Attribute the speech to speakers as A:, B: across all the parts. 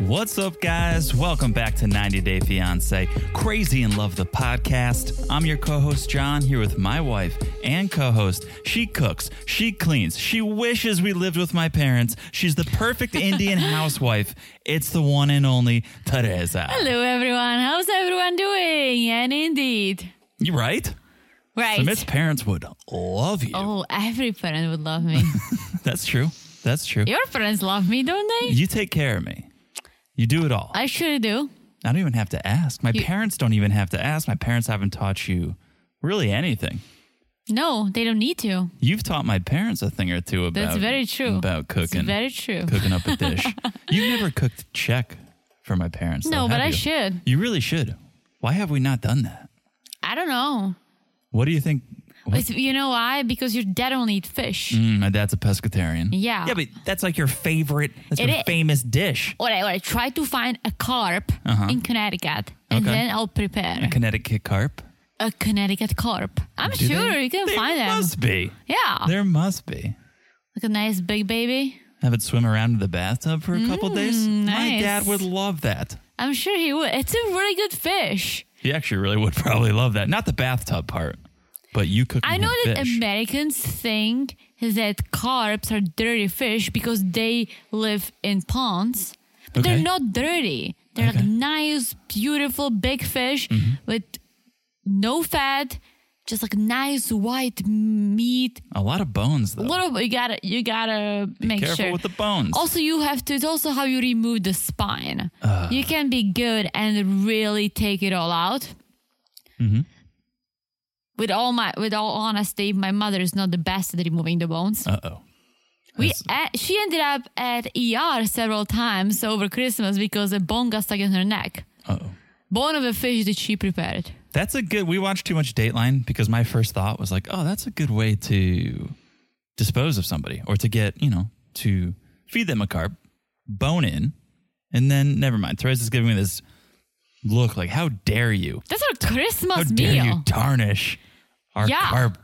A: What's up, guys? Welcome back to 90 Day Fiance, Crazy in Love, the podcast. I'm your co host, John, here with my wife and co host. She cooks, she cleans, she wishes we lived with my parents. She's the perfect Indian housewife. It's the one and only Teresa.
B: Hello, everyone. How's everyone doing? And indeed.
A: You right?
B: Right.
A: Submit's parents would love you.
B: oh, every parent would love me.
A: That's true. That's true.
B: Your parents love me, don't they?
A: You take care of me. You do it all.
B: I sure do.
A: I don't even have to ask. My parents don't even have to ask. My parents haven't taught you really anything.
B: No, they don't need to.
A: You've taught my parents a thing or two about
B: That's very true.
A: about cooking.
B: It's very true.
A: Cooking up a dish. You've never cooked check for my parents.
B: No,
A: though,
B: but
A: have
B: I
A: you?
B: should.
A: You really should. Why have we not done that?
B: I don't know.
A: What do you think? what-
B: It's, you know why? Because your dad only eat fish.
A: Mm, my dad's a pescatarian.
B: Yeah.
A: Yeah, but that's like your favorite. That's
B: It
A: your
B: is.
A: famous dish.
B: All right, all right. Try to find a carp in Connecticut, and
A: Uh-huh. Okay.
B: then I'll prepare
A: Connecticut carp.
B: a Connecticut carp. I'm
A: Do they-
B: sure you can
A: There
B: find them. Ah.
A: Must be.
B: Yeah,
A: There must be.
B: like a nice big baby.
A: Have it swim around in the bathtub for a couple days. My
B: Mm, nice.
A: dad would love that.
B: I'm sure he would. It's a really good fish.
A: He actually really would probably love that. Not the bathtub part, but you cooking
B: I know
A: him
B: that
A: fish.
B: Americans think that carps are dirty fish because they live in ponds. But
A: Okay.
B: they're not dirty. They're
A: Okay. Mm-hmm.
B: like nice, beautiful, big fish with no fat, just like nice white meat.
A: a lot of bones though.
B: What about- you gotta you gotta make
A: Careful
B: sure.
A: with the bones.
B: also, you have to. It's also how you remove the spine.
A: Ah.
B: you can be good and really take it all out.
A: Mm-hmm.
B: With all my, with all honesty, my mother is not the best at removing the bones.
A: uh oh.
B: we, uh, she ended up at ER several times over Christmas because a bone got stuck in her neck.
A: Uh oh.
B: Bone of a fish that she prepared.
A: That's a good. We watched too much Dateline because my first thought was like, oh, that's a good way to dispose of somebody or to get you know to feed them a carp, bone in, and then never mind. Teresa's giving me this look like, how dare you?
B: That's our
A: How
B: Christmas
A: dare you
B: meal.
A: tarnish our
B: Yeah.
A: carp?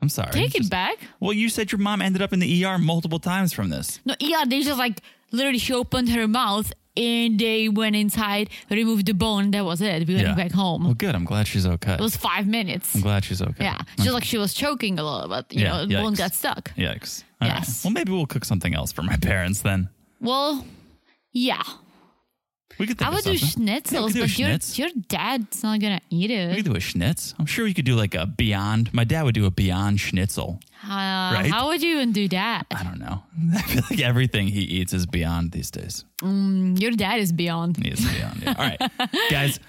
A: I'm sorry.
B: Take it
A: Just-
B: back.
A: Well, you said your mom ended up in the ER multiple times from this.
B: No, yeah, they just like literally she opened her mouth and they went inside, removed the bone. That was it. We went back home.
A: Well, good. I'm glad she's okay.
B: It was five minutes.
A: I'm glad she's okay.
B: Yeah, just like she was choking a little, but you
A: Yeah,
B: know, the bone
A: yikes.
B: got stuck.
A: Yikes. All right.
B: Yes.
A: Well, maybe we'll cook something else for my parents then.
B: Well, yeah,
A: We could. Think
B: I
A: of
B: would do
A: something. Yeah, we
B: schnitzels,
A: could do a
B: but
A: schnitz.
B: your your dad's not gonna eat
A: We
B: it.
A: could do a schnitz. I'm sure we could do like a beyond. My dad would do a beyond schnitzel.
B: Uh, How would you even do that?
A: I don't know. I feel like everything he eats is beyond these days.
B: Your dad is beyond.
A: He is beyond. yeah. All right, guys,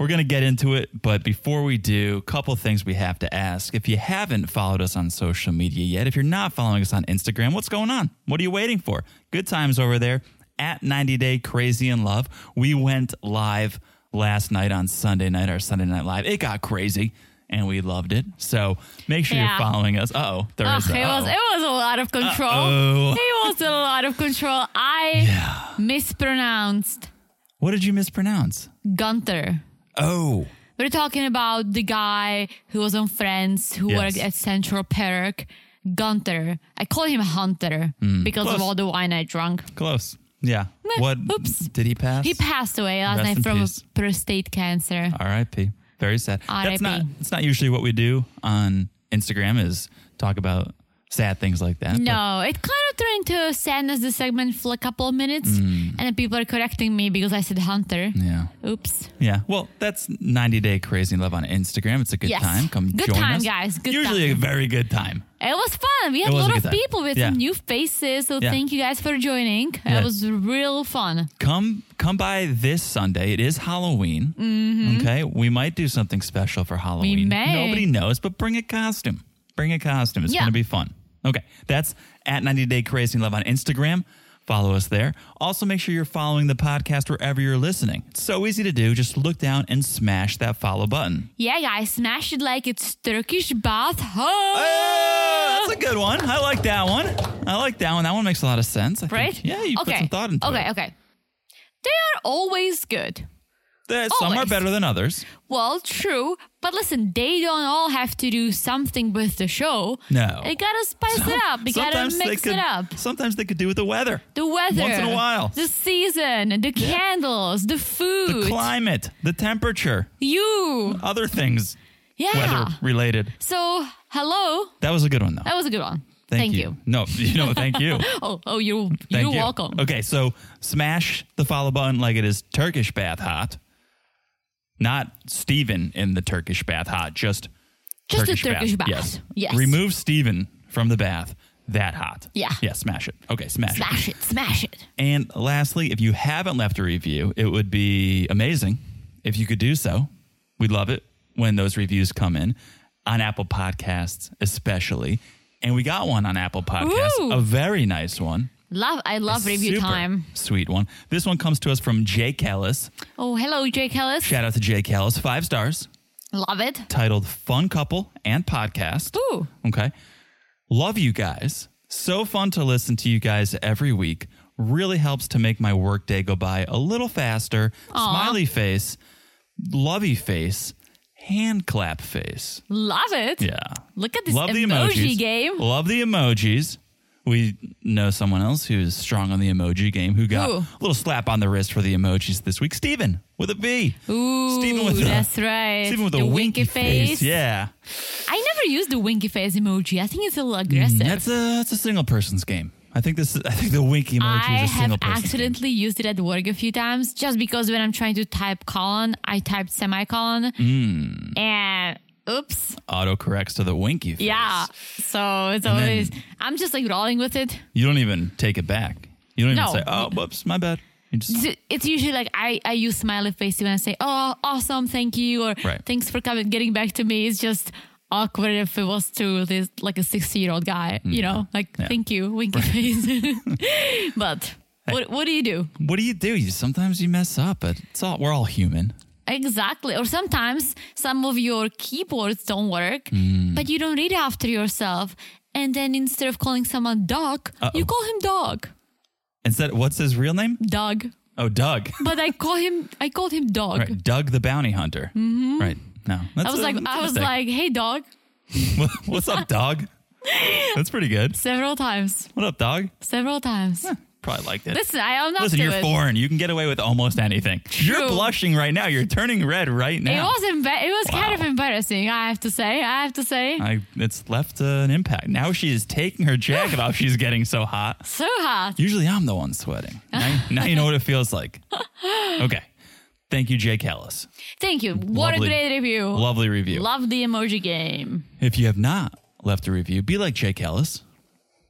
A: we're gonna get into it, but before we do, couple things we have to ask. If you haven't followed us on social media yet, if you're not following us on Instagram, what's going on? What are you waiting for? Good times over there at 90 Day Crazy in Love. We went live last night on Sunday night, our Sunday night live. It got crazy. And we loved it. So make sure
B: Yeah.
A: you're following us. Uh oh. There
B: Ugh,
A: is
B: it was it was a lot of control.
A: Uh-oh.
B: It was a lot of control. I mispronounced
A: What did you mispronounce?
B: Gunther.
A: Oh.
B: We're talking about the guy who was on Friends, who
A: Yes.
B: worked at Central Park, Gunther. I call him Hunter because
A: Close.
B: of all the wine I drank.
A: Close. Yeah.
B: Meh,
A: What?
B: oops.
A: Did he pass?
B: He passed away last
A: Rest in
B: night from
A: peace. Uh,
B: prostate cancer.
A: R.I.P. Very sad. That's
B: R.I.P..
A: not. It's not usually what we do on Instagram. Is talk about sad things like that. but
B: No, it kind of turned into sadness the segment for a couple of minutes, and then people are correcting me because I said Hunter.
A: Mm. yeah.
B: Oops.
A: Yeah. Well, that's 90 Day Crazy Love on Instagram. It's a good
B: Yes.
A: time. Come
B: Good
A: join
B: time,
A: us.
B: guys. Good
A: Usually a very good time.
B: It was fun. We
A: It
B: had a
A: was a
B: lot
A: good
B: of
A: time.
B: people with
A: Yeah.
B: some new faces, so
A: Yeah.
B: thank you guys for joining.
A: Yeah.
B: It was real fun.
A: Come come by this Sunday. It is Halloween. Okay. We might do something special for Halloween.
B: may.
A: Nobody knows, but bring a costume. Bring a costume. It's
B: Yeah.
A: going to be fun. Okay. That's at 90 Day Crazy Love on Instagram. Follow us there. Also, make sure you're following the podcast wherever you're listening. It's so easy to do. Just look down and smash that follow button.
B: Yeah, guys, smash it like it's Turkish bath. Ho!
A: Oh, that's a good one. I like that one. I like that one. That one makes a lot of sense. I think-
B: right?
A: yeah, you put some thought into
B: okay,
A: it.
B: Okay, okay. They are always good.
A: That some are
B: Always.
A: better than others.
B: Well, true, but listen, they don't all have to do something with the show.
A: No.
B: They gotta spice it up. They gotta
A: Sometimes they
B: mix
A: could-
B: it up.
A: Sometimes they could do with the weather,
B: The weather.
A: Once in a while.
B: The season, the candles, the
A: the
B: food.
A: climate, the temperature,
B: you.
A: other things
B: Yeah.
A: weather related.
B: So, hello.
A: That was a good one though.
B: That was a good one.
A: thank you. No, you know, thank you.
B: Oh, oh, you're,
A: Thank
B: you're
A: you.
B: welcome.
A: Okay, so smash the follow button like it is Turkish bath hot. Not Steven in the Turkish bath hot, just
B: Just the Turkish bath.
A: Yes.
B: Yes.
A: Remove Steven from the bath. That hot.
B: Yeah.
A: Yeah, smash it. Okay, smash, it.
B: Smash it, smash it.
A: And lastly, if you haven't left a review, it would be amazing if you could do so. We love it when those reviews come in on Apple Podcasts, especially. And we got one on Apple Podcasts,
B: Ooh.
A: a very nice one.
B: Love, I love review
A: Super
B: time.
A: Sweet one. This one comes to us from Jake Ellis.
B: Oh, hello, Jake Ellis.
A: Shout out to Jake Ellis. Five stars,
B: Love it.
A: titled Fun Couple and Podcast.
B: Ooh,
A: Okay. Love you guys. So fun to listen to you guys every week. Really helps to make my workday go by a little faster. Smiley face, lovey face, hand clap face.
B: love it.
A: Yeah.
B: Look at this
A: Love the
B: emoji
A: emojis.
B: game.
A: Love the emojis. We know someone else who's strong on the emoji game who got
B: Who?
A: a little slap on the wrist for the emojis this week. Steven with a B.
B: Ooh,
A: Steven with a-
B: that's right.
A: Steven with
B: the
A: a winky, face. Yeah.
B: I never used the winky face emoji. I think it's a little aggressive.
A: That's a that's a single person's game. I think this. Is, I think the winky emoji
B: I
A: is a
B: have
A: single person's game.
B: accidentally used it at work a few times just because when I'm trying to type colon, I typed semicolon
A: Mm.
B: and oops.
A: Auto corrects to the winky. Face.
B: Yeah. So it's
A: then-
B: always, I'm just like rolling with it.
A: You don't even take it back. You don't even
B: No.
A: say, "Oh, whoops, my bad." You just
B: It's- It's usually like I, I use smiley face when I say, oh, awesome, thank you, or
A: Right.
B: thanks for coming, getting back to me. It's just awkward if it was to this like a 60 year old guy, you know, like
A: Mm-hmm. Yeah.
B: thank you, winky face. but what, what do you do?
A: what do you do? You sometimes you mess up. but It's all we're all human.
B: Exactly. Or sometimes some of your keyboards don't work,
A: Mm.
B: but you don't read after yourself. And then instead of calling someone dog, you call him dog.
A: Instead, what's his real name?
B: Dog.
A: Oh, Doug.
B: But I call him I called him dog.
A: Right, Doug the bounty hunter. Right. No,
B: Mm-hmm. I was like I was like, hey dog,
A: like, "What's up, dog?" That's pretty good.
B: several times.
A: What up, dog?
B: Several times.
A: Probably liked it.
B: Listen, I am not
A: Listen,
B: to
A: you're
B: it.
A: foreign. You can get away with almost anything. You're
B: True.
A: blushing right now. You're turning red right
B: It
A: now.
B: was emba- it was kind of
A: Wow.
B: embarrassing, I have to say. I have to say.
A: I, it's left uh, an impact. Now she is taking her jacket off. She's getting so hot.
B: so hot.
A: Usually I'm the one sweating. Now, now you know what it feels like. Okay. Thank you, Jake Ellis.
B: Thank you. What
A: Lovely.
B: a great review.
A: Lovely review.
B: Love the emoji game.
A: if you have not left a review, be like Jake Ellis.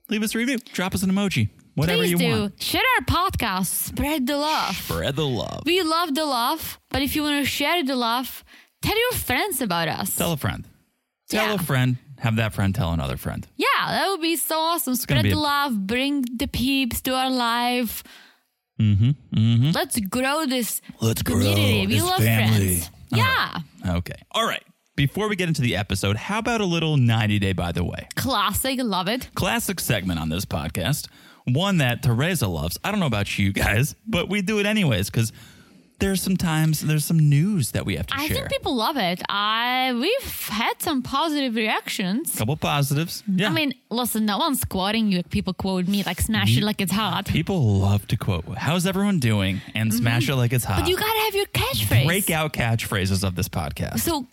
A: Leave us a review. Drop us an emoji. Whatever
B: Please
A: you
B: do.
A: want.
B: Share our podcast. Spread the love.
A: Spread the love.
B: We love the love, but if you want to share the love, tell your friends about us.
A: Tell a friend. Tell
B: Yeah.
A: a friend. Have that friend tell another friend.
B: yeah, that would be so awesome.
A: gonna
B: Spread
A: be
B: the
A: a-
B: love. Bring the peeps to our life. Mm-hmm, mm-hmm. Let's grow this
A: Let's grow
B: community. we
A: this
B: love
A: family.
B: friends. Yeah,
A: Okay. All right. Before we get into the episode, how about a little 90 day by the way?
B: classic. Love it.
A: Classic segment on this podcast, one that Teresa loves. I don't know about you guys, but we do it anyways because there's some times there's some news that we have to
B: I
A: share.
B: think people love it. I we've had some positive reactions.
A: Couple positives. Yeah.
B: I mean, listen, no one's quoting you. People quote me like smash it like it's hot.
A: people love to quote, How's everyone doing? and smash it like it's hot.
B: Mm-hmm. But you gotta have your catchphrase.
A: Break out catchphrases of this podcast.
B: So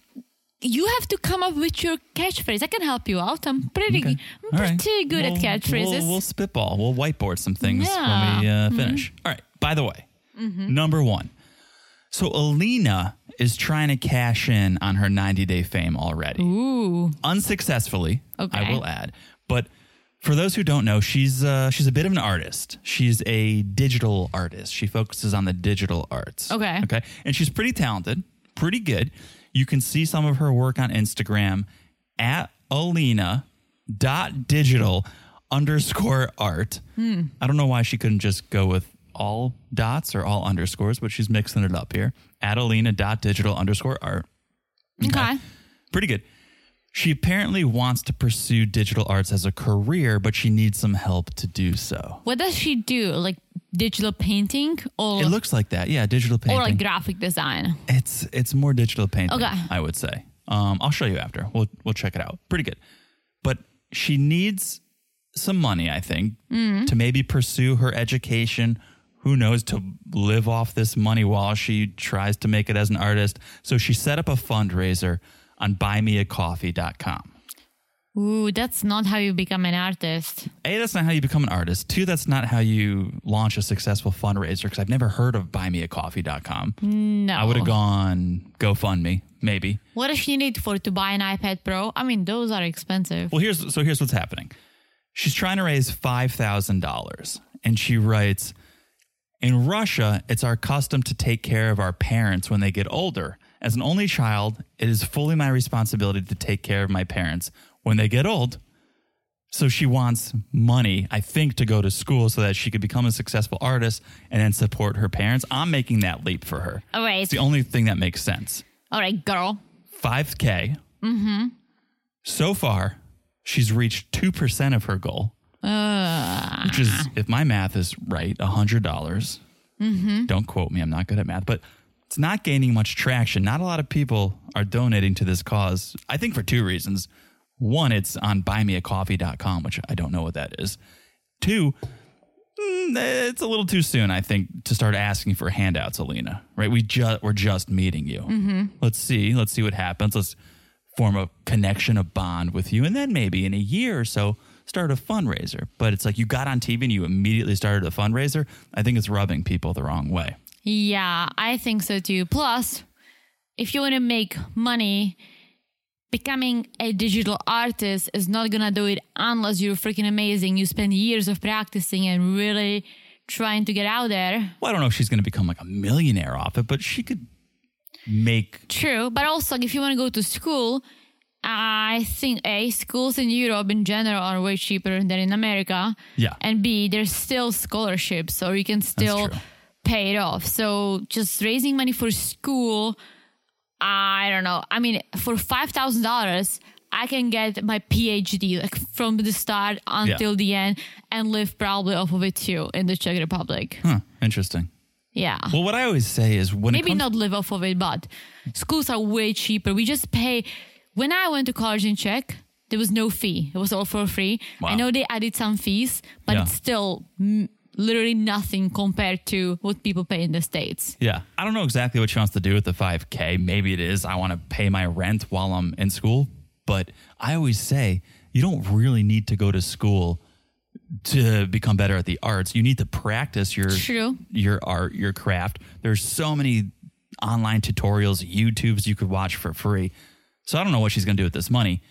B: you have to come up with your catchphrase. I can help you out. I'm pretty, I'm
A: All right.
B: pretty good
A: We'll-
B: at catchphrases.
A: We'll, we'll spitball. We'll whiteboard some things when we uh,
B: Yeah. Mm-hmm.
A: finish. All right. By the way, number one. So Alina is trying to cash in on her 90 day fame already.
B: Ooh,
A: unsuccessfully. I
B: Okay.
A: will add. But for those who don't know, she's uh, she's a bit of an artist. She's a digital artist. She focuses on the digital arts.
B: Okay.
A: Okay. And she's pretty talented, pretty good. You can see some of her work on Instagram at Alina dot digital underscore art. I don't know why she couldn't just go with all dots or all underscores, but she's mixing it up here. At Alina dot digital underscore art
B: okay.
A: pretty good. She apparently wants to pursue digital arts as a career, but she needs some help to do so.
B: What does she do? Like digital painting or
A: It looks like that. Yeah, digital painting.
B: or like graphic design.
A: It's it's more digital painting.
B: Okay.
A: I would say. Um, I'll show you after. We'll we'll check it out. Pretty good. But she needs some money, I think,
B: Mm-hmm.
A: to maybe pursue her education. Who knows to live off this money while she tries to make it as an artist. So she set up a fundraiser on buymeacoffee.com.
B: Ooh, that's not how you become an artist.
A: A, that's not how you become an artist. Two, that's not how you launch a successful fundraiser because I've never heard of buymeacoffee.com.
B: No.
A: I would have gone GoFundMe, maybe.
B: What if she need for to buy an iPad Pro? I mean, those are expensive.
A: Well, here's so here's what's happening. She's trying to raise five thousand dollars, and she writes, "In Russia, it's our custom to take care of our parents when they get older. As an only child, it is fully my responsibility to take care of my parents when they get old." So she wants money, I think, to go to school so that she could become a successful artist and then support her parents. I'm making that leap for her.
B: All right.
A: It's the only thing that makes sense.
B: All right, girl.
A: 5K. Mm-hmm. So far, she's reached 2% of her goal, which is, if my math is right, $100. dollars Don't quote me, I'm not good at math, but it's not gaining much traction. Not a lot of people are donating to this cause, I think for two reasons. One, it's on buymeacoffee.com, which I don't know what that is. Two, mm, it's a little too soon, I think, to start asking for handouts, Alina. Right? We just we're just meeting you. Let's see. Let's see what happens. Let's form a connection, a bond with you, and then maybe in a year or so, start a fundraiser. But it's like you got on TV and you immediately started a fundraiser. I think it's rubbing people the wrong way.
B: Yeah, I think so too. Plus, if you want to make money, becoming a digital artist is not going to do it unless you're freaking amazing. You spend years of practicing and really trying to get out there.
A: Well, I don't know if she's going to become like a millionaire off it, but she could make
B: True, but also if you want to go to school, I think A, schools in Europe in general are way cheaper than in America.
A: Yeah.
B: And B, there's still scholarships, or you can still
A: true.
B: pay it off. So just raising money for school, I don't know. I mean, for $5,000, I can get my PhD like from the start until the end and live probably off of it too in the Czech Republic.
A: huh, interesting.
B: Yeah
A: Well, what I always say is when it
B: maybe
A: comes
B: not live off of it, but schools are way cheaper. We just pay. When I went to college in Czech, there was no fee. It was all for free.
A: Wow.
B: I know they added some fees, but
A: Yeah.
B: it's still mm, literally nothing compared to what people pay in the States.
A: Yeah. I don't know exactly what she wants to do with the 5K. Maybe it is I want to pay my rent while I'm in school. But I always say you don't really need to go to school to become better at the arts. You need to practice your
B: True.
A: your art, your craft. There's so many online tutorials, YouTubes you could watch for free. So I don't know what she's going to do with this money,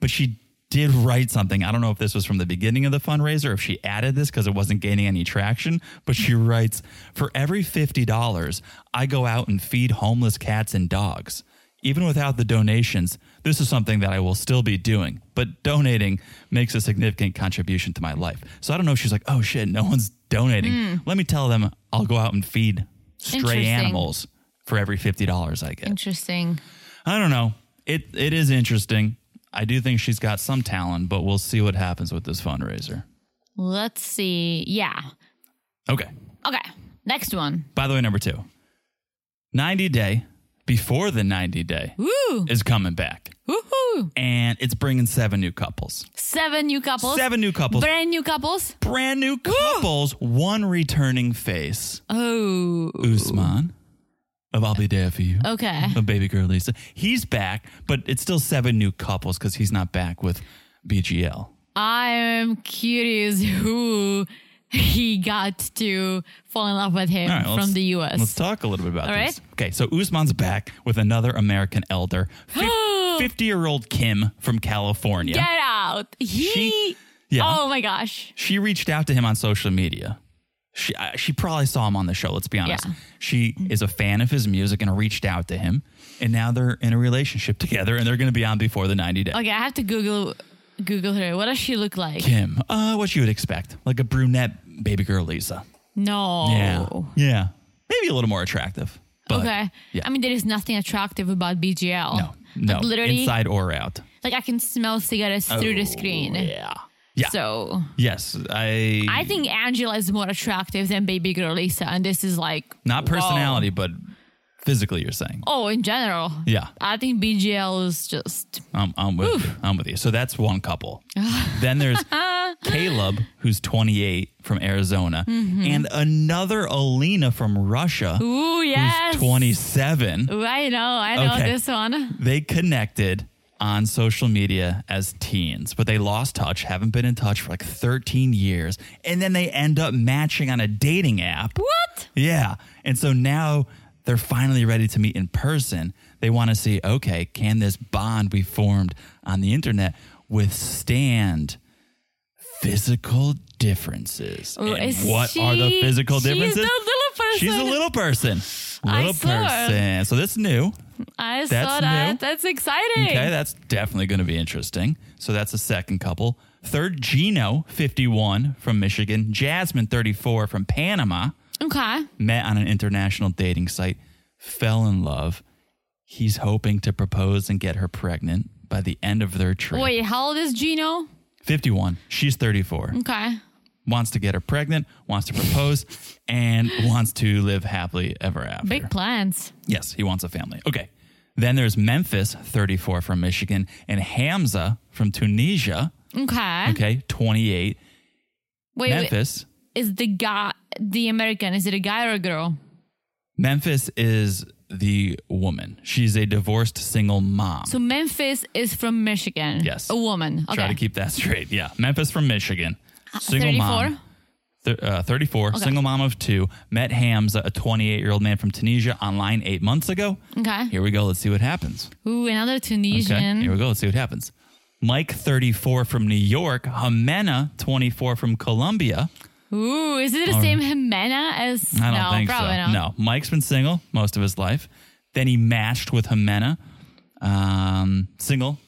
A: but she did write something. I don't know if this was from the beginning of the fundraiser, if she added this because it wasn't gaining any traction, but she writes For every $50, I go out and feed homeless cats and dogs. Even without the donations, this is something that I will still be doing, but donating makes a significant contribution to my life. So I don't know if she's like, oh shit, no one's donating. Let me tell them I'll go out and feed stray
B: Interesting.
A: animals for every $50 I get.
B: Interesting.
A: I don't know. It it is interesting. I do think she's got some talent, but we'll see what happens with this fundraiser.
B: Let's see. Yeah.
A: Okay.
B: Okay. Next one.
A: By the way, number two. 90 day before the 90 day
B: Woo!
A: is coming back.
B: Woohoo!
A: And it's bringing seven new couples.
B: Seven new couples.
A: Seven new couples.
B: Brand new couples.
A: Brand new couples. One returning face.
B: Oh.
A: Usman of I'll Be There For You.
B: Okay.
A: Of Baby Girl Lisa. He's back, but it's still seven new couples because he's not back with BGL.
B: I am curious who he got to fall in love with him
A: All right, let's-
B: from the US.
A: Let's talk a little bit about
B: All
A: this.
B: right.
A: Okay, so Usman's back with another American elder, 50 year old Kim from California.
B: Get out. He
A: She- Yeah.
B: Oh my gosh.
A: She reached out to him on social media. She, I she probably saw him on the show, let's be honest.
B: Yeah.
A: She is a fan of his music and reached out to him. And now they're in a relationship together and they're going to be on before the 90 days.
B: Okay, I have to Google Google her. What does she look like?
A: Kim, uh, what you would expect, like a brunette baby girl Lisa.
B: No.
A: Yeah. Yeah. Maybe a little more attractive. But
B: Oh. okay.
A: Yeah.
B: I mean there is nothing attractive about BGL.
A: no, no.
B: Like, literally
A: Inside or out.
B: like I can smell cigarettes through the screen.
A: Yeah. Yeah.
B: So
A: Yes, I.
B: I think Angela is more attractive than baby girl Lisa, and this is like
A: not
B: whoa.
A: personality, but physically, you're saying.
B: Oh, in general.
A: Yeah.
B: I think BGL is just
A: I'm, I'm with you. I'm with you. So that's one couple. then there's Caleb, who's 28 from Arizona, and another Alina from Russia,
B: Mm-hmm. Ooh, yes.
A: who's 27.
B: Ooh, I know, I know
A: Okay.
B: this one.
A: They connected on social media as teens, but they lost touch, haven't been in touch for like 13 years, and then they end up matching on a dating app.
B: What?
A: Yeah. And so now they're finally ready to meet in person. They want to see, okay, can this bond we formed on the internet withstand physical differences?
B: Ooh,
A: and
B: is
A: what are the
B: she-
A: physical
B: she's the
A: differences?
B: little person.
A: She's a little person.
B: I
A: Little
B: saw her.
A: person. So that's new.
B: I
A: That's
B: saw
A: new.
B: that. That's exciting.
A: Okay, that's definitely going to be interesting. So that's the second couple. Third, Gino, 51 from Michigan, Jasmine, 34 from Panama.
B: okay.
A: met on an international dating site, fell in love. He's hoping to propose and get her pregnant by the end of their trip.
B: Wait, how old is Gino?
A: 51. She's 34.
B: Okay.
A: Wants to get her pregnant, wants to propose, and wants to live happily ever after.
B: Big plans.
A: Yes, he wants a family. Okay. Then there's Memphis, 34 from Michigan, and Hamza from Tunisia,
B: Okay.
A: okay, 28.
B: Wait, wait,
A: Memphis.
B: is the guy the American? Is it a guy or a girl?
A: Memphis is the woman. She's a divorced single mom.
B: So Memphis is from Michigan.
A: Yes.
B: A woman. Okay.
A: Try to keep that straight. Yeah. Memphis from Michigan. Single mom. Th- uh, 34. Single mom of two. Met Hamza, a 28 year old man from Tunisia, online eight months ago.
B: Okay.
A: Here we go. Let's see what happens.
B: Ooh, another
A: Okay.
B: Tunisian.
A: Here we go. Let's see what happens. Mike, 34 from New York. Jimena, 24 from Colombia.
B: Ooh, is it the same Jimena as
A: I don't
B: no,
A: think
B: probably
A: so.
B: not.
A: No. Mike's been single most of his life. Then he matched with Jimena, um, single,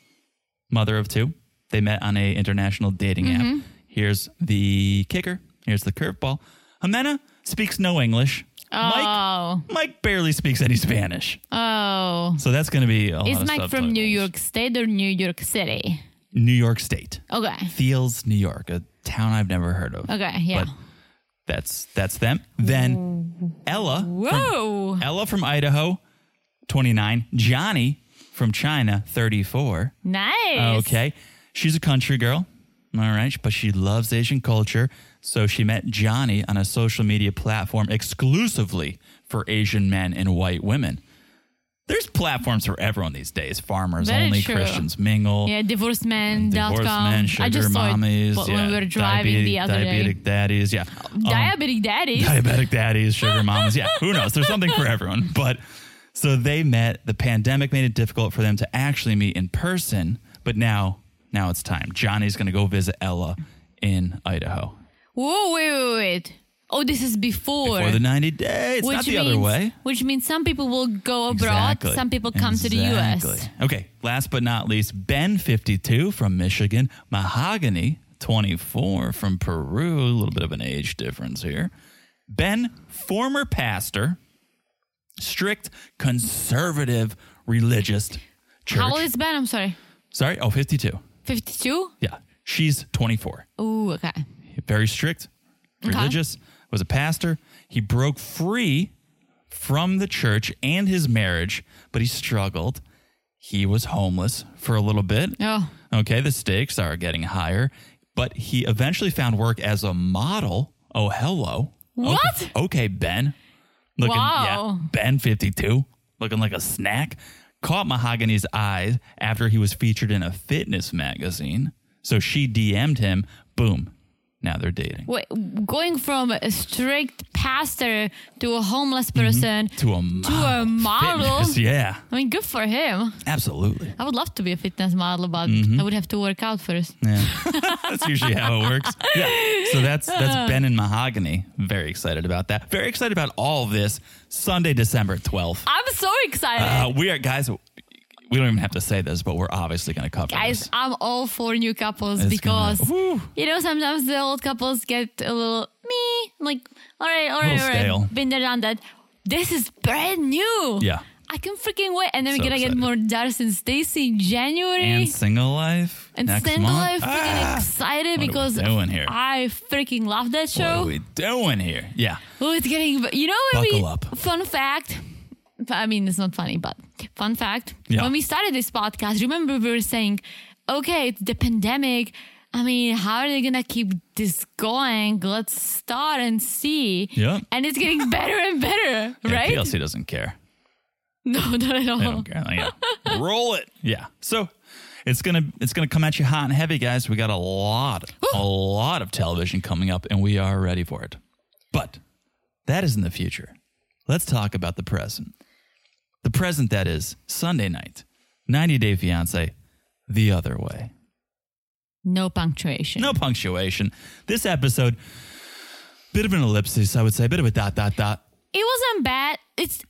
A: mother of two. They met on a international dating
B: Mm-hmm.
A: app. Here's the kicker. Here's the curveball. Jimena speaks no English.
B: Oh.
A: Mike, Mike barely speaks any Spanish.
B: Oh.
A: So that's going to be a lot
B: Is
A: of
B: Mike from
A: subtitles.
B: New York State or New York City?
A: New York State.
B: Okay.
A: Thiels, New York, a town I've never heard of.
B: Okay, yeah.
A: But that's that's them. Then Ella
B: Whoa.
A: Ella from Idaho, 29. Johnny from China, 34.
B: Nice.
A: Okay. She's a country girl. All right. But she loves Asian culture. So she met Johnny on a social media platform exclusively for Asian men and white women. There's platforms for everyone these days. Farmers
B: Very
A: only,
B: true.
A: Christians mingle.
B: Yeah, divorceman.com.
A: Divorced men, sugar
B: I just saw
A: mommies,
B: it but
A: yeah,
B: when we were driving
A: diabetic,
B: the other
A: diabetic
B: day.
A: daddies, yeah, Um,
B: Diabetic daddies.
A: diabetic daddies, sugar mamas. Yeah, who knows? There's something for everyone. But so they met. The pandemic made it difficult for them to actually meet in person. But now, now it's time. Johnny's going to go visit Ella in Idaho
B: Whoa, wait, wait, wait. Oh, this is before.
A: for the 90 days. It's not the
B: means,
A: other way.
B: Which means some people will go abroad,
A: Exactly.
B: some people come to the US.
A: Exactly. Okay. Last but not least, Ben 52 from Michigan, Mahogany 24 from Peru. A little bit of an age difference here. Ben, former pastor, strict conservative religious church.
B: How old is Ben? I'm sorry.
A: Sorry. Oh, 52.
B: 52?
A: Yeah. She's 24
B: Ooh, okay.
A: very strict, religious, was a pastor. He broke free from the church and his marriage, but he struggled. He was homeless for a little bit.
B: Oh.
A: Okay, the stakes are getting higher, but he eventually found work as a model. Oh, hello.
B: What?
A: Okay, okay, Ben. Looking,
B: Wow.
A: Yeah, ben 52, looking like a snack. Caught Mahogany's eyes after he was featured in a fitness magazine. So she DM'd him. Boom. Now they're dating.
B: Wait, going from a strict pastor to a homeless person.
A: To a model.
B: a model?
A: Mm-hmm. Fitness, Yeah,
B: I mean, good for him.
A: absolutely.
B: I would love to be a fitness model, but I would have to work out first.
A: Mm-hmm. Yeah. that's usually how it works. Yeah. So that's
B: Uh.
A: that's Ben and Mahogany. Very excited about that. Very excited about all of this. Sunday, December 12th.
B: I'm so excited.
A: Uh, we are guys we don't even have to say this, but we're obviously gonna cover
B: Guys,
A: this.
B: I'm all for new couples
A: It's gonna-
B: because
A: Whew.
B: you know sometimes the old couples get a little me like all right, all right, all right,
A: stale.
B: been there, done that. This is brand new.
A: Yeah.
B: I can freaking wait. And then
A: So
B: we're gonna
A: excited.
B: get more Darcy and Stacy in January.
A: and single life
B: And
A: next
B: single,
A: month.
B: I'm freaking
A: Ah!
B: excited
A: What are we
B: because
A: doing here?
B: I freaking love that
A: What are
B: show.
A: we doing here? Yeah,
B: Oh, it's getting, you know, when we,
A: Buckle up.
B: fun fact. I mean, it's not funny, but fun fact.
A: Yeah.
B: When we started this podcast, remember we were saying, okay, it's the pandemic. I mean, how are they going to keep this going? Let's start and see.
A: Yeah.
B: And it's getting better and better,
A: Yeah,
B: right?
A: PLC doesn't care.
B: No, not at all.
A: They don't care. Like, yeah. Roll it. Yeah. So it's gonna it's gonna come at you hot and heavy, guys. We got a lot, a lot of television coming up, and we are ready for it. But that is in the future. Let's talk about the present. The present that is Sunday night, 90 Day Fiance, the other way.
B: No punctuation.
A: No punctuation. This episode, bit of an ellipsis, I would say, bit of a dot, dot, dot.
B: it wasn't bad. It's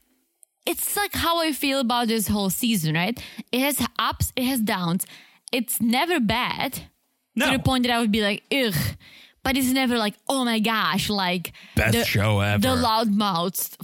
B: it's like how I feel about this whole season, right? It has ups, it has downs. It's never bad
A: No.
B: to the point that I would be like, ugh. But it's never like, oh my gosh, like
A: Best
B: the,
A: show ever.
B: The loudmouths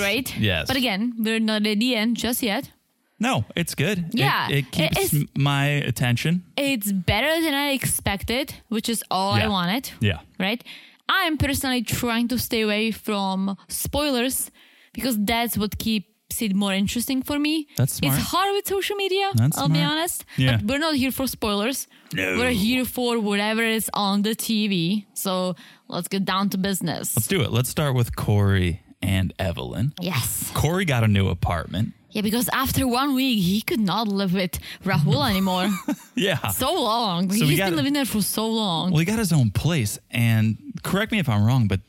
A: Yes,
B: right?
A: yes.
B: But again, we're not at the end just yet.
A: No, it's good. It-
B: Yeah,
A: It,
B: it
A: keeps
B: is-
A: m- my attention.
B: It's better than I expected, which is all
A: Yeah.
B: I wanted.
A: Yeah.
B: right? I'm personally trying to stay away from spoilers because that's what keeps it more interesting for me.
A: That's smart.
B: It's hard with social media,
A: That's
B: I'll be
A: smart.
B: honest.
A: Yeah.
B: But we're not here for spoilers.
A: No.
B: We're here for whatever is on the TV. So let's get down to business.
A: Let's do it. Let's start with Corey and Evelyn.
B: Yes.
A: Corey got a new apartment.
B: Yeah, because after one week, he could not live with Rahul anymore.
A: Yeah.
B: so long.
A: we
B: He's
A: got-
B: been living there for so long.
A: Well, he got his own place. And correct me if I'm wrong, but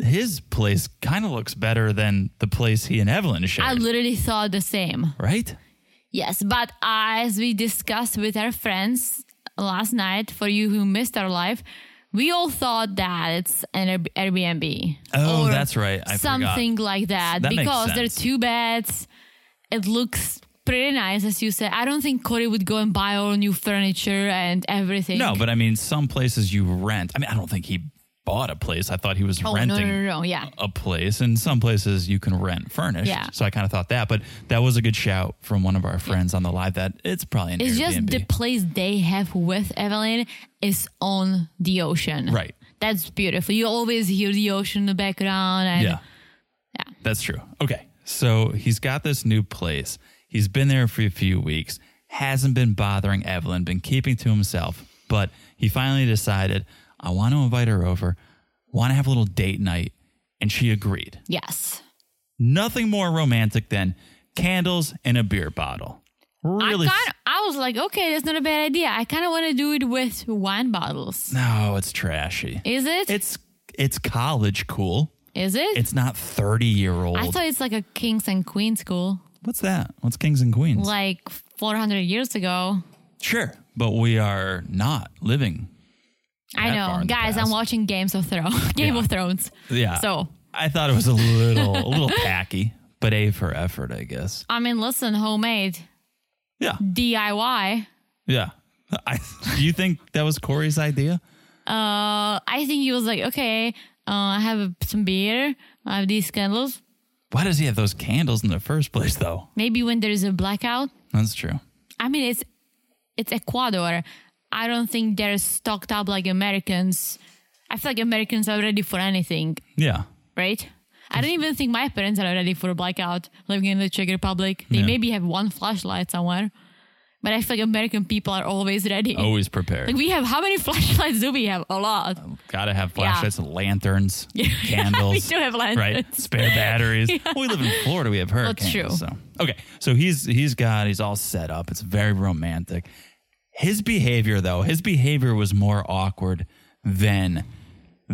A: his place kind of looks better than the place he and Evelyn shared.
B: I literally thought the same.
A: right?
B: Yes, but as we discussed with our friends last night, for you who missed our live, we all thought that it's an Air- Airbnb.
A: Oh,
B: or
A: that's right. I forgot.
B: something like that,
A: That makes
B: because there are
A: sense.
B: two beds. It looks pretty nice, as you said. I don't think Corey would go and buy all new furniture and everything.
A: No, but I mean, some places you rent. I mean, I don't think he bought a place. I thought he was
B: oh,
A: renting.
B: No, no, no, no, yeah.
A: a place and some places you can rent furnished.
B: Yeah.
A: So I kind of thought that, but that was a good shout from one of our friends on the live that it's probably an
B: It's just
A: Airbnb.
B: the place they have with Evelyn is on the ocean.
A: Right.
B: That's beautiful. You always hear the ocean in the background and
A: yeah.
B: Yeah.
A: That's true. Okay. So he's got this new place. He's been there for a few weeks, hasn't been bothering Evelyn, been keeping to himself, but he finally decided, I want to invite her over, want to have a little date night. And she agreed.
B: yes.
A: Nothing more romantic than candles and a beer bottle. Really?
B: I kind I was like, okay, that's not a bad idea. I kind of want to do it with wine bottles.
A: no, it's trashy.
B: Is it?
A: It's it's college cool.
B: Is it?
A: It's not thirty year
B: I
A: old.
B: thought it's like a kings and queens school,
A: What's that? What's kings and queens?
B: like 400 years ago.
A: sure, but we are not living.
B: I
A: That far
B: know,
A: in the
B: guys.
A: past.
B: I'm watching Games of Thrones. Game
A: Yeah.
B: of Thrones.
A: Yeah.
B: So
A: I thought it was a little a little tacky, but a for effort, I guess.
B: I mean, listen, homemade
A: Yeah,
B: DIY.
A: yeah. I, do you think that was Corey's idea?
B: Uh, I think he was like, okay, uh, I have some beer. I have these candles.
A: Why does he have those candles in the first place, though?
B: Maybe when there is a blackout,
A: That's true.
B: I mean, it's it's Ecuador. I don't think they're stocked up like Americans. I feel like Americans are ready for anything,
A: Yeah,
B: right? I don't even think my parents are ready for a blackout living in the Czech Republic. They
A: Yeah.
B: maybe have one flashlight somewhere, but I feel like American people are always ready.
A: always prepared.
B: Like we have how many flashlights do we have? A lot.
A: Gotta have flashlights, lanterns, candles.
B: we do have lanterns.
A: right? Spare batteries. We live in Florida. We have hurricanes.
B: true.
A: So okay, so he's he's got he's all set up. It's very romantic. His behavior though, his behavior was more awkward than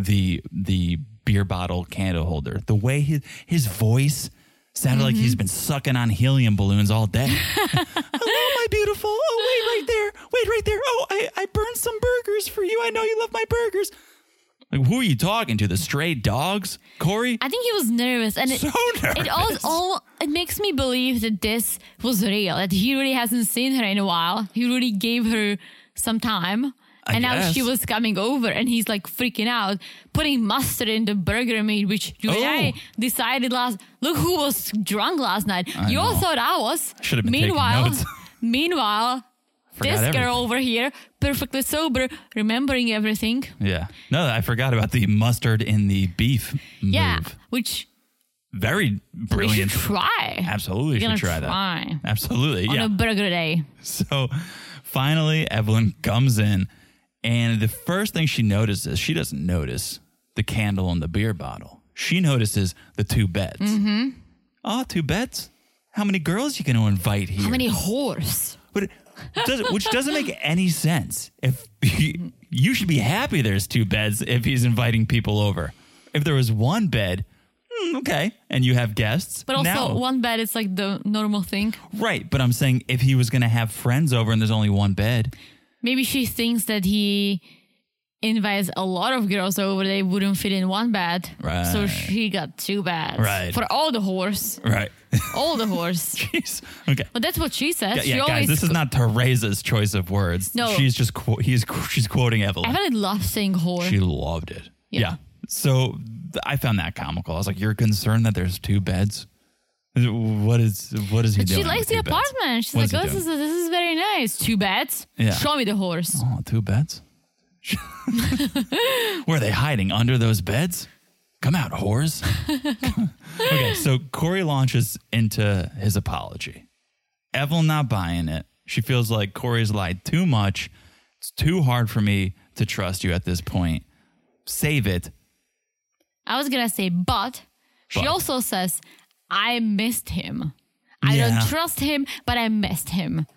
A: the the beer bottle candle holder. The way his his voice sounded like he's been sucking on helium balloons all day. Hello, my beautiful. Oh, wait right there. Wait right there. Oh, I, I burned some burgers for you. I know you love my burgers. Like, who are you talking to? The stray dogs? Corey?
B: I think he was nervous, and it,
A: So
B: it
A: nervous.
B: also it makes me believe that this was real. That he really hasn't seen her in a while. He really gave her some time,
A: I
B: and now
A: guess.
B: she was coming over, and he's like freaking out, putting mustard in the burger meat, which you and I
A: Oh.
B: decided last. Look who was drunk last night.
A: I
B: you all
A: know.
B: thought I was.
A: Should have been taking
B: meanwhile,
A: notes.
B: meanwhile,
A: Forgot
B: this
A: everything.
B: girl over here, perfectly sober, remembering everything.
A: Yeah. No, I forgot about the mustard in the beef. Move.
B: Yeah, which
A: Very
B: we
A: brilliant.
B: should try.
A: Absolutely
B: We're
A: should
B: gonna
A: try that.
B: try
A: Absolutely.
B: on
A: Yeah.
B: a burger day.
A: So finally, Evelyn comes in, and the first thing she notices, she doesn't notice the candle and the beer bottle. She notices the two beds. Mm-hmm. Oh, two beds? How many girls you going to invite here?
B: How many whores?
A: But it doesn't, which doesn't make any sense. If you, you should be happy there's two beds if he's inviting people over. If there was one bed, hmm, okay, and you have guests.
B: But also,
A: now-
B: one bed is like the normal thing.
A: right? But I'm saying if he was going to have friends over and there's only one bed,
B: Maybe she thinks that he invites a lot of girls over. They wouldn't fit in one bed. So
A: Right.
B: she got two beds.
A: Right.
B: For all the whores.
A: right?
B: All the whores.
A: Jeez. Okay.
B: but that's what she says.
A: Yeah,
B: she
A: yeah, guys,
B: always.
A: this is not Teresa's choice of words.
B: No.
A: she's just qu- he's qu- she's quoting Evelyn.
B: I really love saying whore.
A: She loved it. Yeah.
B: Yeah.
A: So th- I found that comical. I was like, "You're concerned that there's two beds? What is what is he
B: but
A: doing?"
B: she likes
A: with
B: the
A: two beds?
B: apartment. She's
A: What is
B: like, oh,
A: he
B: this is, this is very nice. Two beds.
A: Yeah.
B: Show me the horse.
A: doing? oh, two beds. Were they hiding under those beds? Come out, whores. okay, so Corey launches into his apology. Evelyn not buying it. She feels like Corey's lied too much. It's too hard for me to trust you at this point. Save it.
B: I was gonna say, but she
A: But.
B: also says, I missed him. I
A: Yeah.
B: don't trust him, but I missed him.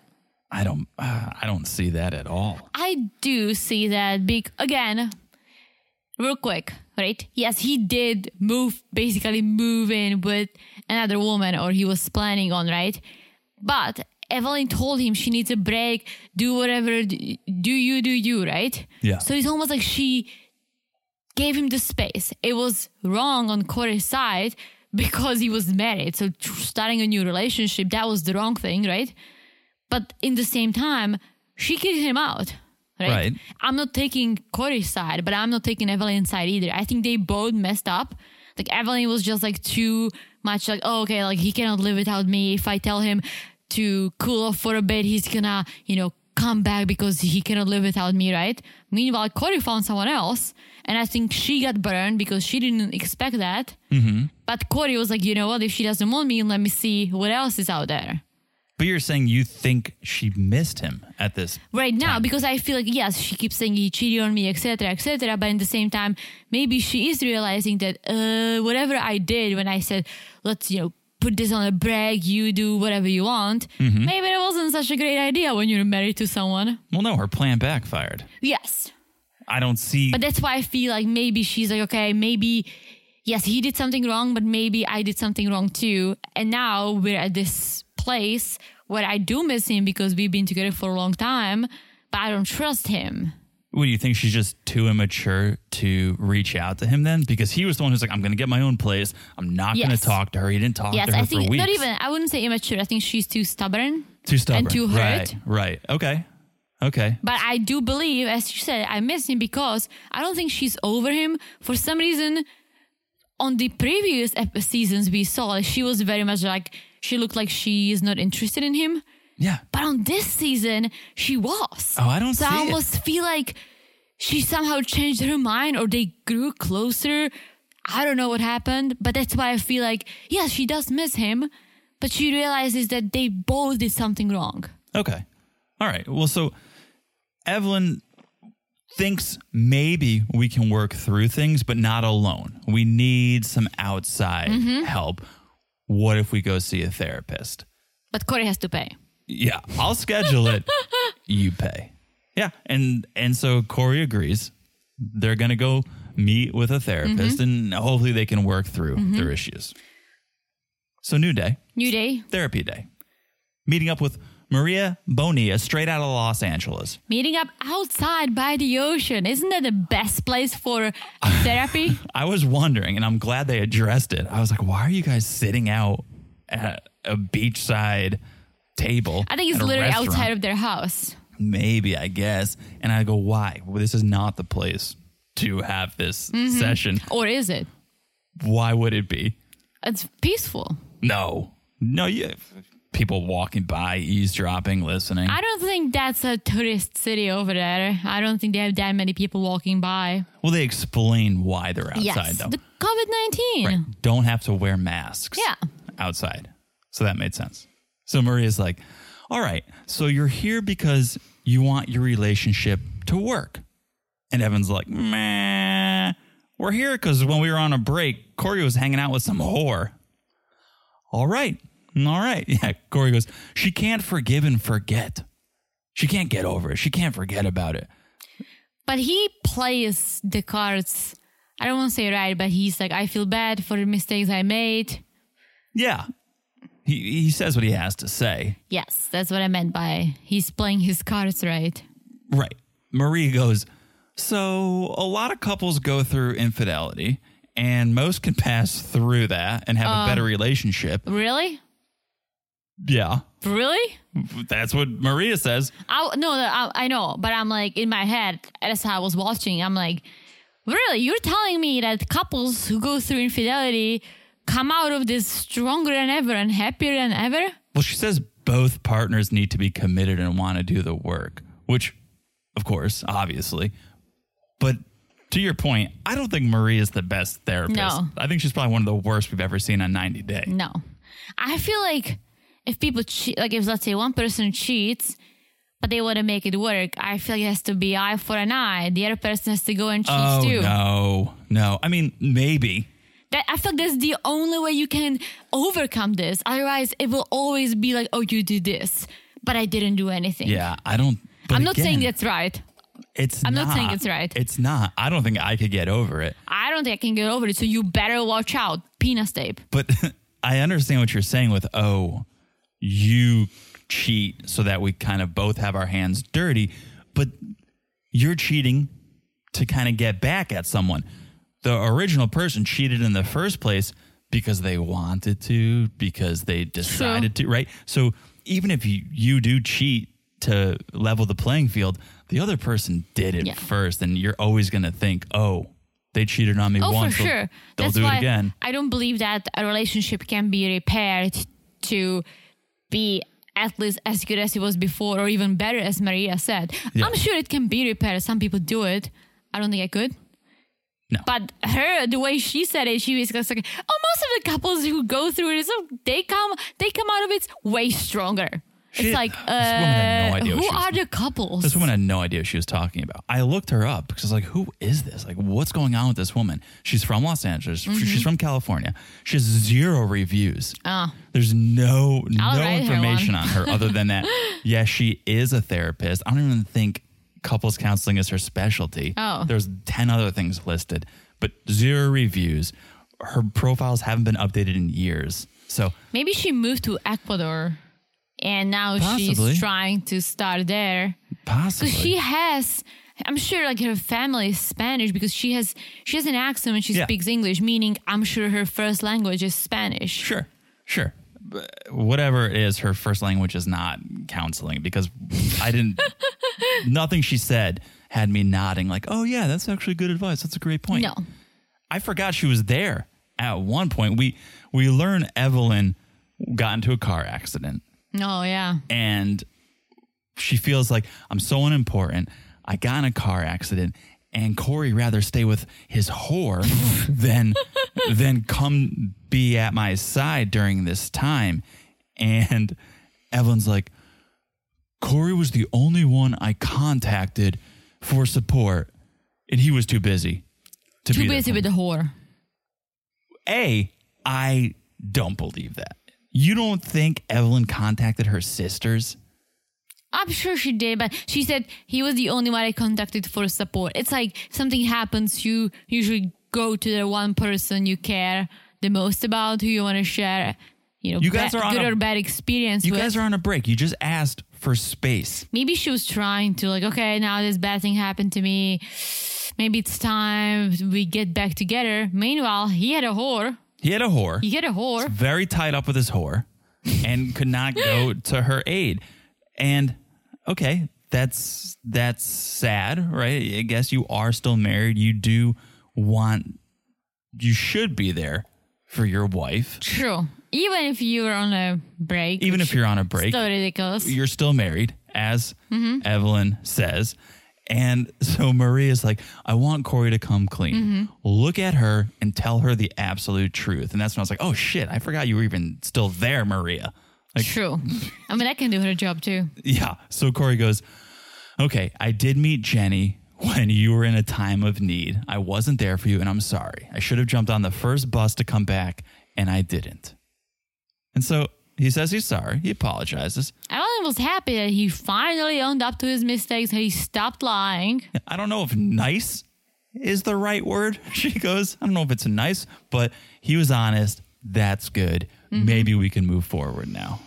A: I don't. Uh, I don't see that at all.
B: I do see that big again. Real quick, right? Yes, he did move, basically move in with another woman, or he was planning on, right? But Evelyn told him she needs a break. Do whatever. d- Do you do you, right?
A: Yeah.
B: So it's almost like she gave him the space. It was wrong on Corey's side because he was married. So tr- starting a new relationship, that was the wrong thing, right? But in the same time, she kicked him out. Right?
A: Right.
B: I'm not taking Corey's side, but I'm not taking Evelyn's side either. I think they both messed up. Like Evelyn was just like too much like, oh, okay, like he cannot live without me. If I tell him to cool off for a bit, he's gonna, you know, come back because he cannot live without me, right? Meanwhile, Corey found someone else. And I think she got burned because she didn't expect that. But Corey was like, you know what? If she doesn't want me, let me see what else is out there.
A: But you're saying you think she missed him at this.
B: right now because I feel like yes, she keeps saying he cheated on me, etc., etc. But in the same time, maybe she is realizing that uh, whatever I did when I said let's you know put this on a break, you do whatever you want, maybe it wasn't such a great idea when you're married to someone.
A: Well, no, her plan backfired.
B: Yes,
A: I don't see.
B: but that's why I feel like maybe she's like okay, maybe. Yes, he did something wrong, but maybe I did something wrong too. And now we're at this place where I do miss him because we've been together for a long time, but I don't trust him.
A: what do you think? She's just too immature to reach out to him then, because he was the one who's like, "I'm going to get my own place. I'm not going
B: Yes.
A: to talk to her." He didn't talk
B: Yes,
A: to her
B: I think
A: for weeks.
B: not even. I wouldn't say immature. I think she's too stubborn.
A: too stubborn.
B: too hurt.
A: Right. Right. Okay. Okay.
B: But I do believe, as you said, I miss him because I don't think she's over him for some reason. On the previous ep- seasons we saw, like, she was very much like she looked like she is not interested in him.
A: Yeah.
B: But on this season, she was.
A: Oh, I don't
B: So
A: see
B: I
A: it.
B: almost feel like she somehow changed her mind or they grew closer. I don't know what happened, but that's why I feel like, yeah, she does miss him, but she realizes that they both did something wrong.
A: Okay. All right. Well, so Evelyn thinks maybe we can work through things, but not alone. We need some outside help. What if we go see a therapist?
B: But Corey has to pay.
A: Yeah, I'll schedule it. you pay. Yeah, and and so Corey agrees. They're gonna go meet with a therapist, and hopefully they can work through their issues. So new day
B: New day,
A: therapy day. Meeting up with Maria Bonilla straight out of Los Angeles.
B: meeting up outside by the ocean. Isn't that the best place for therapy?
A: I was wondering, and I'm glad they addressed it. I was like, why are you guys sitting out at a beachside table?
B: I think it's
A: at a
B: literally
A: restaurant?
B: outside of their house.
A: maybe, I guess. And I go, why? Well, this is not the place to have this
B: Mm-hmm.
A: session.
B: Or is it?
A: Why would it be?
B: It's peaceful.
A: No, no, you people walking by, eavesdropping, listening.
B: I don't think that's a tourist city over there. I don't think they have that many people walking by.
A: well, they explain why they're outside
B: yes,
A: though.
B: the COVID nineteen.
A: Right. Don't have to wear masks.
B: Yeah.
A: Outside. So that made sense. So Maria's like, all right, so you're here because you want your relationship to work. And Evan's like, meh. We're here because when we were on a break, Corey was hanging out with some whore. All right. All right. Yeah. Corey goes, she can't forgive and forget. She can't get over it. She can't forget about it.
B: But he plays the cards. I don't want to say right, but he's like, I feel bad for the mistakes I made.
A: Yeah. He, he says what he has to say.
B: Yes, that's what I meant by he's playing his cards right.
A: Right. Marie goes, So a lot of couples go through infidelity, and most can pass through that and have
B: Um,
A: a better relationship.
B: Really?
A: Yeah.
B: Really?
A: That's what Maria says.
B: I no, I, I know, but I'm like in my head. That's how I was watching. I'm like, really? You're telling me that couples who go through infidelity come out of this stronger than ever and happier than ever?
A: Well, she says both partners need to be committed and want to do the work, which, of course, obviously. But to your point, I don't think Marie is the best therapist.
B: No.
A: I think she's probably one of the worst we've ever seen on 90 Day.
B: No. I feel like if people cheat, like if let's say one person cheats, but they want to make it work, I feel like it has to be eye for an eye. The other person has to go and cheat
A: Oh,
B: too.
A: no. No. I mean, maybe.
B: That, I feel like that's the only way you can overcome this. Otherwise, it will always be like, oh, you did this, but I didn't do anything.
A: Yeah. I don't. but
B: I'm not saying
A: again-
B: that's right.
A: It's
B: I'm
A: not,
B: not saying it's right.
A: It's not. I don't think I could get over it.
B: I don't think I can get over it. So you better watch out. Penis tape.
A: But I understand what you're saying with oh, you cheat so that we kind of both have our hands dirty, but you're cheating to kind of get back at someone. The original person cheated in the first place because they wanted to, because they decided to, right? So even if you, you do cheat to level the playing field, the other person did it
B: Yeah.
A: first, and you're always going to think, oh, they cheated on me
B: Oh,
A: once.
B: for
A: they'll-
B: sure.
A: They'll
B: That's
A: do
B: why
A: it again.
B: I don't believe that a relationship can be repaired to be at least as good as it was before or even better, as Maria said.
A: Yeah.
B: I'm sure it can be repaired. Some people do it. I don't think I could.
A: No.
B: But her, the way she said it, she was just like, "Oh, most of the couples who go through this, they come, they come out of it way stronger."
A: She-
B: it's like,
A: this woman had no
B: uh,
A: idea what
B: who
A: she was-
B: are the couples?
A: This woman had no idea what she was talking about. I looked her up because I was like, who is this? Like, what's going on with this woman? She's from Los Angeles.
B: Mm-hmm.
A: She's from California. She has zero reviews. There's no
B: Oh. I'll
A: no
B: write her
A: information
B: one.
A: on her other than that. Yeah, she is a therapist. I don't even think couples counseling is her specialty.
B: Oh.
A: There's 10 other things listed, but zero reviews. Her profiles haven't been updated in years. So
B: Maybe she moved to Ecuador and now
A: Possibly.
B: she's trying to start there.
A: possibly.
B: Because she has I'm sure like her family is Spanish because she has she has an accent when she
A: Yeah.
B: speaks English, meaning I'm sure her first language is Spanish.
A: Sure, sure. But Whatever it is, her first language is not counseling because I didn't. nothing she said had me nodding like, "Oh yeah, that's actually good advice. That's a great point."
B: No.
A: I forgot she was there at one point. We we learn Evelyn got into a car accident
B: Oh yeah.
A: and she feels like I'm so unimportant. I got in a car accident, and Corey rather stay with his whore than than come be at my side during this time. And Evelyn's like, Corey was the only one I contacted for support, and he was too busy. To
B: Too
A: be there
B: busy
A: for
B: with the whore.
A: a, I don't believe that. You don't think Evelyn contacted her sisters?
B: I'm sure she did, but she said he was the only one I contacted for support. It's like something happens, you usually go to the one person you care the most about, who you want to share, you know,
A: You guys
B: ba-
A: are on
B: good
A: a-
B: or bad experience
A: You
B: with.
A: guys are on a break. You just asked for space.
B: maybe she was trying to like okay now this bad thing happened to me maybe it's time we get back together meanwhile he had a whore
A: He had a whore,
B: he had a whore
A: very tied up with his whore, and could not go to her aid. And okay, that's that's sad, right? I guess you are still married. You do want you should be there for your wife.
B: True. Even if you're on a break.
A: Even if you're on a break,
B: So ridiculous.
A: you're still married, as Evelyn says. And so Maria's like, I want Corey to come clean. Look at her and tell her the absolute truth. And that's when I was like, oh shit, I forgot you were even still there, Maria. Like,
B: True. I mean, I can do her job too.
A: yeah. So Corey goes, Okay, I did meet Jenny when you were in a time of need. I wasn't there for you, and I'm sorry. I should have jumped on the first bus to come back, and I didn't. And so he says he's sorry. He apologizes.
B: Alan was happy that he finally owned up to his mistakes. He stopped lying.
A: I don't know if nice is the right word. She goes, I don't know if it's nice, but he was honest. That's good.
B: Mm-hmm.
A: Maybe we can move forward now.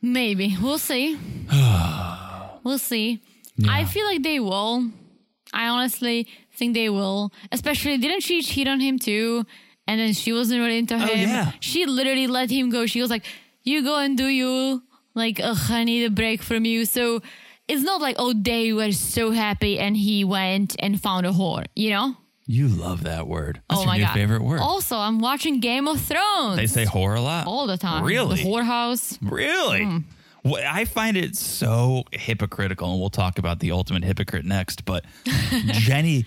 B: Maybe. We'll see. we'll see. I feel like they will. I honestly think they will. Especially, didn't she cheat on him too? And then she wasn't really into him.
A: yeah.
B: She literally let him go. She was like, You go and do you. Like, ugh, I need a break from you. So it's not like, Oh, they were so happy and he went and found a whore, you know?
A: You love that word. That's
B: oh
A: your
B: my
A: new
B: God.
A: favorite word.
B: Also, I'm watching Game of Thrones.
A: they say whore a lot.
B: all the time.
A: Really?
B: The whorehouse.
A: Really?
B: Mm-hmm.
A: Wh- I find it so hypocritical, and we'll talk about the ultimate hypocrite next. But Jenny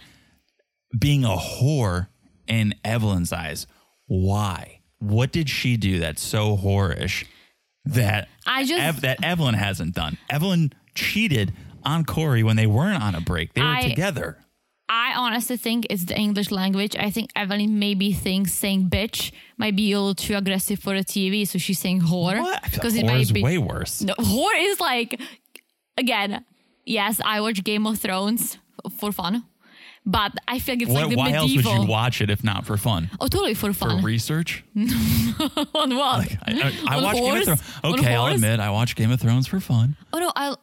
A: being a whore in Evelyn's eyes, why? What did she do that's so whorish that
B: I just-
A: Ev- that Evelyn hasn't done? Evelyn cheated on Corey when they weren't on a break; they were
B: I-
A: together.
B: I honestly think it's the English language. I think Evelyn maybe thinks saying bitch might be a little too aggressive for the TV, so she's saying whore.
A: What?
B: Because it
A: Whore
B: might
A: is
B: be
A: way worse.
B: no, whore is like again. Yes, I watch Game of Thrones for fun, but I feel like it's
A: Why-
B: like the
A: why else would
B: medieval.
A: you watch it if not for fun?
B: oh, totally for
A: For
B: fun.
A: research?
B: On what?
A: I, Uh, I, I
B: On
A: watch Game of
B: whores?
A: Thrones.
B: On
A: Okay, I'll
B: whores?
A: admit I watch Game of Thrones for fun.
B: oh no, I.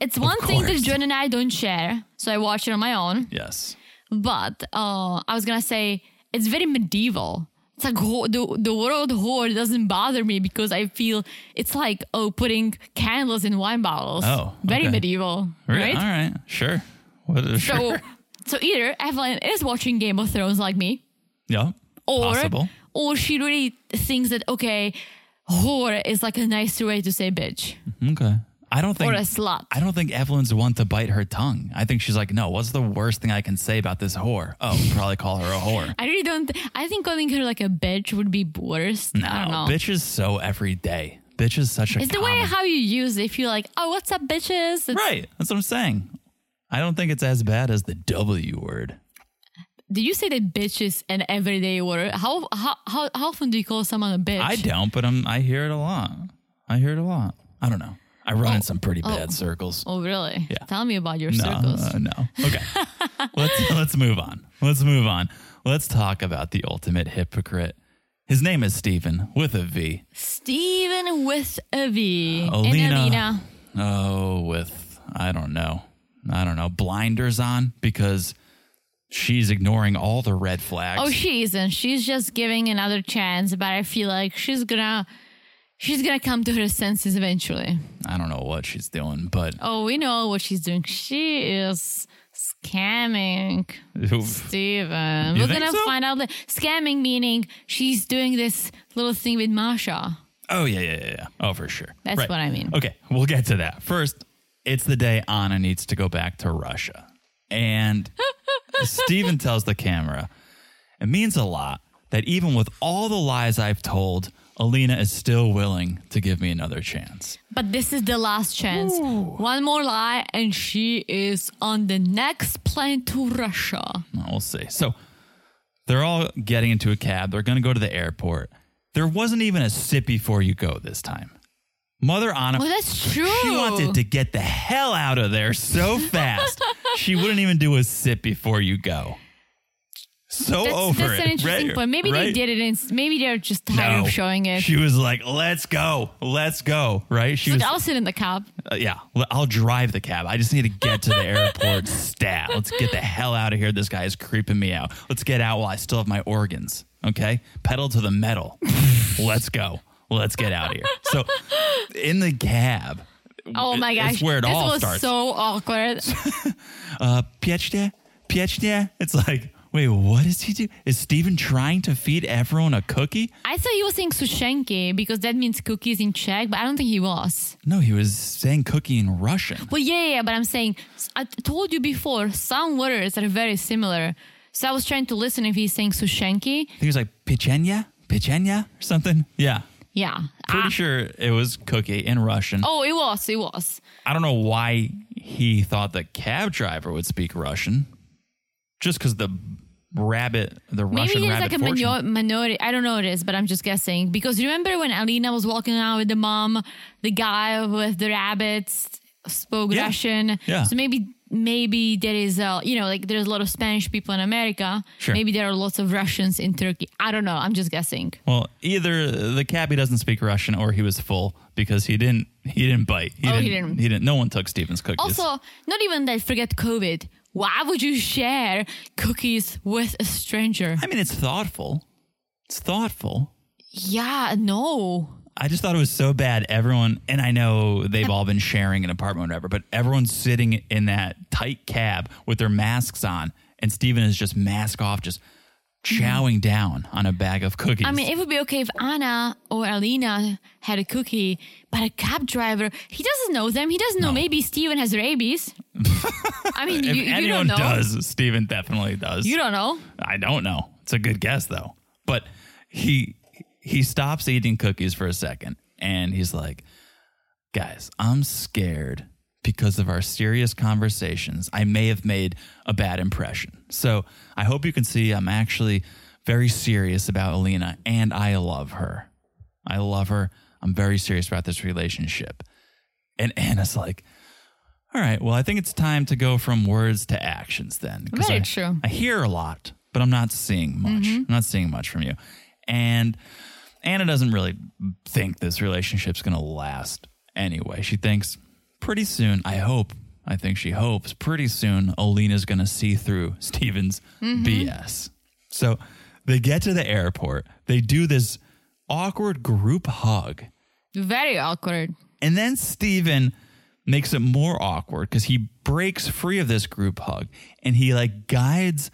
B: It's one thing that
A: course.
B: John and I don't share, so I watch it on my own.
A: Yes.
B: But uh, I was gonna say it's very medieval. It's like ho- the the word whore doesn't bother me because I feel it's like oh putting candles in wine bottles.
A: Oh,
B: very
A: okay.
B: medieval,
A: Re-
B: right?
A: All right. Sure. What is
B: So
A: sure?
B: so either Evelyn is watching Game of Thrones like me,
A: Yeah.
B: or
A: Possible.
B: or she really thinks that okay, whore is like a nicer way to say bitch
A: Okay. I don't think
B: or a slut.
A: I don't think Evelyn's one to bite her tongue. I think she's like, no, what's the worst thing I can say about this whore? Oh, probably call her a whore.
B: I really don't. Th- I think calling her like a bitch would be worse. I don't know.
A: No, bitch is so every day. Bitch is such a
B: It's the
A: common-
B: way how you use it. If you're like, oh, what's up, bitches? It's-
A: Right. That's what I'm saying. I don't think it's as bad as the W word.
B: Do you say that bitch is an everyday word? How how how, how often do you call someone a bitch?
A: I don't, but I'm I hear it a lot. I hear it a lot. I don't know. I run in some pretty bad circles.
B: Oh really?
A: Yeah.
B: Tell me about your
A: No,
B: circles.
A: uh, no. Okay. let's let's move on. Let's move on. Let's talk about the ultimate hypocrite. His name is Stephen with a V.
B: Steven with a V. And
A: Alina.
B: Alina.
A: Oh, with I don't know. I don't know. Blinders on because she's ignoring all the red flags.
B: Oh, she isn't. She's just giving another chance, but I feel like she's gonna she's gonna come to her senses eventually.
A: I don't know what she's doing, but
B: Oh, we know what she's doing. She is scamming. Steven.
A: You
B: We're
A: think
B: gonna
A: so?
B: find out that scamming meaning she's doing this little thing with Masha.
A: Oh yeah, yeah, yeah, yeah. Oh, for sure.
B: That's what I mean.
A: Okay, we'll get to that. First, it's the day Anna needs to go back to Russia, and Steven tells the camera, "It means a lot that even with all the lies I've told, Alina is still willing to give me another chance."
B: But this is the last chance. One more lie, and she is on the next plane to Russia.
A: Well, We'll see. So they're all getting into a cab. They're going to go to the airport. There wasn't even a sit before you go this time. Mother Anna
B: Well, that's true.
A: She wanted to get the hell out of there so fast. she wouldn't even do a sit before you go. So
B: That's,
A: over
B: that's
A: it.
B: an interesting
A: right?
B: point. Maybe they
A: Right?
B: did it. In, maybe they're just tired
A: No.
B: of showing it.
A: She was like, "Let's go, let's go." Right? She was,
B: Look, I'll sit in the cab.
A: uh, yeah. l- I'll drive the cab. I just need to get to the airport. Stat. Let's get the hell out of here. This guy is creeping me out. Let's get out while I still have my organs. Okay, pedal to the metal. Let's go. Let's get out of here. So, in the cab,
B: Oh my gosh.
A: It's where it
B: this
A: all
B: was
A: starts.
B: so awkward.
A: uh, Piechnia, Piechnia. It's like, wait, what does he do? Is Steven trying to feed everyone a cookie?
B: I thought he was saying sushenki because that means cookies in Czech, but I don't think he was.
A: No, he was saying cookie in Russian.
B: Well, yeah, yeah, yeah, but I'm saying, s- I t- told you before, some words are very similar. So I was trying to listen if he's saying sushenki.
A: I think it was like Pichenya, Pichenya or something. Yeah.
B: Yeah.
A: Pretty
B: Ah.
A: sure it was cookie in Russian.
B: Oh, it was, it was.
A: I don't know why he thought the cab driver would speak Russian. Just because the rabbit, the Russian
B: Maybe there's
A: rabbit
B: like a
A: fortune.
B: minor- minority. I don't know this, but I'm just guessing. Because you remember when Alina was walking out with the mom, the guy with the rabbits spoke
A: Yeah.
B: Russian.
A: Yeah.
B: So maybe maybe there is a you know like there's a lot of Spanish people in America.
A: Sure.
B: Maybe there are lots of Russians in Turkey. I don't know. I'm just guessing.
A: Well, either the cabbie doesn't speak Russian or he was full because he didn't he didn't bite.
B: Oh, he didn't.
A: He didn't. No one took Steven's cookies.
B: Also, not even that. Forget COVID. Why would you share cookies with a stranger?
A: I mean, it's thoughtful. It's thoughtful.
B: Yeah, no.
A: I just thought it was so bad. Everyone, and I know they've all been sharing an apartment, or whatever, but everyone's sitting in that tight cab with their masks on, and Steven is just mask off, just chowing down on a bag of cookies.
B: Mm-hmm. I mean, it would be okay if Anna or Alina had a cookie, but a cab driver, he doesn't know them. He doesn't know. Maybe Steven has rabies. I mean, you,
A: if
B: you
A: anyone
B: don't know.
A: does, Steven definitely does.
B: You don't know.
A: I don't know. It's a good guess though. But he he stops eating cookies for a second and he's like, "Guys, I'm scared because of our serious conversations. I may have made a bad impression. So, I hope you can see I'm actually very serious about Alina and I love her. I love her. I'm very serious about this relationship." And Anna's like, all right. Well, I think it's time to go from words to actions then. 'cause
B: Very
A: I-
B: true. Mm-hmm.
A: I hear a lot, but I'm not seeing much. I'm not seeing much from you. And Anna doesn't really think this relationship's going to last anyway. She thinks pretty soon, I hope, I think she hopes pretty soon Alina's going to see through Steven's
B: Mm-hmm.
A: BS. So they get to the airport, they do this awkward group hug.
B: Very awkward.
A: And then Steven makes it more awkward because he breaks free of this group hug and he like guides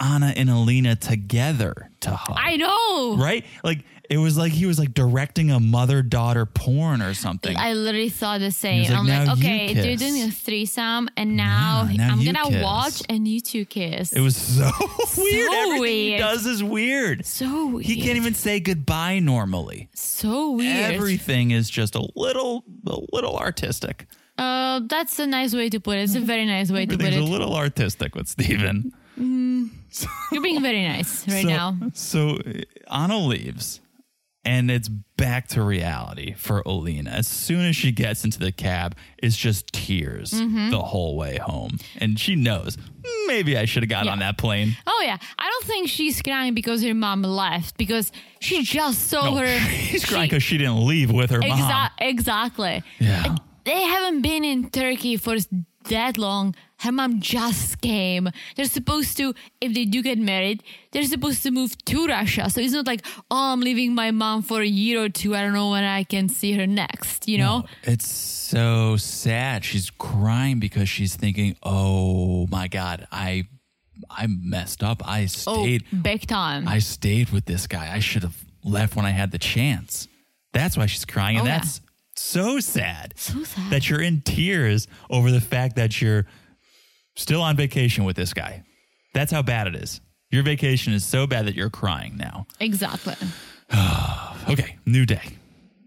A: Anna and Alina together to hug.
B: I know.
A: right? Like it was like he was like directing a mother daughter porn or something.
B: I literally thought the
A: was
B: same.
A: like,
B: I'm
A: "Now
B: like,
A: you
B: okay, they're
A: kiss."
B: doing a threesome, and now,
A: now
B: I'm
A: you
B: gonna
A: kiss.
B: watch and you two kiss.
A: it was so weird. Everything he
B: weird.
A: does is weird.
B: so weird.
A: He can't even say goodbye normally.
B: So weird.
A: Everything is just a little a little artistic.
B: uh, that's a nice way to put it. It's a very nice way to put
A: Everything's a
B: it.
A: little artistic with Steven.
B: You're being very nice right
A: so,
B: now.
A: So uh, Anna leaves, and it's back to reality for Olina. As soon as she gets into the cab, it's just tears
B: Mm-hmm.
A: the whole way home, and she knows maybe I should have got on that plane.
B: Oh yeah, I don't think she's crying because her mom left because she just saw
A: No,
B: Oh, her.
A: Oh, she's crying
B: she-
A: because she didn't leave with her mom.
B: Exa- exactly.
A: Yeah.
B: They haven't been in Turkey for that long. Her mom just came. They're supposed to, if they do get married, they're supposed to move to Russia. So it's not like, oh, I'm leaving my mom for a year or two. I don't know when I can see her next. You know?
A: No, Oh, It's so sad. She's crying because she's thinking, "Oh my god, I, I messed up. I
B: Oh,
A: stayed.
B: big time.
A: I stayed with this guy. I should have left when I had the chance. That's why she's crying. And
B: Oh, yeah.
A: that's so sad. So
B: sad.
A: That you're in tears over the fact that you're still on vacation with this guy. That's how bad it is. Your vacation is so bad that you're crying now.
B: exactly.
A: Okay, new day.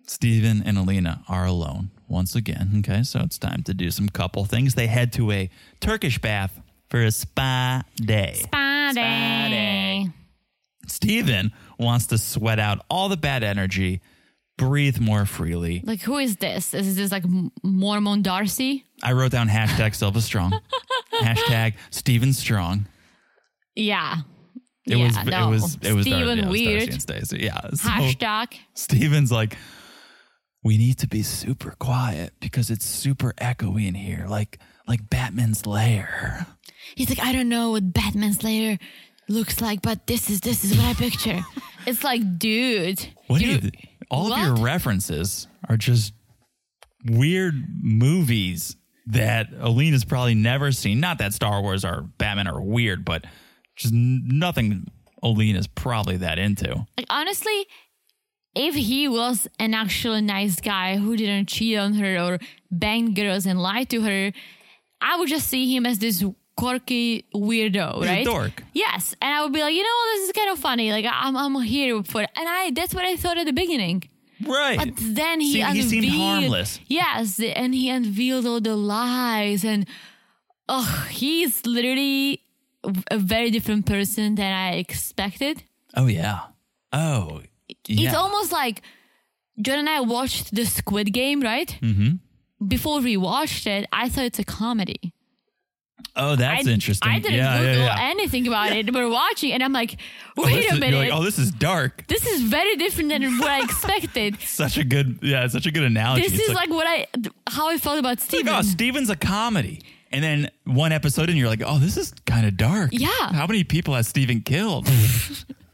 A: Steven and Alina are alone once again. Okay, so it's time to do some couple things. They head to a Turkish bath for a spa day. Spa day.
B: Spade.
A: Steven wants to sweat out all the bad energy, breathe more freely.
B: Like, who is this? Is this like M- Mormon Darcy?
A: I wrote down hashtag Silva Strong, hashtag Steven Strong.
B: Yeah.
A: It
B: yeah,
A: was it
B: no.
A: was it was Dar-
B: Steven
A: yeah, it was Darcy
B: Weird.
A: and Stacey. Yeah. So
B: Hashtag.
A: Steven's like, we need to be super quiet because it's super echoey in here, like like Batman's lair.
B: He's like, I don't know what Batman Slayer looks like, but this is this is what I picture. it's like, dude.
A: What do
B: you-
A: you? All of your
B: what?
A: references are just weird movies that Alina's probably never seen. Not that Star Wars or Batman are weird, but just n- nothing Alina's probably that into.
B: Like honestly, if he was an actual nice guy who didn't cheat on her or bang girls and lie to her, I would just see him as this quirky weirdo,
A: He's a
B: right?
A: dork.
B: Yes, and I would be like, you know, this is kind of funny. Like I'm, I'm here for it, and I that's what I thought at the beginning.
A: Right.
B: But then he
A: See, he
B: unveiled,
A: seemed harmless.
B: Yes, and he unveiled all the lies, and oh, he's literally a very different person than I expected.
A: oh yeah. Oh. Yeah.
B: It's almost like John and I watched the Squid Game, right? Mm-hmm. Before we watched it, I thought it's a comedy.
A: oh, that's
B: I,
A: interesting.
B: I didn't
A: yeah,
B: Google
A: yeah, yeah.
B: anything about it. We're watching, and I'm like,
A: Oh,
B: wait
A: this
B: a
A: is-
B: minute.
A: You're like, oh, this is dark.
B: this is very different than what I expected.
A: Such a good, yeah, such a good analogy.
B: this
A: It's
B: is like, what I, how I felt about Steven.
A: like, oh, Steven's a comedy. And then one episode and you're like, oh, this is kind of dark.
B: Yeah.
A: How many people has Steven killed?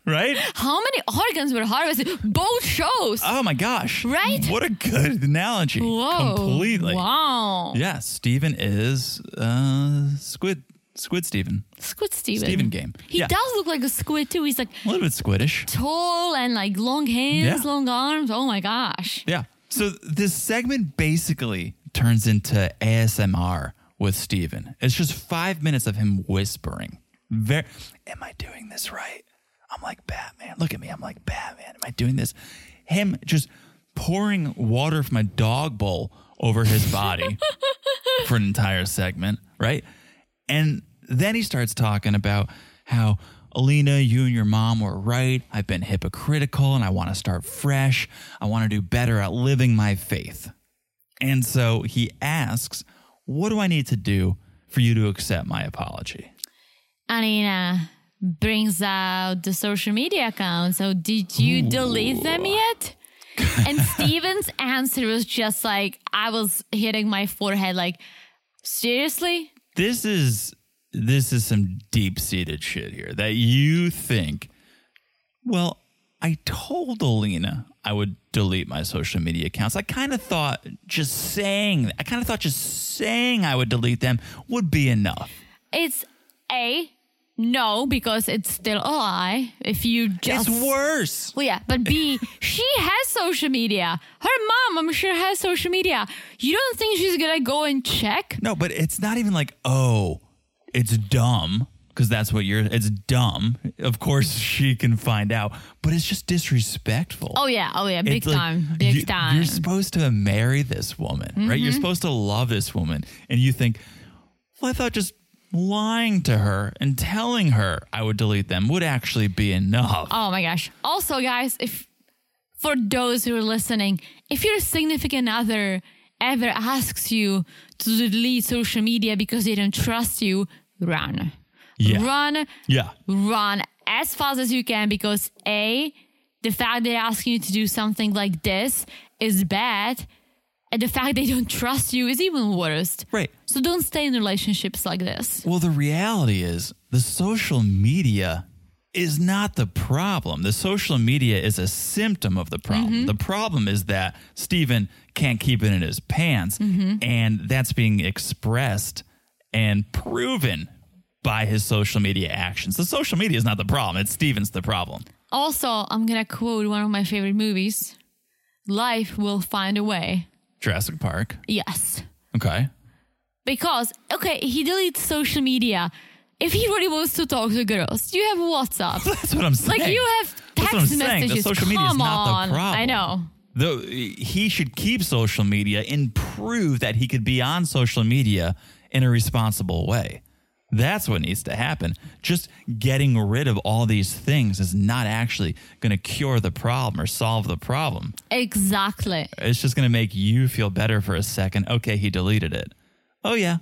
A: right?
B: how many organs were harvested? Both shows.
A: Oh my gosh.
B: Right?
A: What a good analogy.
B: Whoa.
A: Completely.
B: Wow.
A: Yeah, Steven is uh, Squid Squid Steven.
B: Squid Steven.
A: Steven game.
B: He
A: Yeah.
B: does look like a squid too. He's like
A: A little bit squiddish.
B: tall and like long hands,
A: Yeah.
B: long arms. Oh my gosh.
A: Yeah. So this segment basically turns into ASMR with Steven. It's just five minutes of him whispering. Very, am I doing this right? I'm like Batman. Look at me. I'm like Batman. Am I doing this? Him just pouring water from a dog bowl over his body for an entire segment, right? And then he starts talking about how Alina, you and your mom were right. I've been hypocritical and I want to start fresh. I want to do better at living my faith. And so he asks, What do I need to do for you to accept my apology?
B: Anina brings out the social media account. So did you delete them yet? and Steven's answer was just like I was hitting my forehead like seriously?
A: This is this is some deep seated shit here that you think well, I told Alina I would delete my social media accounts. I kind of thought just saying I kind of thought just saying I would delete them would be enough.
B: It's a no because it's still a lie. If you just
A: It's worse.
B: Well, yeah, but B, she has social media. Her mom, I'm sure, has social media. You don't think she's gonna go and check?
A: No, but it's not even like, oh, it's dumb because that's what you're it's dumb. Of course she can find out, but it's just disrespectful.
B: Oh yeah, oh yeah, big
A: It's like,
B: time, big
A: you-
B: time. Mm-hmm.
A: You're supposed to marry this woman, right? You're supposed to love this woman. And you think, well, I thought just lying to her and telling her I would delete them would actually be enough.
B: Oh my gosh. Also, guys, if for those who are listening, if your significant other ever asks you to delete social media because they don't trust you, run.
A: Yeah.
B: Run,
A: yeah.
B: run as fast as you can because A, the fact they're asking you to do something like this is bad. And the fact they don't trust you is even worse.
A: Right.
B: So don't stay in relationships like this.
A: Well, the reality is the social media is not the problem. The social media is a symptom of the problem.
B: Mm-hmm.
A: The problem is that Steven can't keep it in his pants,
B: Mm-hmm.
A: and that's being expressed and proven by his social media actions. The social media is not the problem, it's Steven's the problem.
B: Also, I'm going to quote one of my favorite movies Life will find a way.
A: Jurassic Park.
B: Yes.
A: Okay.
B: Because, okay, he deletes social media. If he really wants to talk to girls, you have WhatsApp.
A: That's what I'm saying.
B: Like, you have
A: That's
B: text
A: what I'm saying. The
B: messages.
A: social media
B: Come
A: is not the
B: on.
A: problem.
B: I know.
A: Though he should keep social media and prove that he could be on social media in a responsible way. That's what needs to happen. Just getting rid of all these things is not actually going to cure the problem or solve the problem.
B: Exactly.
A: It's just going to make you feel better for a second. Okay, he deleted it. Oh, yeah.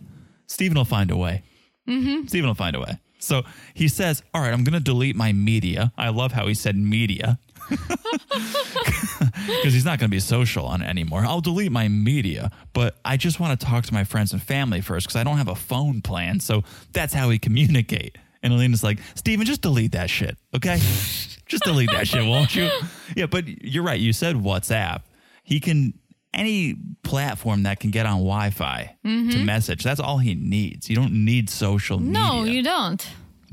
A: Steven will find a way. Mm-hmm. Steven will find a way. So he says, All right, I'm going to delete my media. I love how he said media because he's not going to be social on it anymore. I'll delete my media, but I just want to talk to my friends and family first because I don't have a phone plan. So that's how we communicate. And Alina's like, Steven, just delete that shit, okay? just delete that shit, won't you? Yeah, but you're right. You said WhatsApp. He can any platform that can get on Wi-Fi to message. That's all he needs. You don't need social
B: Mm-hmm. No,
A: media.
B: you don't.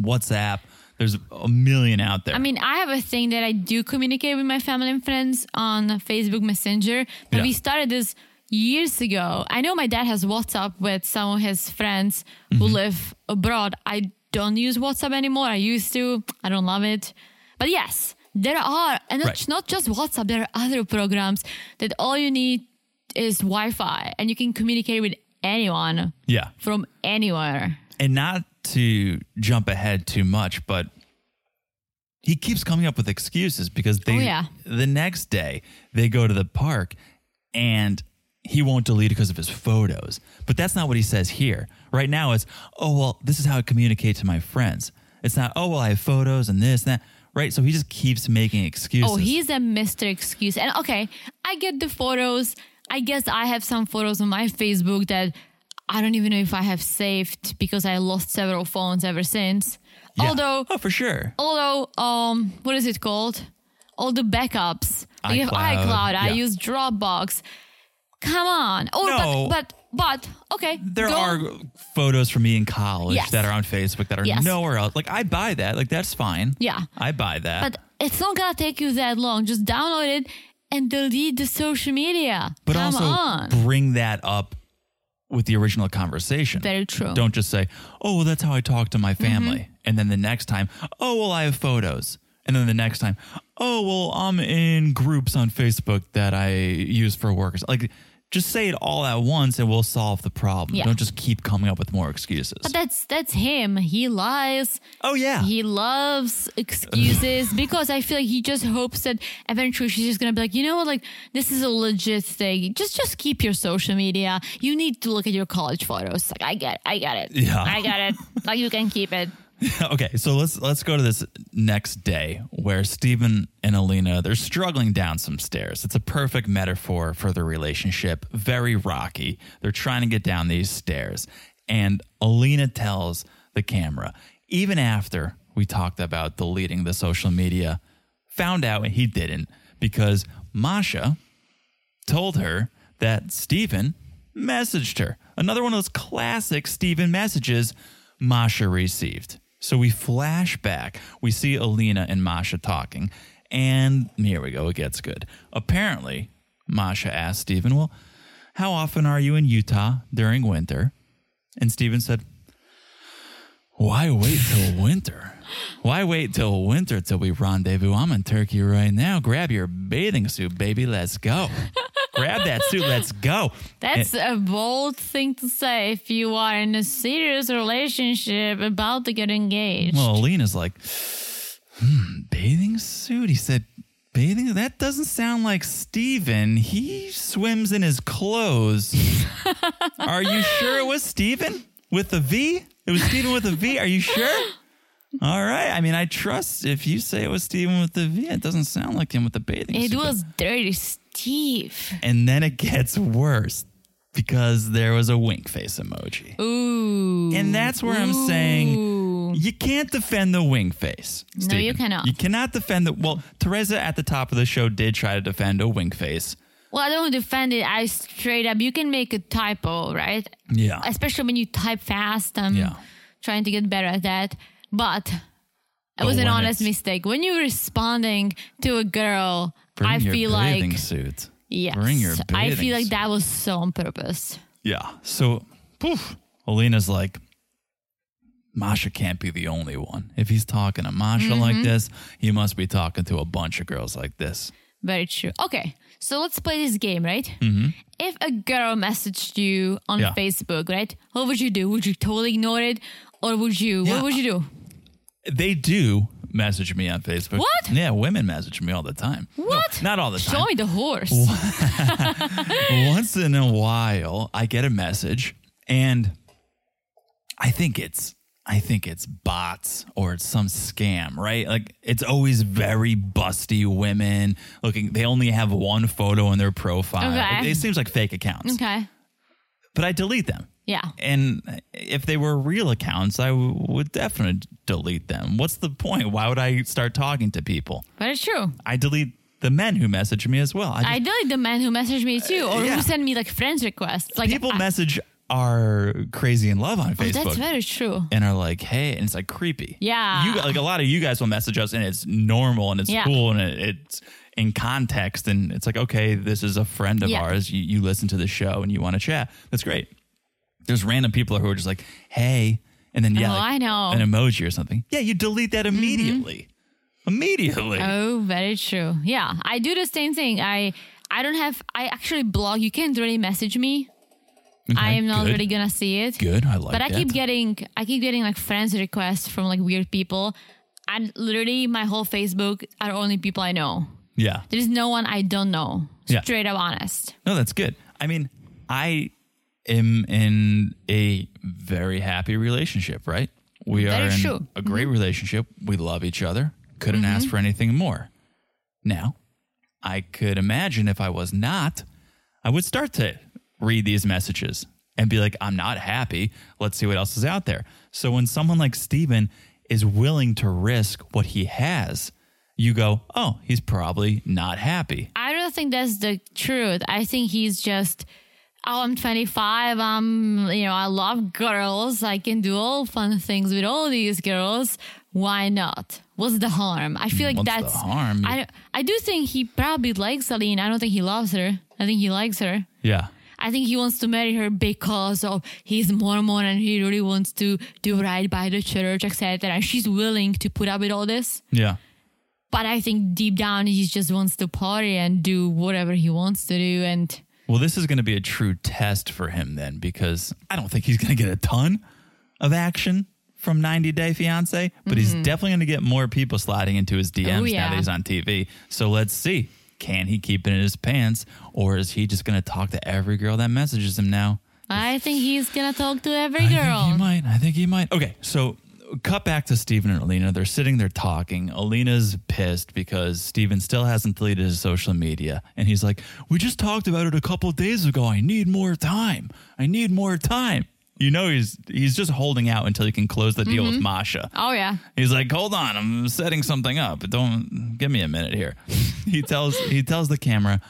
A: WhatsApp. There's a million out there.
B: I mean, I have a thing that I do communicate with my family and friends on Facebook Messenger, but
A: Yeah.
B: we started this years ago. I know my dad has WhatsApp with some of his friends
A: Mm-hmm.
B: who live abroad. I don't use WhatsApp anymore. I used to. I don't love it. But yes, there are, and it's
A: Right.
B: not just WhatsApp. There are other programs that all you need is Wi-Fi, and you can communicate with anyone
A: yeah.
B: from anywhere.
A: and not to jump ahead too much, but he keeps coming up with excuses because they
B: Oh, yeah.
A: the next day they go to the park and he won't delete it because of his photos. But that's not what he says here. Right now it's, oh well, this is how I communicate to my friends. It's not, oh well, I have photos and this and that. Right. So he just keeps making excuses.
B: Oh, he's a Mr. Excuse. And okay, I get the photos. I guess I have some photos on my Facebook that I don't even know if I have saved because I lost several phones ever since.
A: Yeah.
B: Although,
A: Oh, for sure.
B: although, um, what is it called? All the backups. I have
A: iCloud,
B: iCloud. I
A: yeah.
B: use Dropbox. Come on. Oh,
A: No.
B: but, but, but, okay.
A: There
B: go-
A: are photos from me in college
B: Yes.
A: that are on Facebook that are
B: Yes.
A: nowhere else. Like I buy that. Like that's fine.
B: Yeah.
A: I buy that.
B: But it's not gonna take you that long. Just download it and delete the social media.
A: but
B: Come
A: also
B: on.
A: bring that up with the original conversation.
B: Very true. Mm-hmm.
A: Don't just say, "Oh, well, that's how I talk to my family," and then the next time, "Oh, well, I have photos," and then the next time, "Oh, well, I'm in groups on Facebook that I use for workers." Like, just say it all at once, and we'll solve the problem.
B: Yeah.
A: Don't just keep coming up with more excuses.
B: But that's that's him. He lies.
A: oh yeah,
B: He loves excuses because I feel like he just hopes that eventually she's just gonna be like, you know what, like this is a legit thing. Just just keep your social media. You need to look at your college photos. Like I get, I get it.
A: Yeah.
B: I get it. Like you can keep it.
A: okay, so let's let's go to this next day where Stephen and Alina they're struggling down some stairs. It's a perfect metaphor for their relationship. Very rocky. They're trying to get down these stairs, and Alina tells the camera, even after we talked about deleting the social media, found out he didn't because Masha told her that Steven messaged her. Another one of those classic Steven messages Masha received. So we flash back. We see Alina and Masha talking. And here we go. It gets good. Apparently, Masha asked Steven, Well, how often are you in Utah during winter? And Steven said, Why wait till winter? Why wait till winter till we rendezvous? I'm in Turkey right now. Grab your bathing suit, baby. Let's go. Grab that suit. Let's go.
B: That's
A: Eh.
B: a bold thing to say if you are in a serious relationship about to get engaged.
A: Well, Alina's like, hmm, bathing suit? He said, bathing? That doesn't sound like Steven. He swims in his clothes. Are you sure it was Steven with a V? It was Steven with a V. Are you sure? All right. I mean, I trust if you say it was Steven with the V, it doesn't sound like him with the bathing
B: it
A: suit. but-
B: was dirty Steve.
A: And then it gets worse because there was a wink face emoji.
B: Ooh.
A: And that's where I'm saying you can't defend the wing face. Steven.
B: you cannot.
A: You cannot defend the. Well, Teresa at the top of the show did try to defend a wing face.
B: Well, I don't defend it. I straight up, you can make a typo, right?
A: Yeah.
B: Especially when you type fast. I'm
A: Yeah.
B: trying to get better at that. But it was an
A: when
B: honest
A: it's-
B: mistake. When you're responding to a girl,
A: Bring
B: I
A: your
B: feel
A: bathing
B: like,
A: suit.
B: yes,
A: Bring your
B: I
A: bathing
B: feel like
A: suit.
B: that was so on purpose.
A: Yeah. So, poof. Alina's like, Masha can't be the only one. If he's talking to Masha
B: Mm-hmm.
A: like this, he must be talking to a bunch of girls like this.
B: Very true. Okay, so let's play this game, right? Mm-hmm. If a girl messaged you on
A: Yeah.
B: Facebook, right? What would you do? Would you totally ignore it? Or would you,
A: Yeah.
B: what would you do?
A: They do message me on Facebook.
B: What?
A: Yeah, women message me all the time. No,
B: What?
A: not all the time.
B: Show me the horse.
A: once in a while I get a message and I think it's I think it's bots or it's some scam, right? Like it's always very busty women looking they only have one photo in their profile.
B: Okay.
A: It, it seems like fake accounts.
B: Okay.
A: But I delete them.
B: Yeah.
A: And if they were real accounts, I w- would definitely delete them. What's the point? Why would I start talking to people?
B: Very true.
A: I delete the the men who message me as well. I just-
B: I feel like the men who message me too, or
A: yeah.
B: who send me like friends requests. Like
A: people
B: I-
A: message are crazy in love on
B: oh,
A: Facebook.
B: That's very true.
A: and are like, hey, and it's like creepy.
B: Yeah.
A: You like a lot of you guys will message us and it's normal and it's
B: Yeah.
A: cool and it, it's in context and it's like, okay, this is a friend of
B: Yeah.
A: ours. You, you listen to the show and you want to chat. That's great. There's random people who are just like, hey, and then yeah,
B: Oh,
A: like
B: I know. Mm-hmm.
A: an emoji or something. Yeah, you delete that immediately. Immediately.
B: Oh, very true. Yeah, I do the same thing. I I don't have. I actually blog. You can't really message me.
A: Okay,
B: I am not
A: good.
B: really gonna see it.
A: good. I like
B: But I
A: that.
B: keep getting I keep getting like friends requests from like weird people, and literally my whole Facebook are only people I know.
A: yeah.
B: There's no one I don't know.
A: Yeah.
B: Straight up honest.
A: No, that's good. I mean, I am in a very happy relationship, right? We
B: That
A: are
B: is
A: in
B: true. Mm-hmm.
A: a great relationship. We love each other. Couldn't ask for anything more. Now, I could imagine if I was not, I would start to read these messages and be like, I'm not happy. Let's see what else is out there. So when someone like Steven is willing to risk what he has, you go, oh, he's probably not happy.
B: I don't think that's the truth. I think he's just, oh, I'm 25. I'm, you know, I love girls. I can do all fun things with all these girls. Why not? What's the harm? I feel like
A: What's the
B: that's
A: harm?
B: I I do think he probably likes Aline. I don't think he loves her. I think he likes her.
A: Yeah.
B: I think he wants to marry her because of he's Mormon and he really wants to do right by the church, etc. And she's willing to put up with all this
A: Yeah.
B: but I think deep down he just wants to party and do whatever he wants to do. And
A: Well, this is going to be a true test for him then, because I don't think he's going to get a ton of action from 90 Day Fiance, but he's definitely going to get more people sliding into his DMs now
B: yeah.
A: that he's on TV. So let's see. Can he keep it in his pants, or is he just going to talk to every girl that messages him now?
B: I think he's gonna talk to
A: I
B: every
A: think he
B: girl.
A: might. I think he might. Okay, so cut back to Steven and Alina. They're sitting there talking. Alina's pissed because Steven still hasn't deleted his social media. And he's like, We just talked about it a couple days ago. I need more time. I need more time. You know he's he's just holding out until he can close the deal with Masha.
B: Oh yeah,
A: He's like, "Hold on, I'm setting something up. Don't give me a minute here." he tells he tells the camera,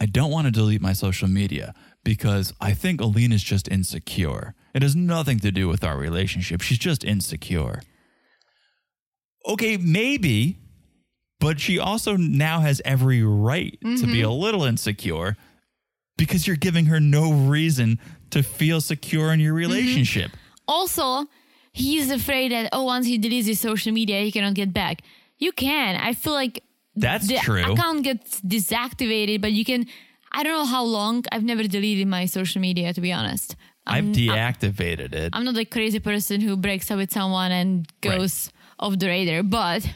A: "I don't want to delete my social media because I think Aline is just insecure. It has nothing to do with our relationship. She's just insecure." Okay, maybe, but she also now has every right to be a little insecure because you're giving her no reason to feel secure in your relationship.
B: Also, he's afraid that oh, once he deletes his social media, he cannot get back. You can. I feel like
A: That's
B: the
A: true.
B: account gets deactivated, but you can. I don't know how long. I've never deleted my social media to be honest.
A: I've deactivated it.
B: I'm not the crazy person who breaks up with someone and
A: Right.
B: goes off the radar, but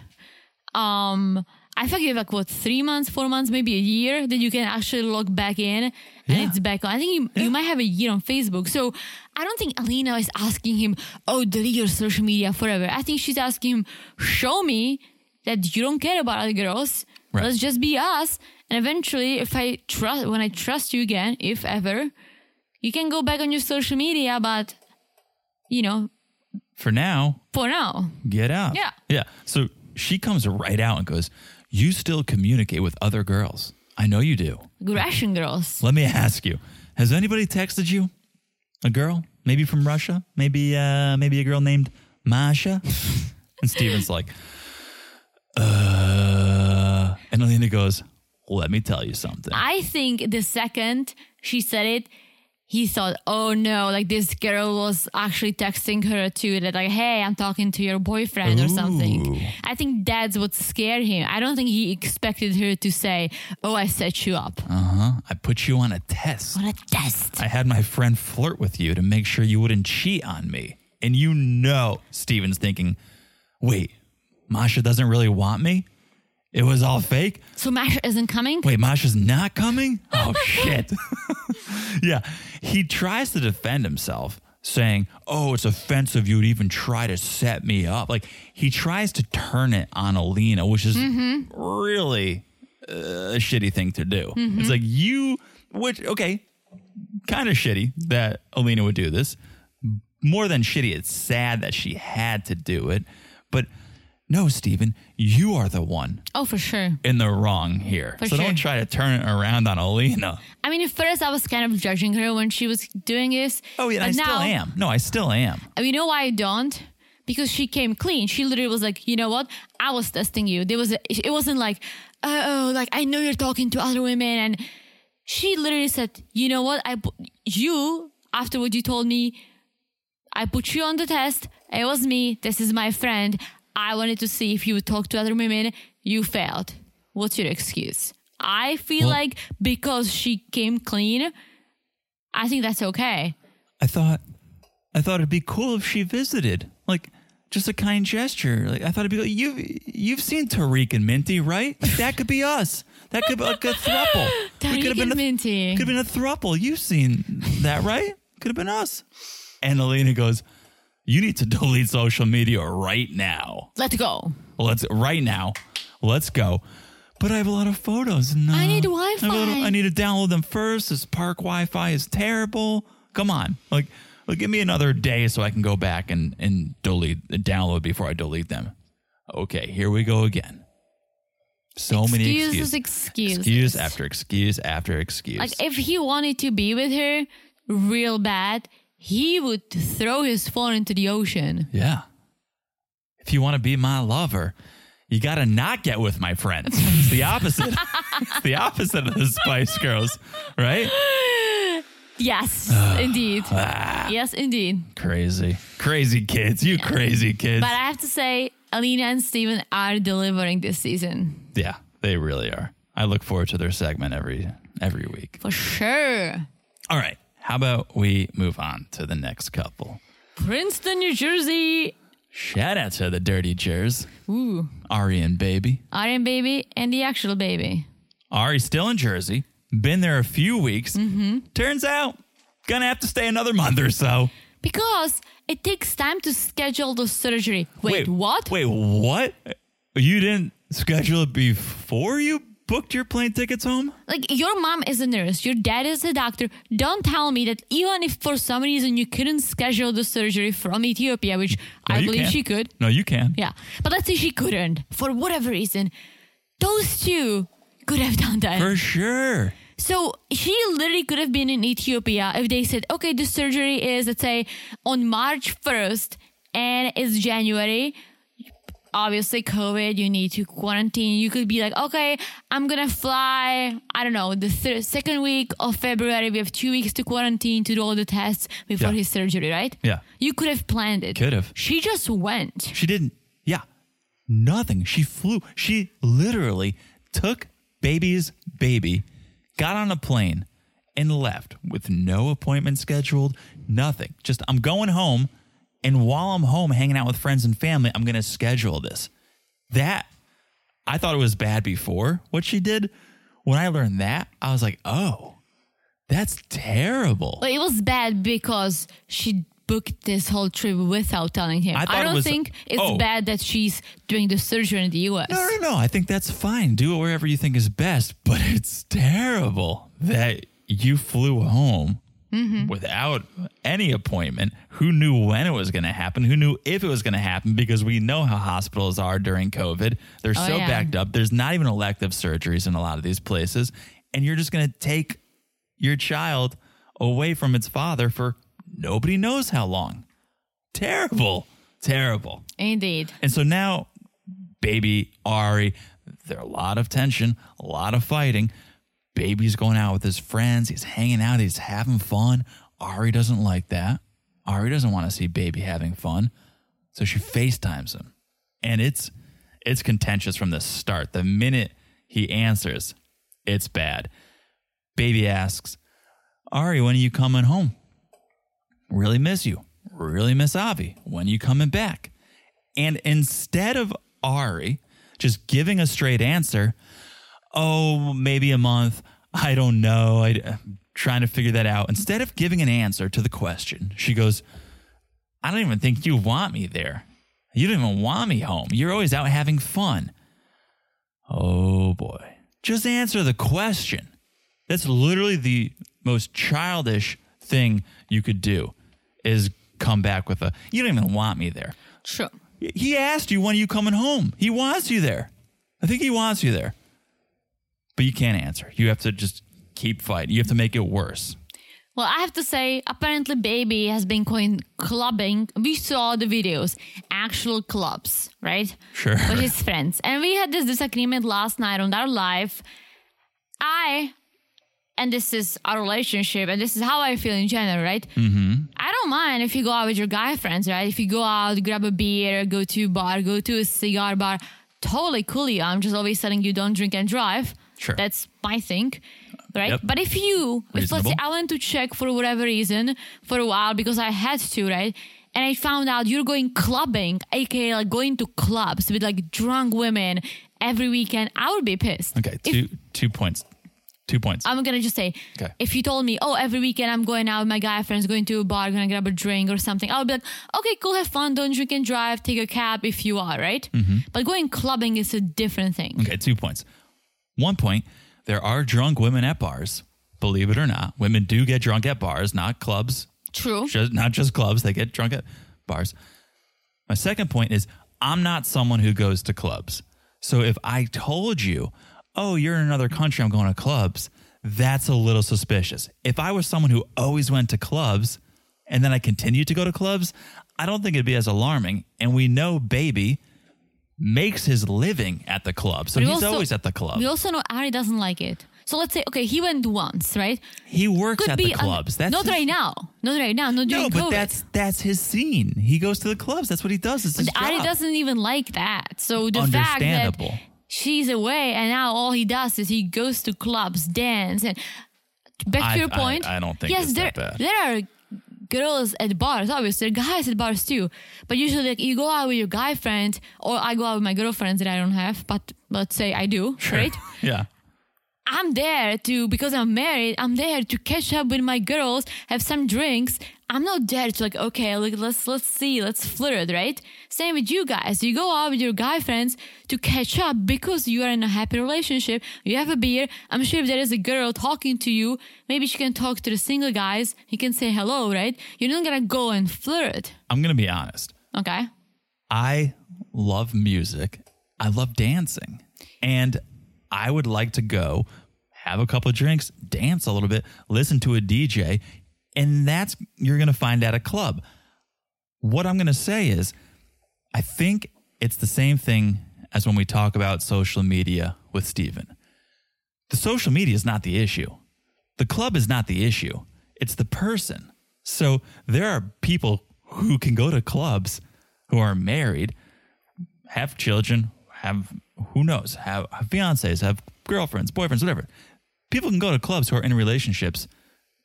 B: um I think you have like what three months, four months, maybe a year that you can actually log back in and
A: Yeah.
B: it's back on. I think you, you might have a year on Facebook. So I don't think Alina is asking him, Oh, delete your social media forever. I think she's asking him, Show me that you don't care about other girls.
A: Right.
B: Let's just be us. And eventually if I trust when I trust you again, if ever, you can go back on your social media, but you know,
A: for now,
B: for now.
A: get out.
B: Yeah.
A: Yeah. So she comes right out and goes, You still communicate with other girls. I know you do.
B: Russian girls.
A: Let me ask you Has anybody texted you? A girl? Maybe from Russia? Maybe, uh, maybe a girl named Masha? and Steven's like, Uh. And Alina goes, Let me tell you something.
B: I think the second she said it, he thought, oh no, like this girl was actually texting her too, that like, hey, I'm talking to your boyfriend or
A: Ooh.
B: something. I think that's what scared him. I don't think he expected her to say, oh, I set you up.
A: Uh. I put you on a test.
B: What a test.
A: I had my friend flirt with you to make sure you wouldn't cheat on me. And you know, Steven's thinking, wait, Masha doesn't really want me? It was all fake?
B: So Masha isn't coming?
A: Wait, Masha's not coming? Oh, shit. yeah. He tries to defend himself, saying, oh, it's offensive you'd even try to set me up. Like, he tries to turn it on Alina, which is really uh, a shitty thing to do. It's like you, which, okay, kind of shitty that Alina would do this. More than shitty, it's sad that she had to do it. But No, Steven, you are the one
B: Oh, for sure.
A: in the wrong here.
B: For
A: so
B: sure.
A: don't try to turn it around on Alina.
B: I mean, at first I was kind of judging her when she was doing this.
A: Oh, yeah,
B: but
A: I
B: now,
A: still am. No, I still am.
B: You know why I don't? Because she came clean. She literally was like, you know what? I was testing you. There was a, it wasn't like, oh, like I know you're talking to other women, and she literally said, you know what? I bu- you after what you told me, I put you on the test. It was me. This is my friend. I wanted to see if you would talk to other women. You failed. What's your excuse? I feel
A: Well-
B: like because she came clean, I think that's okay.
A: I thought I thought it'd be cool if she visited. Like just a kind gesture. Like I thought it'd be like, you you've seen Tariq and Minty, right? Like, that could be us. That could be like a thruple.
B: Tariq and Minty.
A: Could have been a thruple. You've seen that, right? Could have been us. And Alina goes, You need to delete social media right now.
B: Let's go.
A: Let's right now. Let's go. But I have a lot of photos. No,
B: I need
A: have a lot of-
B: Wi-Fi.
A: I need to download them first. This park Wi-Fi is terrible. Come on, like, like give me another day so I can go back and and delete download before I delete them. Okay, here we go again. So many
B: Excuses,
A: excuses,
B: excuses.
A: excuse after excuse after excuse.
B: Like if he wanted to be with her real bad, he would throw his phone into the ocean.
A: yeah. If you want to be my lover, you got to not get with my friends. It's the opposite. it's the opposite of the Spice Girls, right?
B: Yes, indeed.
A: Ah.
B: Yes, indeed.
A: Crazy. Crazy kids. You crazy kids.
B: But I have to say, Alina and Steven are delivering this season.
A: yeah, they really are. I look forward to their segment every every week.
B: For sure.
A: All right. How about we move on to the next couple?
B: Princeton, New Jersey.
A: Shout out to the Dirty Jers,
B: Ooh.
A: Ari and Baby.
B: Iron Baby and the actual baby.
A: Ari's still in Jersey. Been there a few weeks.
B: Mm-hmm.
A: Turns out, gonna have to stay another month or so.
B: Because it takes time to schedule the surgery. Wait, what?
A: Wait, what? You didn't schedule it before you booked your plane tickets home?
B: Like your mom is a nurse, your dad is a doctor. Don't tell me that even if for some reason you couldn't schedule the surgery from Ethiopia, which
A: No,
B: I
A: you
B: believe
A: can.
B: she could.
A: No, you can.
B: Yeah. But let's say she couldn't for whatever reason. Those two could have done that.
A: For sure.
B: so she literally could have been in Ethiopia if they said, okay, the surgery is, let's say, on March 1st and it's January. Obviously, COVID, you need to quarantine. You could be like, okay, I'm going to fly, I don't know, the thir- second week of February. We have two weeks to quarantine to do all the tests before
A: Yeah.
B: his surgery, right?
A: Yeah.
B: You could have planned it.
A: Could have.
B: She just went.
A: She didn't. Yeah. Nothing. She flew. She literally took baby's baby, got on a plane, and left with no appointment scheduled, nothing. Just, I'm going home. And while I'm home hanging out with friends and family, I'm going to schedule this. That, I thought it was bad before what she did. When I learned that, I was like, oh, that's terrible.
B: But it was bad because she booked this whole trip without telling him.
A: I
B: I,
A: thought it
B: don't
A: was-
B: think it's
A: oh.
B: bad that she's doing the surgery in the US.
A: No, no, no. I think that's fine. Do it wherever you think is best. But it's terrible that you flew home without any appointment. Who knew when it was going to happen? Who knew if it was going to happen? Because we know how hospitals are during COVID. They're so
B: yeah.
A: backed up. There's not even elective surgeries in a lot of these places. And you're just going to take your child away from its father for nobody knows how long. Terrible. Terrible.
B: Indeed.
A: And so now, baby Ari, there are a lot of tension, a lot of fighting. Baby's going out with his friends. He's hanging out. He's having fun. Ari doesn't like that. Ari doesn't want to see baby having fun. So she FaceTimes him. And it's it's contentious from the start. The minute he answers, it's bad. Baby asks, Ari, when are you coming home? Really miss you. Really miss Avi. When are you coming back? And instead of Ari just giving a straight answer, oh, maybe a month, I don't know, I, am trying to figure that out. Instead of giving an answer to the question, she goes, I don't even think you want me there. You don't even want me home. You're always out having fun. Oh boy. Just answer the question. That's literally the most childish thing you could do is come back with a, you don't even want me there
B: Sure.
A: He asked you when are you coming home. He wants you there. I think he wants you there. But you can't answer. You have to just keep fighting. You have to make it worse.
B: Well, I have to say, apparently, baby has been going clubbing. We saw the videos, actual clubs, right?
A: Sure.
B: With his friends, and we had this disagreement last night on our live. I, and this is our relationship, and this is how I feel in general, right? Mm-hmm. I don't mind if you go out with your guy friends, right? If you go out, grab a beer, go to a bar, go to a cigar bar, totally cool. You. I'm just always telling you, don't drink and drive.
A: Sure.
B: That's my thing right?
A: Yep.
B: But if you, if let's
A: Reasonable.
B: say I went to check for whatever reason for a while because I had to, right? And I found out you're going clubbing, aka like going to clubs with like drunk women every weekend, I would be pissed.
A: Okay,
B: If- Uh,
A: two two points. Two points.
B: I'm gonna just say,
A: Okay.
B: if you told me, oh, every weekend I'm going out with my guy friends, going to a bar, gonna grab a drink or something, I would be like, okay, cool, have fun, don't drink and drive, take a cab if you are, right?
A: Mm-hmm.
B: But going clubbing is a different thing.
A: Okay, two points. One point, there are drunk women at bars. Believe it or not, women do get drunk at bars, not clubs,
B: True.
A: just, not just clubs. They get drunk at bars. My second point is I'm not someone who goes to clubs. So if I told you, oh, you're in another country, I'm going to clubs, that's a little suspicious. If I was someone who always went to clubs and then I continued to go to clubs, I don't think it'd be as alarming. And we know Baby makes his living at the club. So
B: We
A: he's
B: also-
A: always at the club.
B: We also know Ari doesn't like it. So let's say, okay, he went once, right?
A: He works
B: Could
A: at
B: be
A: the
B: un-
A: clubs. that's
B: not
A: his-
B: right now. Not right now. Not during
A: No, but
B: COVID.
A: that's that's his scene. He goes to the clubs. That's what he does. It's his
B: Ari
A: job.
B: doesn't even like that. So the fact that
A: Understandable.
B: she's away and now all he does is he goes to clubs, dance, and back
A: I-
B: to your
A: I-
B: point.
A: I don't think
B: yes,
A: it's
B: there
A: that bad.
B: there are girls at bars. Obviously, there are guys at bars too. But usually, like you go out with your guy friend, or I go out with my girlfriends that I don't have. But let's say I do, right?
A: yeah.
B: I'm there to because I'm married. I'm there to catch up with my girls, have some drinks. I'm not there to like okay, look, let's let's see, let's flirt, right? Same with you guys. You go out with your guy friends to catch up because you are in a happy relationship. You have a beer. I'm sure if there is a girl talking to you, maybe she can talk to the single guys. He can say hello, right? You're not gonna go and flirt,
A: I'm gonna be honest.
B: okay?
A: I love music. I love dancing. And I would like to go have a couple of drinks, dance a little bit, listen to a DJ, and that's you're going to find at a club. What I'm going to say is I think it's the same thing as when we talk about social media with Steven. The social media is not the issue. The club is not the issue. It's the person. So there are people who can go to clubs who are married, have children, have who knows, have, have fiancés, have girlfriends, boyfriends, whatever. People can go to clubs who are in relationships,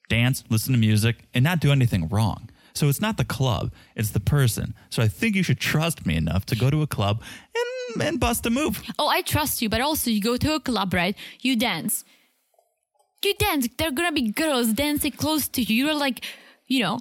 A: dance, listen to music, and not do anything wrong. So it's not the club, it's the person. So I think you should trust me enough to go to a club and, and bust a move.
B: oh, I trust you, but also you go to a club, right? You dance. You dance. There are gonna be girls dancing close to you. You're like, you know,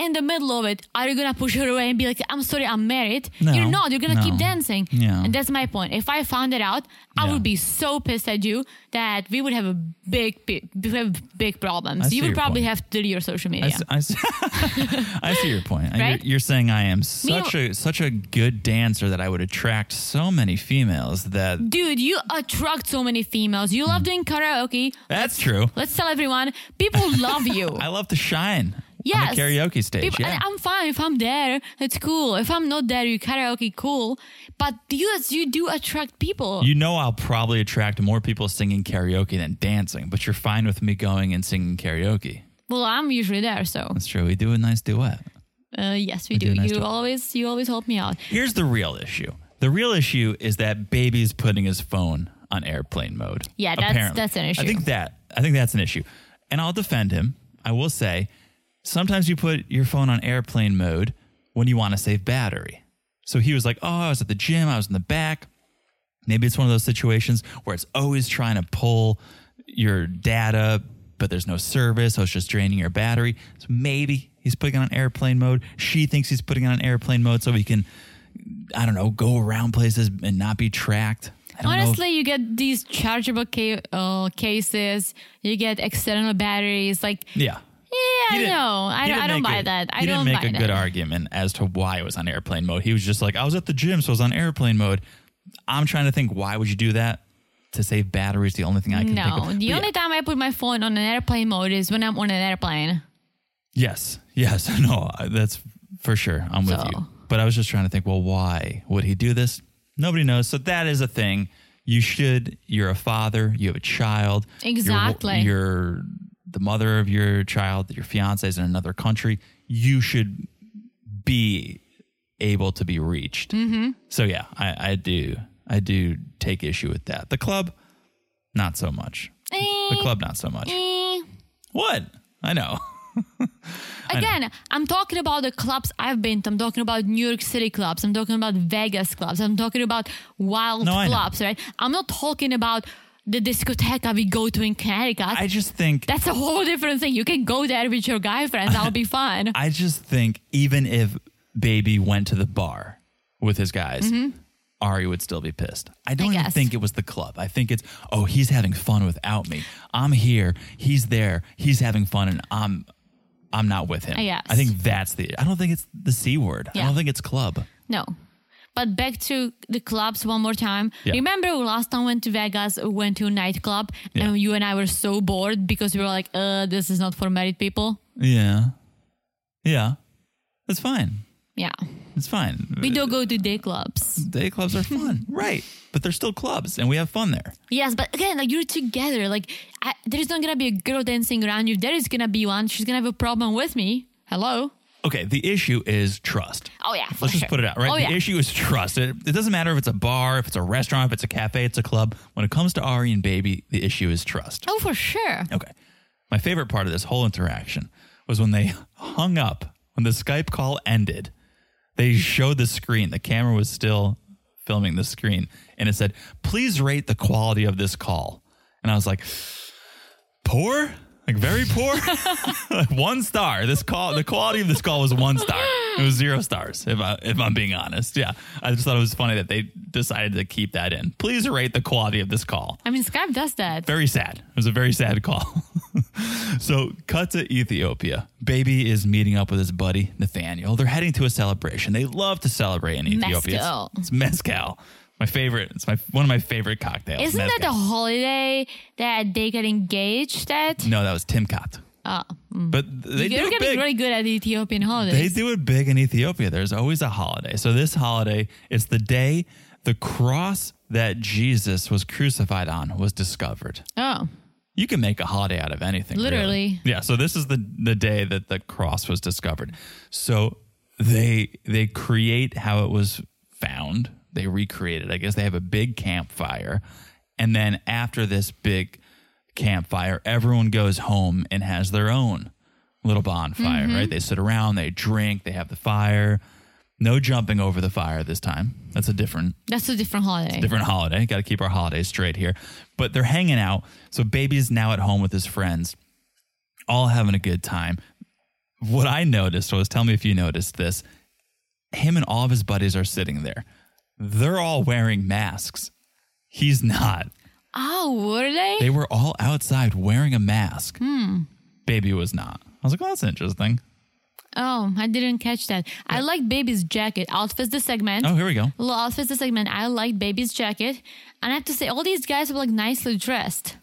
B: in the middle of it. Are you gonna push her away and be like, I'm sorry, I'm married?
A: No.
B: You're not. You're gonna
A: No.
B: keep dancing.
A: Yeah.
B: And that's my point. If I found it out, I
A: Yeah.
B: would be so pissed at you that we would have a big, big, we have big problems.
A: see
B: you would
A: your
B: probably
A: point.
B: have to delete your social
A: I
B: media.
A: s- I, s- I see your point. And
B: Right?
A: You're, you're saying I am such a such a good dancer that I would attract so many females that
B: Dude, you attract so many females. You
A: Mm.
B: love doing karaoke.
A: that's true.
B: Let's tell everyone, people love you.
A: I love to shine.
B: Yes.
A: On the karaoke stage.
B: People-
A: yeah.
B: and I'm fine if I'm there. It's cool. If I'm not there, you karaoke cool. But you you do attract people.
A: you know I'll probably attract more people singing karaoke than dancing, but you're fine with me going and singing karaoke.
B: well, I'm usually there, so
A: That's true. We do a nice duet.
B: uh, yes, we
A: do
B: do.
A: a nice
B: you
A: job.
B: always you always help me out.
A: Here's the real issue. The real issue is that baby's putting his phone on airplane mode.
B: Yeah, that's- that's an issue.
A: I think that I think that's an issue. And I'll defend him. I will say sometimes you put your phone on airplane mode when you want to save battery. So he was like, "Oh, I was at the gym, I was in the back. Maybe it's one of those situations where it's always trying to pull your data, but there's no service, so it's just draining your battery. So maybe he's putting it on airplane mode. She thinks he's putting it on airplane mode so he can, I don't know, go around places and not be tracked. I don't know if-
B: Honestly, you get these chargeable ca- uh, cases. You get external batteries. Like
A: yeah. He
B: Yeah,
A: didn't-
B: no, I,
A: he
B: don't-
A: didn't
B: I don't
A: make
B: buy
A: a-
B: that. I
A: he
B: don't
A: didn't make
B: buy
A: a
B: that.
A: good argument as to why it was on airplane mode. He was just like, I was at the gym, so I was on airplane mode. I'm trying to think, why would you do that? To save batteries, the only thing I can think
B: No,
A: of. But
B: the
A: yeah.
B: only time I put my phone on an airplane mode is when I'm on an airplane.
A: Yes, yes, no, I- that's for sure. I'm with
B: So-
A: you. But I was just trying to think, well, why would he do this? Nobody knows. So that is a thing. You should. You're a father. You have a child. You're-
B: Exactly.
A: You're, the mother of your child. Your fiance is in another country. You should be able to be reached.
B: Mm-hmm.
A: So yeah, I, I do. I do take issue with that. The club, not so much. The club, not so much.
B: Eh.
A: What? I know.
B: Again, I'm talking about the clubs I've been to. I'm talking about New York City clubs. I'm talking about Vegas clubs. I'm talking about wild
A: No, I know.
B: clubs, right? I'm not talking about the discotheca we go to in Connecticut.
A: I just think
B: That's a whole different thing. You can go there with your guy friends. That'll be fun.
A: I just think even if Baby went to the bar with his guys, Ari would still be pissed. I don't even
B: Mm-hmm. guess.
A: think it was the club. I think it's oh he's having fun without me. I'm here, he's there, he's having fun, and I'm I'm not with him.
B: I guess.
A: I think that's the. I don't think it's the c word. I
B: Yeah.
A: don't think it's club.
B: No. But back to the clubs one more time.
A: Yeah.
B: Remember last time we went to Vegas, we went to a nightclub,
A: Yeah.
B: and you and I were so bored because we were like, uh, this is not for married people.
A: Yeah, yeah, that's fine.
B: Yeah.
A: It's fine.
B: We don't go to day clubs.
A: Day clubs are fun, right? But they're still clubs, and we have fun there.
B: Yes, but again, like you're together. Like I, there is not gonna be a girl dancing around you. There is gonna be one. She's gonna have a problem with me. Hello.
A: Okay, the issue is trust.
B: Oh yeah. for
A: Let's
B: sure.
A: just put it out, right?
B: Oh
A: the
B: yeah.
A: issue is trust. It, it doesn't matter if it's a bar, if it's a restaurant, if it's a cafe, it's a club. When it comes to Ari and Baby, the issue is trust.
B: oh for sure.
A: Okay. My favorite part of this whole interaction was when they hung up, when the Skype call ended, they showed the screen. The camera was still filming the screen, and it said, Please rate the quality of this call. And I was like, Poor? Like very poor? Like, one star. This call, the quality of this call was one star. It was zero stars, if, I, if I'm being honest. Yeah. I just thought it was funny that they decided to keep that in. Please rate the quality of this call
B: I mean, Skype does that.
A: very sad. It was a very sad call. so, cut to Ethiopia. Baby is meeting up with his buddy Nathaniel. They're heading to a celebration. They love to celebrate in Ethiopia. It's-
B: Mezcal.
A: It's, mezcal. My favorite. It's my one of my favorite cocktails.
B: Isn't that the
A: mezcal.
B: holiday that they get engaged at?
A: No, that was Tim Cot.
B: Oh,
A: But they do
B: you're
A: it
B: getting
A: big.
B: really good at Ethiopian
A: They
B: holidays.
A: do it big in Ethiopia. There's always a holiday. So this holiday, it's the day the cross that Jesus was crucified on was discovered.
B: oh,
A: you can make a holiday out of anything. really.
B: Literally.
A: Yeah. So this is the the day that the cross was discovered. So they they create how it was found. They recreate it. I guess they have a big campfire, and then after this big campfire, everyone goes home and has their own little bonfire. Right? They sit around, they drink, they have the fire. No jumping over the fire this time. That's a different
B: that's a different holiday.
A: different holiday. Got to keep our holidays straight here. But they're hanging out. So baby's now at home with his friends, all having a good time. What I noticed was tell me if you noticed this. Him and all of his buddies are sitting there. They're all wearing masks. He's not.
B: Oh, were they?
A: They were all outside wearing a mask.
B: Hmm.
A: Baby was not. I was like, well, that's interesting.
B: Oh, I didn't catch that. I like baby's jacket. Outfits the segment.
A: Oh, here we go.
B: Little outfits the segment. I like baby's jacket. And I have to say, all these guys were like nicely dressed.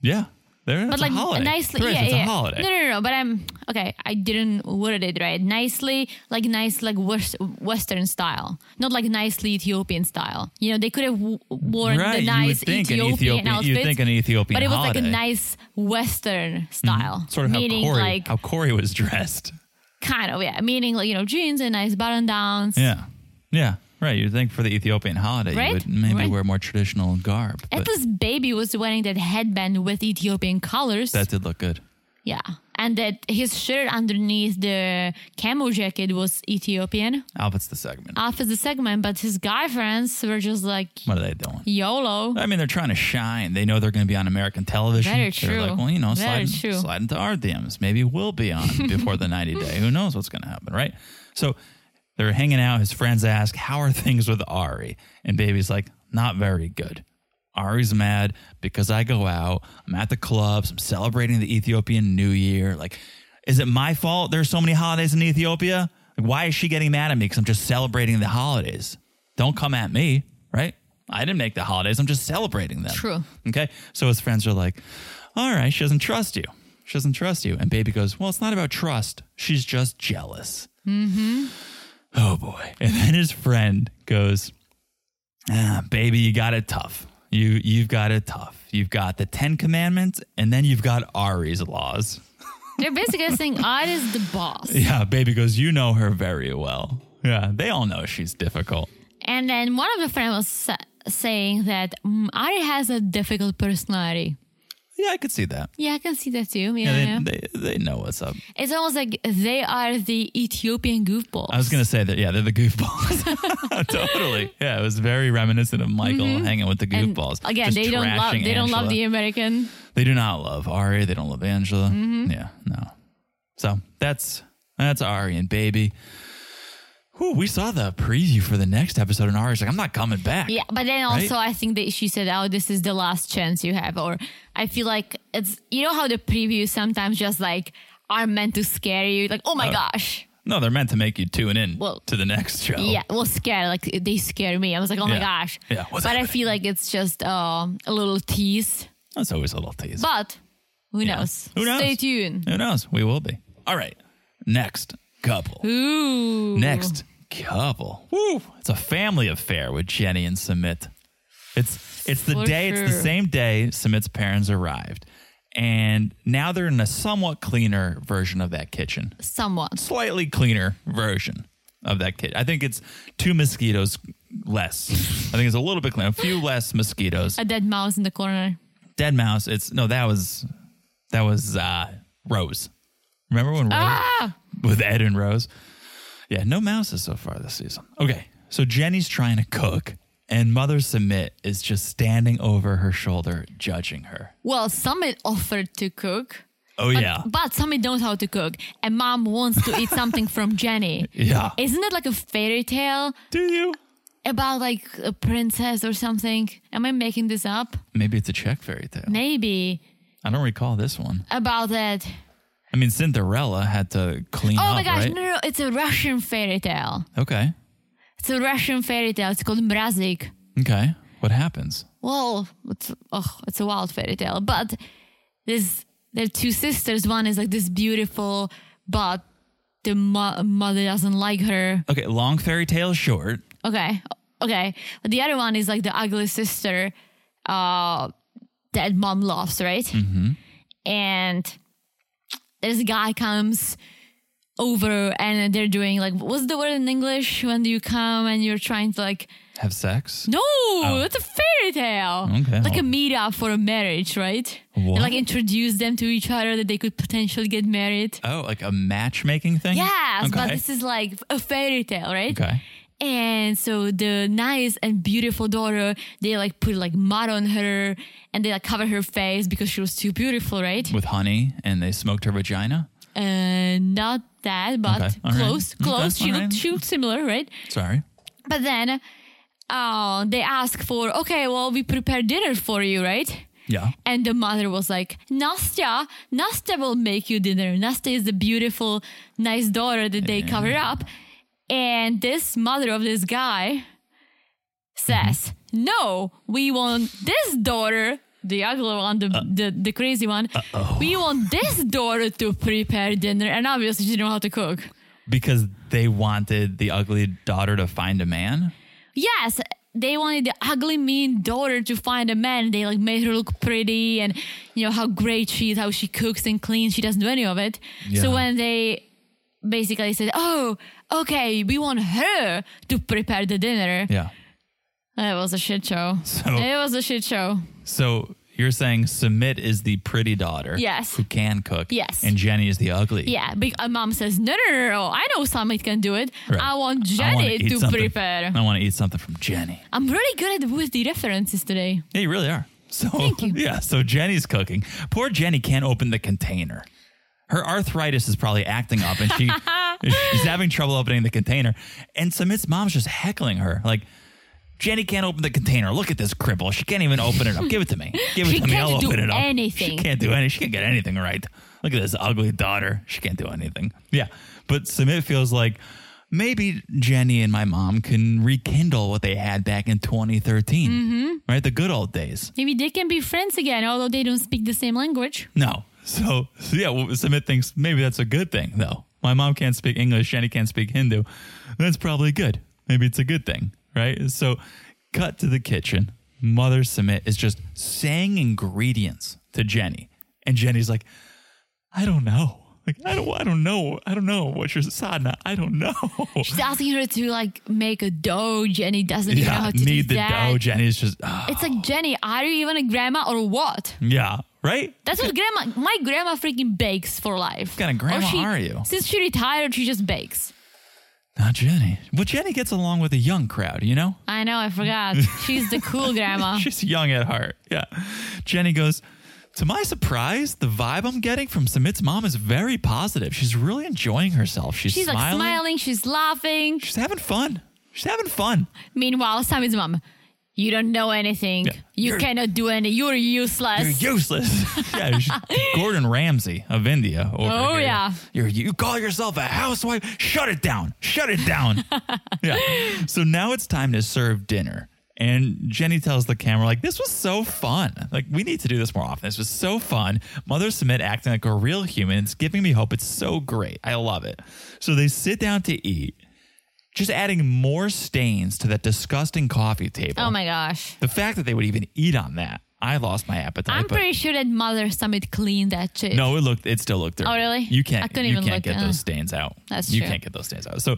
A: Yeah. There,
B: But
A: it's
B: like
A: a holiday.
B: nicely,
A: There is,
B: yeah,
A: it's
B: yeah.
A: a holiday.
B: No, no, no, no. But I'm okay. I didn't word it right. Nicely, like nice, like West, Western style, not like nicely Ethiopian style. You know, they could have w- worn
A: Right,
B: the
A: you would
B: nice
A: think an
B: Ethiopian,
A: Ethiopian- you'd
B: outfits.
A: think an Ethiopian
B: but it was like
A: holiday. Mm-hmm.
B: a nice Western style,
A: Sort of how
B: meaning
A: Corey,
B: like
A: how Corey was dressed.
B: kind of yeah, meaning like you know jeans and nice button downs.
A: Yeah. Yeah. Right. You'd think for the Ethiopian holiday, you
B: Right?
A: would maybe
B: Right.
A: wear more traditional garb.
B: At
A: But
B: this baby was wearing that headband with Ethiopian colors.
A: that did look good.
B: yeah. And that his shirt underneath the camo jacket was Ethiopian.
A: Outfits the segment.
B: After the segment, but his guy friends were just like,
A: What are they doing?
B: YOLO.
A: I mean, they're trying to shine. They know they're going to be on American television.
B: Very
A: They're like,
B: true.
A: well, you know, slide,
B: Very true.
A: slide into our DMs. Maybe we'll be on before the 90 day. Who knows what's going to happen, right? So they're hanging out. His friends ask, how are things with Ari? And Baby's like, not very good. Ari's mad because I go out. I'm at the clubs. I'm celebrating the Ethiopian New Year. Like, Is it my fault? There's so many holidays in Ethiopia. Like, why is she getting mad at me? Because I'm just celebrating the holidays. Don't come at me, right? I didn't make the holidays. I'm just celebrating them.
B: True.
A: Okay. So his friends are like, all right, she doesn't trust you. She doesn't trust you. And baby goes, well, it's not about trust. She's just jealous.
B: Mm-hmm.
A: Oh boy. And then his friend goes, ah, baby, you got it tough. You you've got it tough. You've got the Ten Commandments, and then you've got Ari's laws.
B: They're basically saying Odd is the boss.
A: Yeah, baby goes, you know her very well. Yeah, they all know she's difficult.
B: And then one of the friends was sa- saying that mm, Ari has a difficult personality.
A: Yeah, I could see that.
B: Yeah, I can see that too. Yeah,
A: Yeah, they,
B: yeah.
A: They, they know what's up.
B: it's almost like they are the Ethiopian goofballs.
A: I was gonna say that. Yeah, they're the goofballs. totally. Yeah, it was very reminiscent of Michael hanging with the
B: Mm-hmm. And
A: goofballs.
B: Again,
A: Just
B: they don't love. They
A: trashing
B: don't love
A: Angela.
B: the Mm-hmm. American.
A: They do not love Ari. They don't love Angela. Yeah, no. So that's that's Ari and Baby. Whew, we saw the preview for the next episode, and Ari's like, "I'm not coming back."
B: Yeah, but then also I think that she said, "Oh, this is the last chance you have." Or I feel like it's you know how the previews sometimes just like are meant to scare you, like oh my
A: Uh,
B: gosh,
A: No, they're meant to make you tune in
B: Well,
A: to the next show.
B: yeah, well scare like they scare me. I was like oh my
A: Oh. Yeah.
B: gosh,
A: Yeah, what's
B: but I
A: happening?
B: feel like it's just um, a little tease.
A: that's always a little tease.
B: But who
A: Yeah.
B: knows?
A: Who knows?
B: Stay tuned.
A: Who knows? We will be. All right, next couple.
B: Ooh,
A: Next couple. Woo! It's a family affair with Jenny and Sumit. It's it's the
B: For
A: day. It's the
B: sure.
A: same day Sumit's parents arrived, and now they're in a somewhat cleaner version of that kitchen.
B: someone.
A: Slightly cleaner version of that kitchen. I think it's two mosquitoes less. I think it's a little bit cleaner. A few less mosquitoes.
B: A dead mouse in the corner.
A: Dead mouse. It's no. That was that was uh, Rose. Remember when Rose?
B: Ah,
A: with Ed and Rose. Yeah, no mouses so far this season. Okay, so Jenny's trying to cook, and Mother Submit is just standing over her shoulder, judging her.
B: well, Summit offered to cook.
A: Oh, yeah.
B: But Sammy knows how to cook, and mom wants to eat something from Jenny.
A: Yeah.
B: Isn't it like a fairy tale
A: Do you?
B: about like a princess or something? Am I making this up?
A: Maybe it's a Czech fairy tale.
B: Maybe.
A: I don't recall this one.
B: About that.
A: I mean, Cinderella had to clean
B: Oh
A: up,
B: my gosh,
A: right?
B: no, no, no, it's a Russian fairy tale.
A: Okay.
B: It's a Russian fairy tale. It's called Mrazik.
A: Okay. What happens?
B: Well, it's, oh, it's a wild fairy tale. But there's, there are two sisters. One is like this beautiful, but the mo- mother doesn't like her.
A: Okay, long fairy tale, short.
B: Okay. Okay. But the other one is like the ugly sister uh, that mom loves, right? Mm-hmm. And this guy comes over and they're doing like, what's the word in English when you come and you're trying to like,
A: Have sex?
B: no, it's a fairy tale.
A: Oh. Okay.
B: Like a meetup for a marriage, right?
A: What?
B: And like introduce them to each other that they could potentially get married.
A: Oh, like a matchmaking thing?
B: Yes,
A: Okay.
B: but this is like a fairy tale, right?
A: okay.
B: And so the nice and beautiful daughter, they like put like mud on her and they like cover her face because she was too beautiful, right?
A: With honey, and they smoked her vagina?
B: Uh, not that, but
A: Okay, all right.
B: close,
A: Okay,
B: close. she
A: all right.
B: looked she looked similar, right?
A: Sorry.
B: But then uh, they ask for, okay, well, we prepared dinner for you, right?
A: Yeah.
B: And the mother was like, Nastya, Nastya will make you dinner. Nastya is the beautiful, nice daughter that they cover up. And this mother of this guy says, No, we want this daughter, the ugly one, the, the, the crazy one, we want this daughter to prepare dinner. And obviously, she didn't know how to cook.
A: because they wanted the ugly daughter to find a man.
B: Yes, they wanted the ugly, mean daughter to find a man. They like made her look pretty and you know how great she is, how she cooks and cleans. She doesn't do any of it.
A: Yeah.
B: So when they basically said, "Oh, okay, we want her to prepare the dinner,"
A: Yeah.
B: it was a shit show.
A: So-
B: it was a shit show.
A: So you're saying Submit is the pretty daughter,
B: Yes.
A: who can cook,
B: Yes.
A: and Jenny is the ugly.
B: Yeah, big uh, mom says, "No, no, no, no! I know someone can do it.
A: Right.
B: I want
A: I wanna
B: Jenny
A: eat
B: to
A: something-
B: prepare."
A: I want to eat something from Jenny.
B: I'm really good at with the references today.
A: Yeah, you really are. So
B: you.
A: yeah, so Jenny's cooking. Poor Jenny can't open the container. Her arthritis is probably acting up, and she she's having trouble opening the container. And Submit's mom's just heckling her, like. Jenny can't open the container. Look at this cripple. She can't even open it up. Give it to me. Give it
B: She
A: to me. I'll
B: can't do
A: open it up.
B: anything.
A: She can't do anything. She can't get anything right. Look at this ugly daughter. She can't do anything. Yeah. But Submit feels like maybe Jenny and my mom can rekindle what they had back in 2013,
B: Mm-hmm.
A: right? The good old days.
B: Maybe they can be friends again, although they don't speak the same language.
A: No. So, so yeah, well, Submit thinks maybe that's a good thing, though. My mom can't speak English, Jenny can't speak Hindu. That's probably good. Maybe it's a good thing, right? So, cut to the kitchen. Mother Submit is just saying ingredients to Jenny. And Jenny's like, I don't know. Like, I don't, I don't know. I don't know what you're sadna. I don't know.
B: She's asking her to like make a dough. Jenny doesn't even know how Oh, to
A: need the
B: do that.
A: dough. Jenny's just, ah.
B: It's like Jenny, are you even a grandma or what?
A: yeah, right?
B: That's what grandma. My grandma freaking bakes for life. What
A: kind of grandma
B: she,
A: are you?
B: Since she retired, she just bakes.
A: Not Jenny. Well, Jenny gets along with a young crowd, you know?
B: I know, I forgot. She's the cool grandma.
A: She's young at heart. Yeah. Jenny goes, To my surprise, the vibe I'm getting from Sumit's mom is very positive. She's really enjoying herself. She's,
B: She's
A: smiling.
B: like smiling. She's laughing.
A: She's having fun. She's having fun.
B: Meanwhile, Sammy's mom. You don't know anything.
A: Yeah.
B: You
A: You're-
B: cannot do any. You're useless.
A: You're useless. yeah, she's Gordon Ramsay of India. Over
B: Oh,
A: here.
B: yeah.
A: You're, you call yourself a housewife? Shut it down. Shut it down. yeah. So now it's time to serve dinner. And Jenny tells the camera, like, this was so fun. Like, we need to do this more often. This was so fun. Mother Submit acting like a real human. It's giving me hope. It's so great. I love it. So they sit down to eat, just adding more stains to that disgusting coffee table.
B: oh my gosh.
A: The fact that they would even eat on that, I lost my appetite.
B: I'm
A: but-
B: pretty sure that Mother Summit cleaned that shit.
A: no, it looked. It still looked dirty.
B: Oh, really?
A: You can't.
B: I couldn't
A: you
B: even
A: can't
B: look,
A: get
B: uh,
A: those stains out.
B: that's
A: You
B: true.
A: can't get those stains out. So,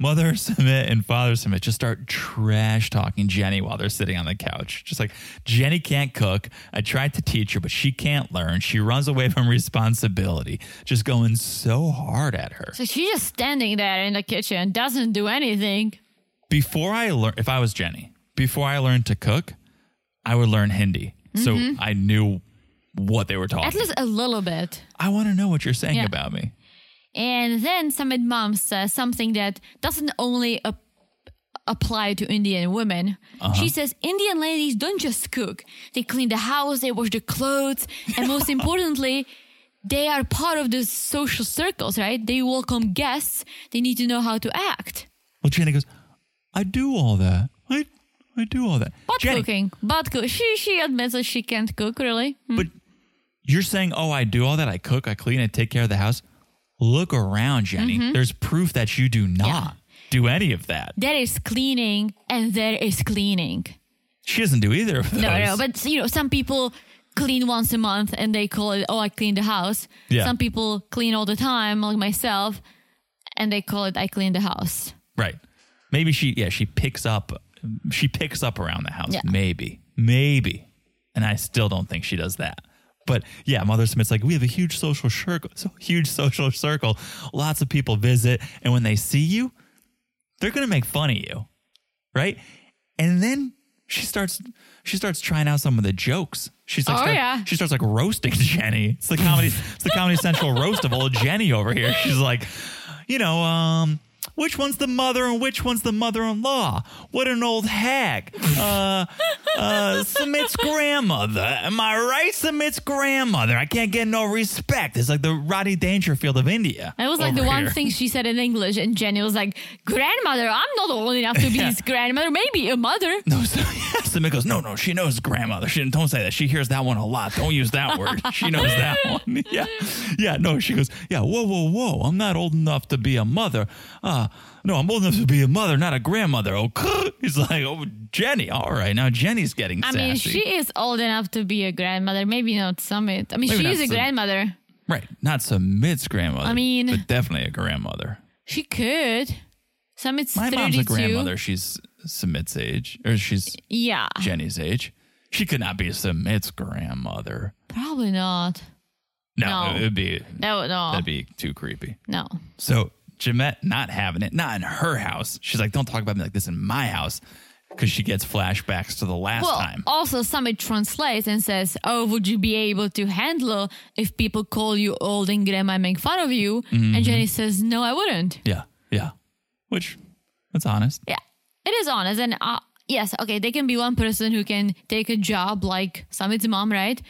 A: mother submit and father submit just start trash talking Jenny while they're sitting on the couch. Just like Jenny can't cook. I tried to teach her, but she can't learn. She runs away from responsibility. Just going so hard at her.
B: So she's just standing there in the kitchen, doesn't do anything.
A: before I learned, if I was Jenny, before I learned to cook, I would learn Hindi. So I knew what they were talking.
B: Mm-hmm. At least a little bit.
A: I want to know what you're saying
B: Yeah.
A: about me.
B: And then Summit Mom says uh, something that doesn't only ap- apply to Indian women. She says Indian ladies don't just cook, they clean the house, they wash the clothes, and most importantly, they are part of the social circles, right? They welcome guests, they need to know how to act.
A: Well, Jenny goes, I do all that. I, I do all that.
B: But
A: Jenny,
B: cooking, but cook. She, she admits that she can't cook, really.
A: But you're saying, oh, I do all that. I cook, I clean, I take care of the house. Look around, Jenny.
B: Mm-hmm.
A: There's proof that you do not do any of that.
B: There is cleaning and there is cleaning.
A: She doesn't do either of those.
B: No, no, but you know, some people clean once a month and they call it, oh, I clean the house.
A: Yeah.
B: Some people clean all the time, like myself, and they call it, I clean the house.
A: Right. Maybe she yeah, she picks up she picks up around the house.
B: Yeah.
A: Maybe. Maybe. And I still don't think she does that. But yeah, Mother Smith's like, we have a huge social circle so huge social circle. Lots of people visit, and when they see you, they're gonna make fun of you. Right? And then she starts she starts trying out some of the jokes. She's like
B: Oh,
A: start-
B: yeah.
A: she starts like roasting Jenny. It's the comedy it's the Comedy Central roast of old Jenny over here. She's like, you know, um, which one's the mother and which one's the mother-in-law? What an old hag. Uh uh Submit's grandmother. Am I right? Submit's grandmother. I can't get no respect. It's like the Roddy Dangerfield of India.
B: That was like
A: over
B: the one
A: here.
B: thing she said in English, and Jenny was like, grandmother, I'm not old enough to be
A: Yeah.
B: his grandmother, maybe a mother.
A: No, so, Submit goes, no, no, she knows grandmother. She don't say that. She hears that one a lot. Don't use that word. She knows that one. Yeah. Yeah. No, she goes, yeah, whoa, whoa, whoa. I'm not old enough to be a mother. Uh, no, I'm old enough to be a mother, not a grandmother. Oh, he's like, oh, Jenny. All right. Now Jenny's getting
B: I
A: sassy.
B: mean, she is old enough to be a grandmother, maybe not Summit. I mean,
A: Maybe
B: she
A: not
B: is a
A: Summit.
B: grandmother.
A: right. Not Submit's grandmother.
B: I mean-
A: but definitely a grandmother.
B: She could. Summit's
A: My
B: 32.
A: mom's a grandmother. She's Submit's age, or she's
B: Yeah,
A: Jenny's age. She could not be Submit's grandmother.
B: probably not.
A: No,
B: No.
A: it would be
B: No, no,
A: That'd be too creepy.
B: no.
A: So Jamette not having it, not in her house. She's like, don't talk about me like this in my house. Because she gets flashbacks to the last
B: Well, uh
A: time.
B: also Summit translates and says, "Oh, would you be able to handle if people call you old and grandma and make fun of you?"
A: Mm-hmm.
B: And Jenny says, "No, I wouldn't."
A: Yeah. Yeah. Which, that's honest.
B: Yeah, it is honest. And uh, yes, okay, they can be one person who can take a job like Summit's mom, right?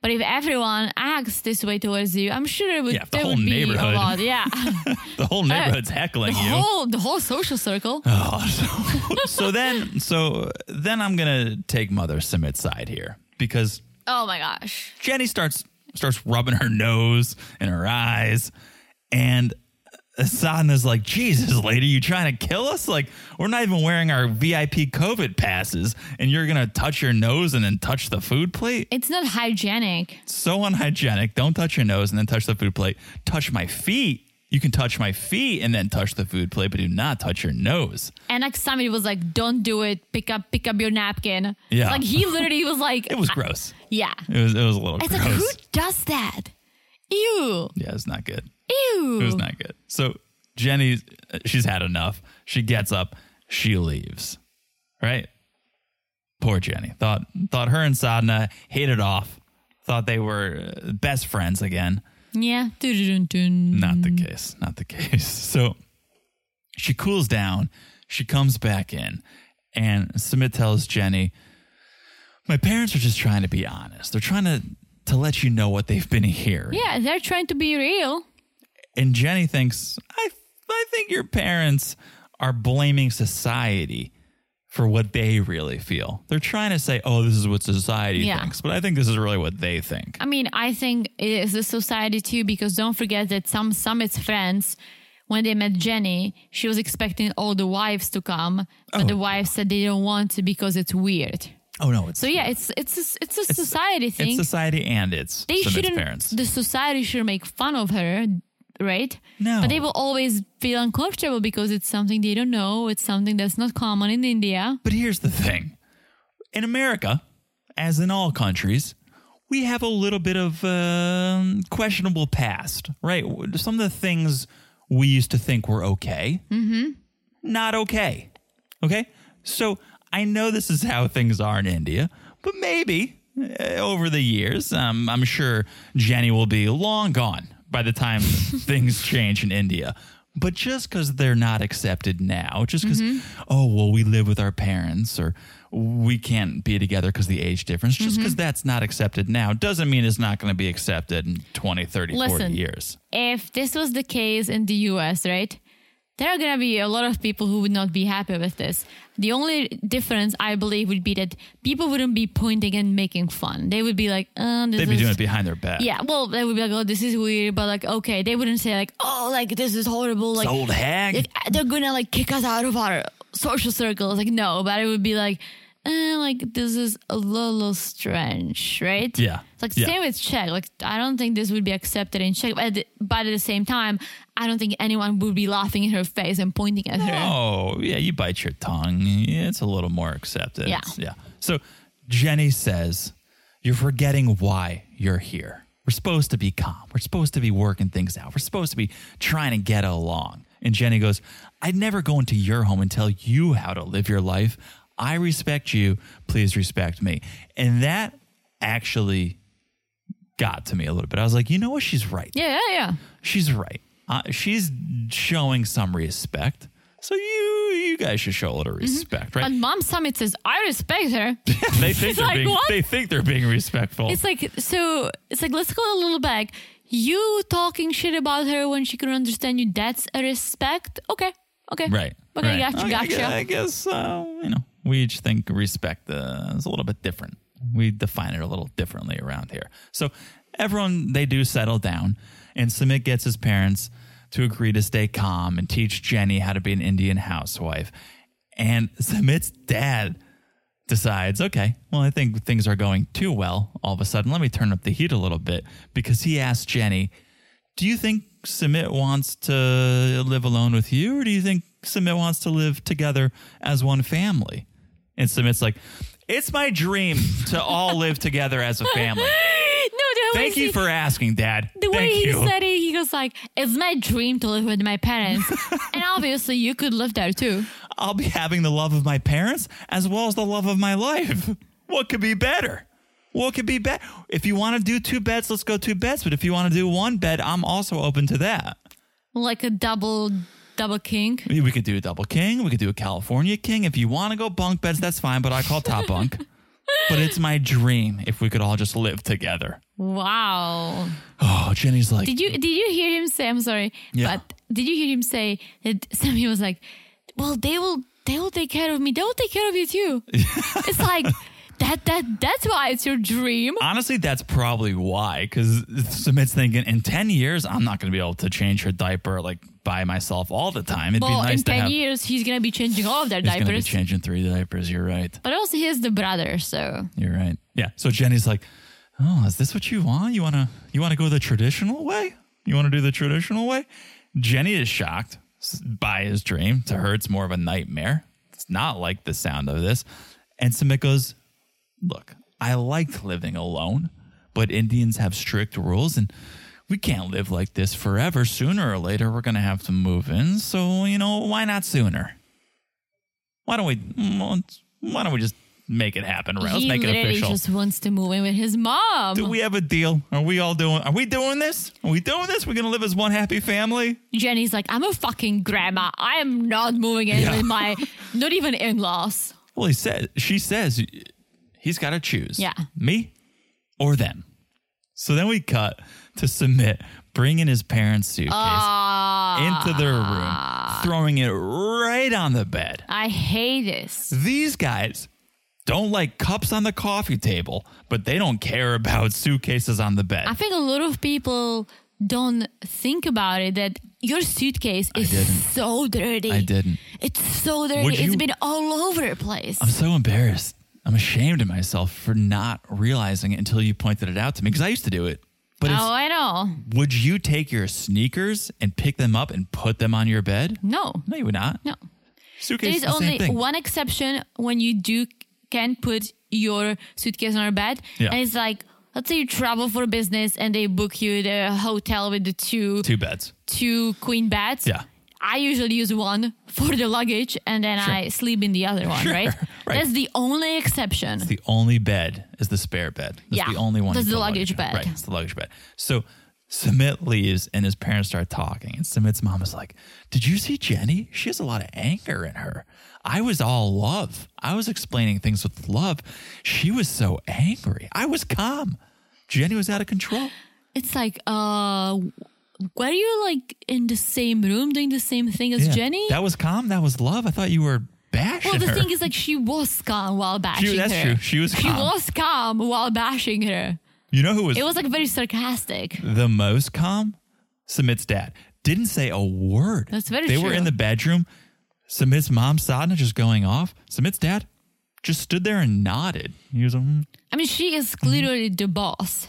B: But if everyone acts this way towards you, I'm sure it would,
A: Yeah, the
B: there
A: whole
B: would be a
A: neighborhood.
B: lot. Yeah.
A: The whole neighborhood's
B: the
A: heckling you.
B: whole the whole social circle.
A: Oh, so, so then, so then I'm gonna take Mother Simmet's side here because
B: Oh my gosh.
A: Jenny starts starts rubbing her nose and her eyes, and Sadna's like, "Jesus, lady, you trying to kill us? Like, we're not even wearing our VIP COVID passes, and you're gonna touch your nose and then touch the food plate?
B: It's not hygienic.
A: so unhygienic. Don't touch your nose and then touch the food plate. Touch my feet." You can touch my feet and then touch the food plate, but do not touch your nose.
B: And like somebody was like, "Don't do it. Pick up, pick up your napkin."
A: Yeah.
B: Like he literally was like,
A: It was gross.
B: "Yeah."
A: It was it was a little
B: It's
A: gross.
B: like who does that? Ew,
A: yeah, it's not good.
B: ew.
A: It was not good. So Jenny, she's had enough. She gets up. She leaves. Right. Poor Jenny. Thought thought her and Sadna hit it off. Thought they were uh, best friends again.
B: yeah. Dun-dun-dun.
A: Not the case. Not the case. So she cools down. She comes back in, and Smith tells Jenny, "My parents are just trying to be honest. They're trying to to let you know what they've been hearing."
B: Yeah, they're trying to be real.
A: And Jenny thinks, I, I think your parents are blaming society for what they really feel. They're trying to say, oh, this is what society
B: Yeah.
A: thinks, but I think this is really what they think.
B: I mean, I think it is the society too, because don't forget that some Summit's friends, when they met Jenny, she was expecting all the wives to come, but the wives said they don't want to because it's weird.
A: Oh, no, it's,
B: So yeah, it's it's a, it's a society thing.
A: it's society and it's
B: they
A: Summit's
B: shouldn't.
A: parents.
B: The society should make fun of her, right?
A: No.
B: But they will always feel uncomfortable because it's something they don't know. It's something that's not common in India.
A: But here's the thing in America, as in all countries, we have a little bit of um questionable past, right? Some of the things we used to think were okay, mm-hmm. not okay. Okay. So I know this is how things are in India, but maybe uh, over the years, um, I'm sure Jenny will be long gone by the time things change in India. But just because they're not accepted now, just because,
B: Mm-hmm.
A: oh, well, we live with our parents or we can't be together because the age difference, just
B: Mm-hmm.
A: because that's not accepted now doesn't mean it's not going to be accepted in 20, 30, 40
B: Listen.
A: years.
B: If this was the case in the U.S., right? There are gonna be a lot of people who would not be happy with this. The only difference, I believe, would be that people wouldn't be pointing and making fun. They would be like, um, this
A: They'd be
B: is-
A: doing it behind their back.
B: Yeah, well, they would be like, "Oh, this is weird," but like, okay, they wouldn't say like, "Oh, like this is horrible." Like,
A: Old hag.
B: like they're gonna like kick us out of our social circles. Like, no, but it would be like, eh, like this is a little strange, right?
A: Yeah.
B: It's like
A: Yeah.
B: same with Czech. Like, I don't think this would be accepted in Czech, but at, the, but at the same time, I don't think anyone would be laughing in her face and pointing at her.
A: Oh, yeah, you bite your tongue. Yeah, It's a little more accepted.
B: Yeah.
A: It's- Yeah. So Jenny says, You're forgetting why you're here. We're supposed to be calm. We're supposed to be working things out. We're supposed to be trying to get along. And Jenny goes, I'd never go into your home and tell you how to live your life. I respect you. Please respect me. And that actually got to me a little bit. I was like, you know what? She's right
B: Yeah, yeah, yeah.
A: she's right. Uh, she's showing some respect. So you you guys should show a little
B: Mm-hmm.
A: respect,
B: But
A: right?
B: Mom Summit says, "I respect her."
A: they think
B: It's
A: they're
B: like,
A: being
B: what?
A: they think they're being respectful.
B: It's like so. It's like let's go a little back. You talking shit about her when she couldn't understand you. That's a respect. Okay. Okay.
A: right.
B: Okay.
A: right.
B: Gotcha.
A: I- I gu-
B: Gotcha.
A: I guess uh, you know we each think respect uh, is a little bit different. We define it a little differently around here. So everyone they do settle down, and Sumit gets his parents to agree to stay calm and teach Jenny how to be an Indian housewife. And Sumit's dad decides, okay, well, I think things are going too well all of a sudden. Let me turn up the heat a little bit because he asked Jenny, do you think Sumit wants to live alone with you or do you think Sumit wants to live together as one family? And Sumit's like, it's my dream to all live together as a family.
B: No, the way
A: Thank
B: he,
A: you for asking, Dad.
B: the way
A: Thank
B: he
A: you.
B: said it. He goes like, "It's my dream to live with my parents," and obviously you could live there too.
A: I'll be having the love of my parents as well as the love of my life. What could be better? What could be better? If you want to do two beds, let's go two beds. But if you want to do one bed, I'm also open to that.
B: Like a double, double king.
A: I mean, We could do a double king. We could do a California king. If you want to go bunk beds, that's fine. But I call top bunk. But it's my dream if we could all just live together.
B: Wow.
A: Oh, Jenny's like,
B: Did you did you hear him say? I'm sorry,
A: Yeah.
B: but did you hear him say that Sammy was like, "Well, they will they will take care of me. They will take care of you too." it's like that that that's why it's your dream.
A: honestly, that's probably why. Because Submit's thinking, in 10 years, I'm not going to be able to change her diaper like by myself all the time. It'd be
B: Well,
A: nice
B: in
A: to
B: ten
A: have.
B: years, he's gonna be changing all of their
A: He's going to be
B: diapers.
A: changing three diapers. You're right.
B: but also, he has the brother, so
A: You're right. Yeah. So Jenny's like, "Oh, is this what you want? You want to you want to go the traditional way? You want to do the traditional way?" Jenny is shocked s- by his dream. To her, it's more of a nightmare. It's not like the sound of this. And Samit goes, "Look, I liked living alone, but Indians have strict rules and." We can't live like this forever. Sooner or later, we're going to have to move in. So, you know, why not sooner? Why don't we? mm, Why don't we just make it happen? Let's
B: he
A: make it
B: literally
A: official.
B: just wants to move in with his mom.
A: Do we have a deal? Are we all doing? Are we doing this? Are we doing this? We're gonna live as one happy family.
B: Jenny's like, "I'm a fucking grandma. I am not moving in
A: Yeah.
B: with my not even in-laws."
A: Well, he says. She says he's got to choose.
B: Yeah.
A: me or them. So then we cut to submit bringing his parents' suitcase
B: Ah. Uh,
A: into their room, throwing it right on the bed.
B: I hate this.
A: These guys don't like cups on the coffee table, but they don't care about suitcases on the bed.
B: I think a lot of people don't think about it that your suitcase is
A: didn't.
B: so dirty.
A: I didn't.
B: It's so dirty.
A: Would you-
B: It's been all over the place.
A: I'm so embarrassed. I'm ashamed of myself for not realizing it until you pointed it out to me because I used to do it. But
B: oh,
A: it's,
B: I know.
A: would you take your sneakers and pick them up and put them on your bed?
B: No,
A: No, you would not.
B: no.
A: Suitcase
B: There
A: is
B: is
A: the
B: only
A: same thing.
B: one exception when you do can put your suitcase on your bed,
A: Yeah.
B: and it's like. Let's say you travel for business and they book you the hotel with the two
A: Two beds.
B: two queen beds.
A: Yeah.
B: I usually use one for the luggage and then I sleep in the other one,
A: Sure,
B: right?
A: right.
B: That's the only exception.
A: The only bed is the spare bed. That's
B: Yeah,
A: the only one.
B: that's
A: you
B: the
A: put
B: luggage
A: in.
B: bed.
A: Right. It's the luggage bed. So Submit leaves and his parents start talking. And Submit's mom is like, Did you see Jenny? She has a lot of anger in her. I was all love. I was explaining things with love. She was so angry. I was calm. Jenny was out of control.
B: It's like, uh, were you like in the same room doing the same thing as
A: Yeah.
B: Jenny?
A: That was calm. That was love. I thought you were bashing
B: well, the
A: her.
B: thing is, like, she was calm while bashing
A: that's
B: her.
A: true. She was
B: She
A: calm.
B: was calm while bashing her.
A: you know who was,
B: It was like very sarcastic.
A: the most calm? Submit's dad. Didn't say a word.
B: That's very
A: They were
B: true.
A: in the bedroom. Submit's mom, Sadna, just going off. Submit's dad just stood there and nodded. He was like, "Hmm."
B: I mean, she is clearly the boss.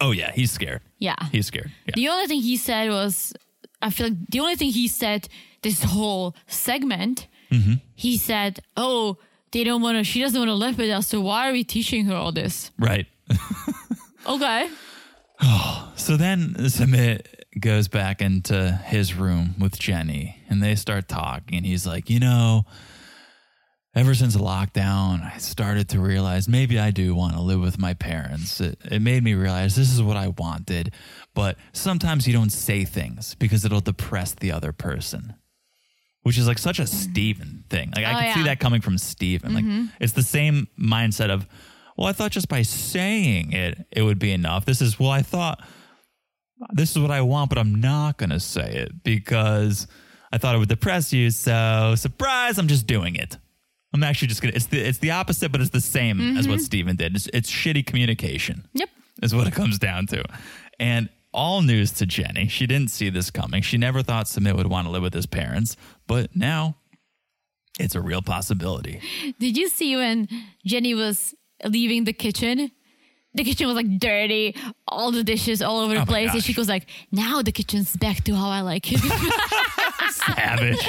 A: oh, yeah, he's scared.
B: Yeah.
A: He's scared. Yeah.
B: The only thing he said was, I feel like the only thing he said this whole segment,
A: Mm-hmm.
B: he said, "Oh, they don't want to. She doesn't want to live with us. So why are we teaching her all this?"
A: right.
B: Okay.
A: So then Submit goes back into his room with Jenny and they start talking. And he's like, you know, ever since lockdown, I started to realize maybe I do want to live with my parents. It, it made me realize this is what I wanted. But sometimes you don't say things because it'll depress the other person. Which is like such a Steven thing. Like I
B: Mm. Oh,
A: can see
B: yeah. Mm-hmm.
A: that coming from Steven. Like it's the same mindset of, well, I thought just by saying it, it would be enough. This is, well, I thought this is what I want, but I'm not going to say it because I thought it would depress you. So, surprise, I'm just doing it. I'm actually just going to, it's the, it's the opposite, but it's the same as what Steven did. It's, it's shitty communication,
B: Yep.
A: is what it comes down to. And all news to Jenny. She didn't see this coming. She never thought Submit would want to live with his parents, but now it's a real possibility.
B: Did you see when Jenny was leaving the kitchen? The kitchen was like dirty, all the dishes all over the
A: Oh my
B: place. And she
A: gosh.
B: goes like, now the kitchen's back to how I like it. it's
A: Savage.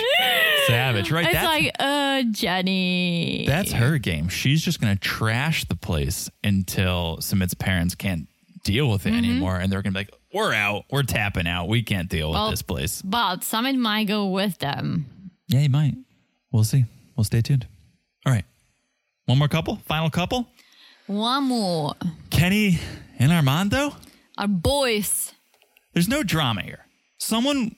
A: Savage, right? That's-
B: like, uh, Jenny.
A: That's her game. She's just going to trash the place until Submit's parents can't deal with it
B: Mm-hmm.
A: anymore. And they're going to be like, we're out. We're tapping out. We can't deal with
B: Well-
A: this place.
B: but Summit might go with them.
A: Yeah, you might. We'll see. We'll stay tuned. All right. One more couple. Final couple.
B: One more.
A: Kenny and Armando.
B: Our boys.
A: There's no drama here. Someone.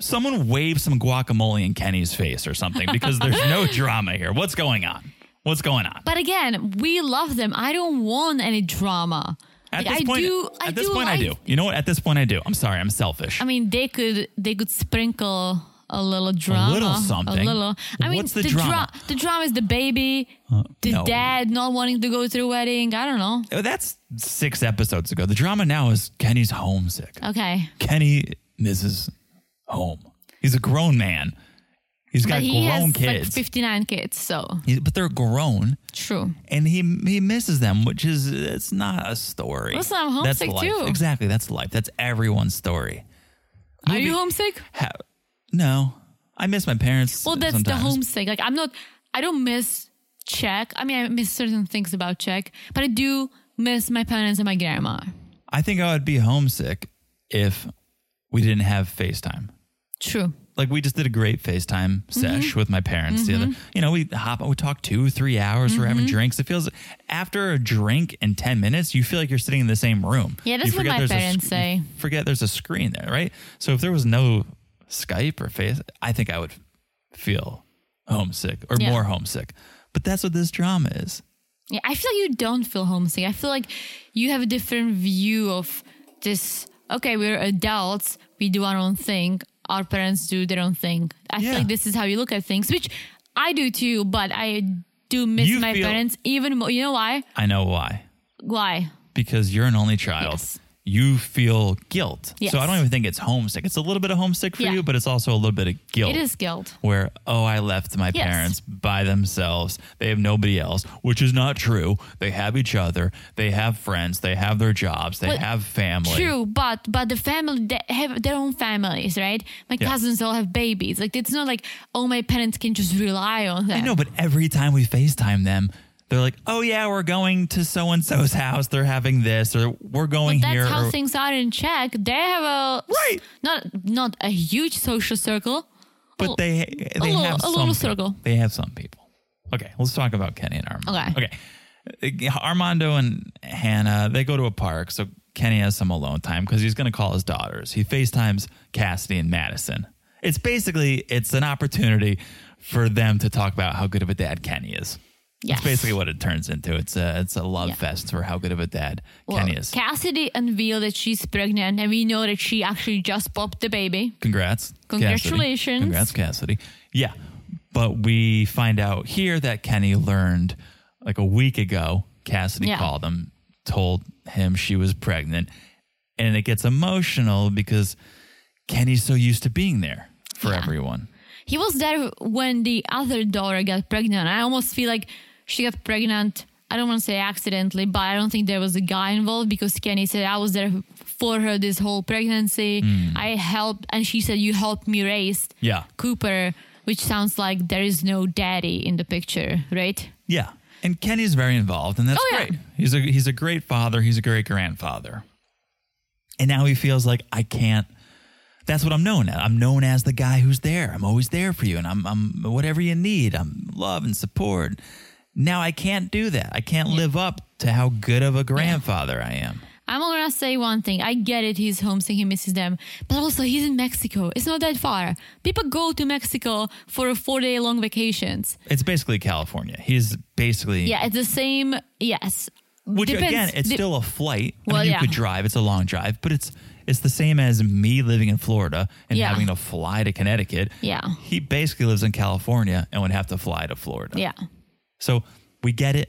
A: Someone waved some guacamole in Kenny's face or something because there's no drama here. What's going on? What's going on?
B: But again, we love them. I don't want any drama.
A: At
B: Like,
A: this
B: I
A: point,
B: do- I
A: at this
B: do
A: point, I
B: like-
A: do. You know what? At this point, I do. I'm sorry. I'm selfish.
B: I mean, they could they could sprinkle a little drama,
A: little something?
B: a little. I mean,
A: What's the
B: dra-
A: drama? Uh,
B: the drama is the baby, the
A: no.
B: dad not wanting to go to the wedding. I don't know.
A: Oh, That's six episodes ago. The drama now is Kenny's homesick.
B: Okay,
A: Kenny misses home. He's a grown man. He's got
B: but he
A: grown
B: has like
A: kids.
B: fifty nine kids, so
A: He- but they're grown,
B: true.
A: and he he misses them, which is it's not a story.
B: Listen, I'm
A: That's
B: homesick,
A: life.
B: too.
A: Exactly, that's life. That's everyone's story.
B: Are you homesick?
A: Ha- no, I miss my parents.
B: Well, that's
A: sometimes.
B: the homesick. Like I'm not. I don't miss Czech. I mean, I miss certain things about Czech, but I do miss my parents and my grandma.
A: I think I would be homesick if we didn't have FaceTime.
B: True.
A: like we just did a great FaCetime
B: Mm-hmm.
A: sesh with my parents the other. You know, we hop, we talk two, three hours. We're having
B: Mm-hmm.
A: drinks. It feels after a drink and ten minutes, you feel like you're sitting in the same room.
B: Yeah, that's
A: You
B: what
A: forget
B: my
A: there's a
B: parents
A: sc-
B: say.
A: you Forget there's a screen there, right? So if there was no Skype or Face, I think I would feel homesick or
B: Yeah.
A: more homesick. But that's what this drama is.
B: Yeah, I feel like you don't feel homesick. I feel like you have a different view of this. Okay, we're adults. We do our own thing. Our parents do their own thing. I
A: Yeah.
B: feel like this is how you look at things, which I do too. But I do miss
A: You
B: my
A: feel-
B: parents even more. You know why?
A: I know why.
B: Why?
A: because you're an only child,
B: Yes.
A: you feel guilt.
B: Yes.
A: So I don't even think it's homesick. It's a little bit of homesick for
B: Yeah.
A: you, but it's also a little bit of guilt.
B: It is guilt.
A: Where, oh, I left my
B: Yes.
A: parents by themselves. They have nobody else, which is not true. They have each other. They have friends. They have their jobs. They
B: Well,
A: have family.
B: True, but but the family they have their own families, right? My
A: Yeah.
B: cousins all have babies. Like it's not like oh my parents can just rely on them.
A: I know, but every time we FaceTime them, they're like, oh, yeah, we're going to so and so's house. They're having this, or we're going
B: That's
A: here.
B: how
A: or-
B: things are in Czech. They have a
A: Right.
B: not not a huge social circle.
A: But they they
B: little-
A: have
B: a
A: some people.
B: little circle.
A: They have some people. Okay, let's talk about Kenny and Armando.
B: Okay.
A: Okay. Uh, Armando and Hannah, they go to a park, so Kenny has some alone time because he's going to call his daughters. He FaceTimes Cassidy and Madison. It's basically it's an opportunity for them to talk about how good of a dad Kenny is.
B: Yes.
A: That's basically what it turns into. It's a it's a love
B: Yeah.
A: fest for how good of a dad
B: Well,
A: Kenny is.
B: Cassidy unveiled that she's pregnant, and we know that she actually just popped the baby.
A: Congrats. Cassidy.
B: Congratulations.
A: Congrats, Cassidy. Yeah. But we find out here that Kenny learned like a week ago, Cassidy
B: Yeah.
A: called him, told him she was pregnant. And it gets emotional because Kenny's so used to being there for everyone.
B: He was there when the other daughter got pregnant. I almost feel like she got pregnant. I don't want to say accidentally, but I don't think there was a guy involved because Kenny said I was there for her this whole pregnancy. I helped, and she said you helped me raise
A: Yeah.
B: Cooper, which sounds like there is no daddy in the picture, right?
A: Yeah. And Kenny's very involved, and that's
B: Oh, yeah.
A: great. He's a he's a great father, he's a great grandfather. And now he feels like I can't that's what I'm known as. I'm known as the guy who's there. I'm always there for you and I'm I'm whatever you need. I'm love and support. Now I can't do that. I can't live up to how good of a grandfather I am.
B: I'm gonna say one thing. I get it. He's homesick. He misses them. But also, he's in Mexico. It's not that far. People go to Mexico for four day long vacations.
A: It's basically California. He's basically
B: Yeah, it's the same. Yes.
A: Which
B: Depends.
A: again, it's
B: De-
A: still a flight. I
B: Well,
A: mean, you
B: yeah.
A: could drive; it's a long drive, but it's it's the same as me living in Florida and
B: Yeah.
A: having to fly to Connecticut.
B: Yeah.
A: he basically lives in California and would have to fly to Florida.
B: Yeah.
A: so we get it,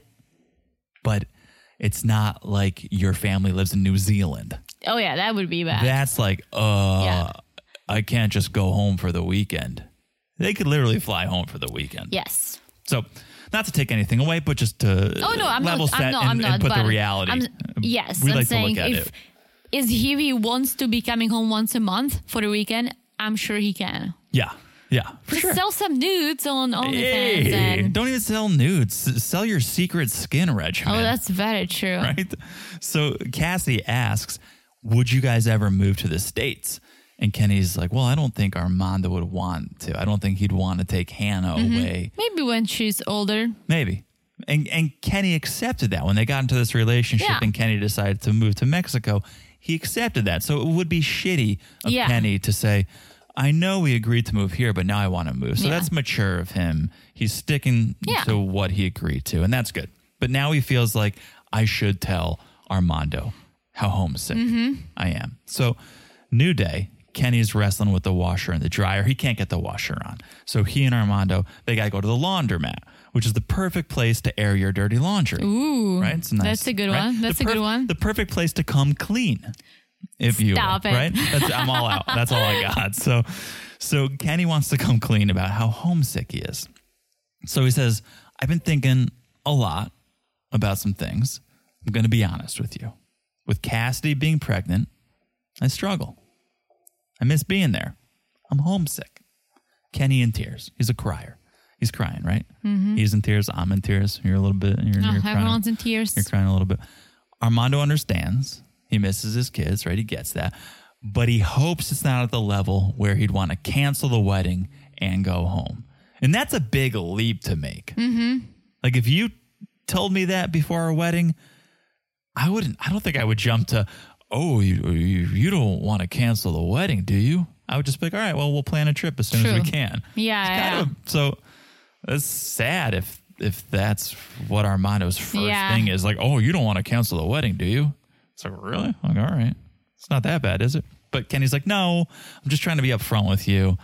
A: but it's not like your family lives in New Zealand.
B: Oh yeah, that would be bad.
A: That's like, uh,
B: Yeah.
A: I can't just go home for the weekend. They could literally fly home for the weekend.
B: yes.
A: So, not to take anything away, but just to
B: Oh no, I'm
A: level
B: not.
A: set
B: I'm not.
A: and,
B: I'm not.
A: and put the
B: but
A: reality. Um,
B: I'm- yes,
A: we
B: I'm
A: like
B: saying
A: to look at
B: if
A: it.
B: is he, he wants to be coming home once a month for the weekend, I'm sure he can.
A: Yeah, yeah, for
B: Just
A: sure.
B: sell some nudes on OnlyFans
A: Hey,
B: and
A: don't even sell nudes. S- Sell your secret skin
B: Oh,
A: regimen.
B: that's very true.
A: right. So Cassie asks, "Would you guys ever move to the states?" And Kenny's like, "Well, I don't think Armando would want to. I don't think he'd want to take Hannah
B: Mm-hmm.
A: away.
B: Maybe when she's older.
A: Maybe." And and Kenny accepted that when they got into this relationship,
B: Yeah.
A: and Kenny decided to move to Mexico. He accepted that. So it would be shitty of
B: Yeah.
A: Kenny to say, "I know we agreed to move here, but now I want to move." So
B: Yeah.
A: that's mature of him. He's sticking
B: Yeah.
A: to what he agreed to, and that's good. But now he feels like I should tell Armando. how homesick
B: Mm-hmm.
A: I am. So, New Day, Kenny's wrestling with the washer and the dryer. He can't get the washer on. So, he and Armando, they got to go to the laundromat, which is the perfect place to air your dirty laundry. Ooh. Right? It's nice.
B: that's a good
A: right?
B: one. That's
A: The
B: a good one.
A: The perfect place to come clean. If you will,
B: Stop it.
A: right? That's, I'm all out. That's all I got. So, so Kenny wants to come clean about how homesick he is. So he says, I've been thinking a lot about some things. I'm going to be honest with you. With Cassidy being pregnant, I struggle. I miss being there. I'm homesick. Kenny in tears. He's a crier. He's crying, right? He's in tears. I'm in tears. You're a little bit. You're,
B: No,
A: you're crying.
B: Mm-hmm. Oh, everyone's in tears.
A: You're crying a little bit. Armando understands. He misses his kids, right? He gets that. But he hopes it's not at the level where he'd want to cancel the wedding and go home. And that's a big leap to make. Mm-hmm. Like if you told me that before our wedding, I wouldn't, I don't think I would jump to, oh, you, you, you don't want to cancel the wedding, do you? I would just be like, all right, well, we'll plan a trip as soon as we
B: True.
A: can.
B: Yeah,
A: It's
B: yeah.
A: kind of- so that's sad if if that's what Armando's first
B: Yeah.
A: thing is. Like, oh, you don't want to cancel the wedding, do you? It's like, really? Like, all right. It's not that bad, is it? But Kenny's like, no, I'm just trying to be upfront with you.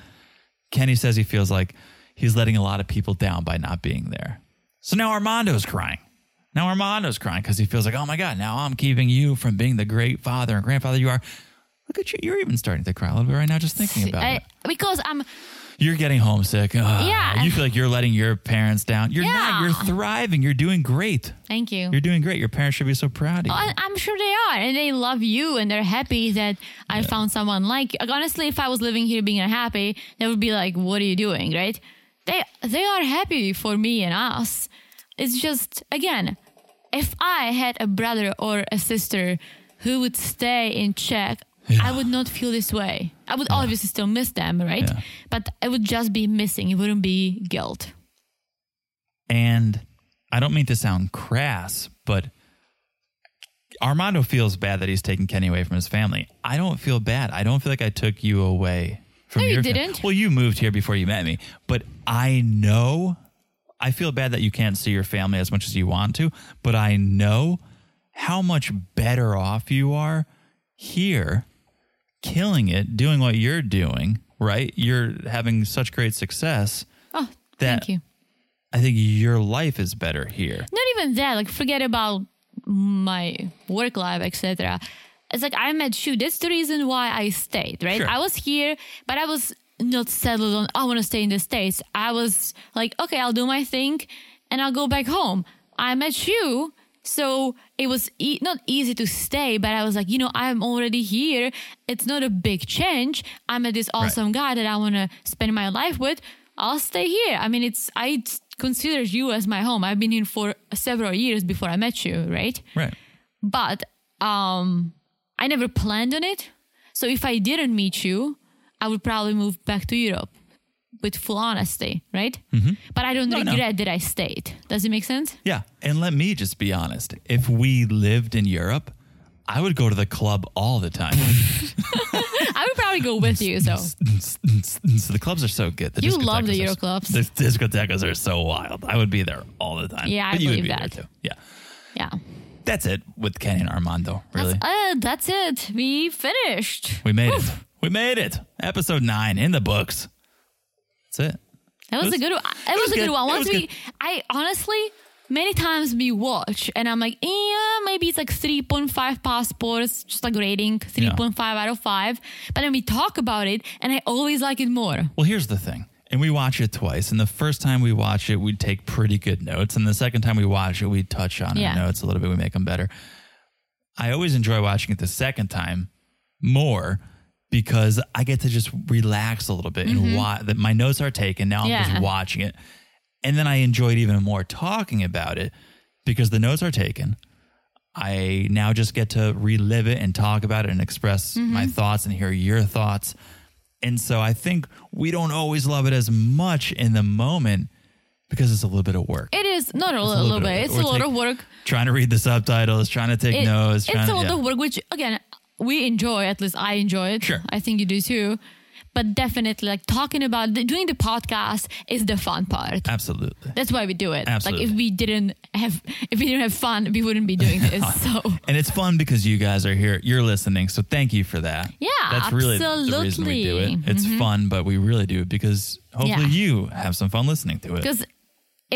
A: Kenny says he feels like he's letting a lot of people down by not being there. So now Armando's crying. Now Armando's crying because he feels like, oh my God, now I'm keeping you from being the great father and grandfather you are. Look at you. You're even starting to cry a little bit right now just thinking about
B: I-
A: it.
B: because I'm
A: You're getting homesick. Ugh.
B: Yeah.
A: You feel like you're letting your parents down. You're not.
B: Yeah.
A: You're thriving. You're doing great.
B: thank you.
A: You're doing great. Your parents should be so proud of you.
B: Oh, I- I'm sure they are, and they love you, and they're happy that I found someone like you. Like, honestly, if I was living here being unhappy, they would be like, "What are you doing?" Right? They they are happy for me and us. It's just again, if I had a brother or a sister who would stay in check, I would not feel this way. I would obviously still miss them, right?
A: Yeah.
B: But it would just be missing. It wouldn't be guilt.
A: And I don't mean to sound crass, but Armando feels bad that he's taking Kenny away from his family. I don't feel bad. I don't feel like I took you away from
B: No, you
A: your fam-
B: didn't.
A: Well, you moved here before you met me, but I know I feel bad that you can't see your family as much as you want to, but I know how much better off you are here killing it, doing what you're doing, right? You're having such great success.
B: Oh,
A: That-
B: thank you.
A: I think your life is better here.
B: not even that like forget about my work life etc it's like i met you that's the reason why i stayed right
A: Sure.
B: i was here but i was not settled on i want to stay in the states i was like okay i'll do my thing and i'll go back home i met you so it was e- not easy to stay but i was like you know i'm already here it's not a big change i met this awesome guy that i want to spend my life with I'll stay here. I mean, it's I consider you as my home. I've been in for several years before I met you, right?
A: Right.
B: But um, I never planned on it. So if I didn't meet you, I would probably move back to Europe with full honesty, right? But I don't
A: Mm-hmm. no.
B: regret that I stayed. Does it make sense?
A: Yeah. And let me just be honest. If we lived in Europe, I would go to the club all the time.
B: I would probably go with you. So
A: the clubs are so good. The
B: You love the
A: discotecas are-
B: Euro clubs.
A: The discotecas are so wild. I would be there all the time.
B: Yeah, I
A: but you would
B: believe
A: be
B: that.
A: there too. Yeah.
B: yeah,
A: That's it with Kenny and Armando, really.
B: uh, that's it. We finished.
A: we made it. We made it. Episode nine in the books. That's it.
B: That was,
A: was-
B: a good. One. It, was,
A: was
B: a good,
A: good.
B: one.
A: It
B: Once
A: was
B: we, I honestly, many times we watch, and I'm like, yeah, maybe it's like three point five passports, just like rating three point five out of five. But then we talk about it, and I always like it more.
A: Well, here's the thing. And we watch it twice. And the first time we watch it, we take pretty good notes. And the second time we watch it, we touch on
B: Yeah.
A: our notes a little bit. We make them better. I always enjoy watching it the second time more because I get to just relax a little bit and watch that my notes are taken. Now I'm
B: Mm-hmm. Yeah.
A: just watching it. And then I enjoyed even more talking about it because the notes are taken. I now just get to relive it and talk about it and express my
B: Mm-hmm.
A: thoughts and hear your thoughts. And so I think we don't always love it as much in the moment because it's a little bit of work.
B: It is not a, little, bit. It's
A: Or
B: a lot
A: take
B: of work.
A: Trying to read the subtitles, trying to take
B: It-
A: notes.
B: it's
A: Trying
B: a
A: to,
B: lot
A: yeah.
B: of work, which again we enjoy. At least I enjoy it.
A: Sure.
B: I think you do too. but definitely like talking about doing the podcast is the fun part.
A: Absolutely.
B: That's why we do it.
A: Absolutely.
B: Like if we didn't have if we didn't have fun, we wouldn't be doing this. So
A: And it's fun because you guys are here. You're listening. So thank you for that.
B: Yeah,
A: That's really the reason we do it.
B: absolutely. Mm-hmm.
A: It's fun, but we really do it because hopefully
B: Yeah.
A: you have some fun listening to it.
B: because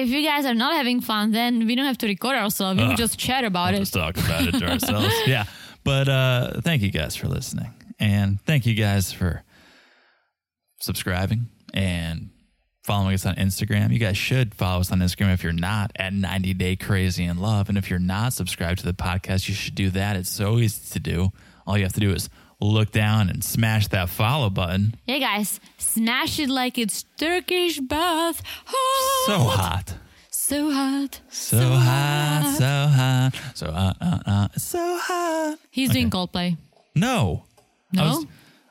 B: if you guys are not having fun, then we don't have to record ourselves. We
A: Ugh.
B: can just chat about
A: We'll
B: it.
A: just talk about it to ourselves. Yeah. But uh, thank you guys for listening. And thank you guys for subscribing and following us on Instagram. You guys should follow us on Instagram if you're not at 90 Day Crazy in Love. And if you're not subscribed to the podcast, you should do that. It's so easy to do. All you have to do is look down and smash that follow button.
B: Hey guys, smash it like it's Turkish bath.
A: So hot.
B: So hot.
A: So hot, so hot, so hot, uh, uh, so hot.
B: He's doing Coldplay.
A: No. I
B: No?
A: was,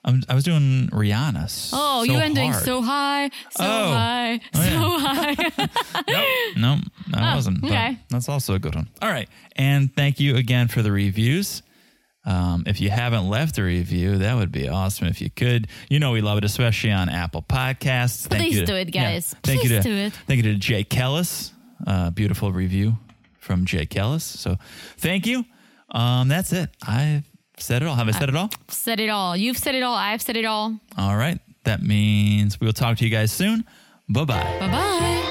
A: I'm, I was doing Rihanna. so
B: Oh, you went doing
A: hard.
B: so high, so
A: Oh.
B: high,
A: Oh, yeah.
B: so high.
A: Nope, nope, no, I wasn't. but
B: Oh, okay.
A: That's also a good one. All right. And thank you again for the reviews. Um, if you haven't left a review, that would be awesome if you could. You know, we love it, especially on Apple Podcasts. Thank
B: Please
A: you to-
B: do it,
A: yeah.
B: guys.
A: thank you to,
B: Please do it.
A: Thank you to Jay Kellis. Uh, beautiful review from Jay Kellis. So thank you. Um, that's it. I've said it all. Have I said it all?
B: said it all. You've said it all. I've said it all.
A: All right. That means we will talk to you guys soon. Bye bye.
B: Bye bye.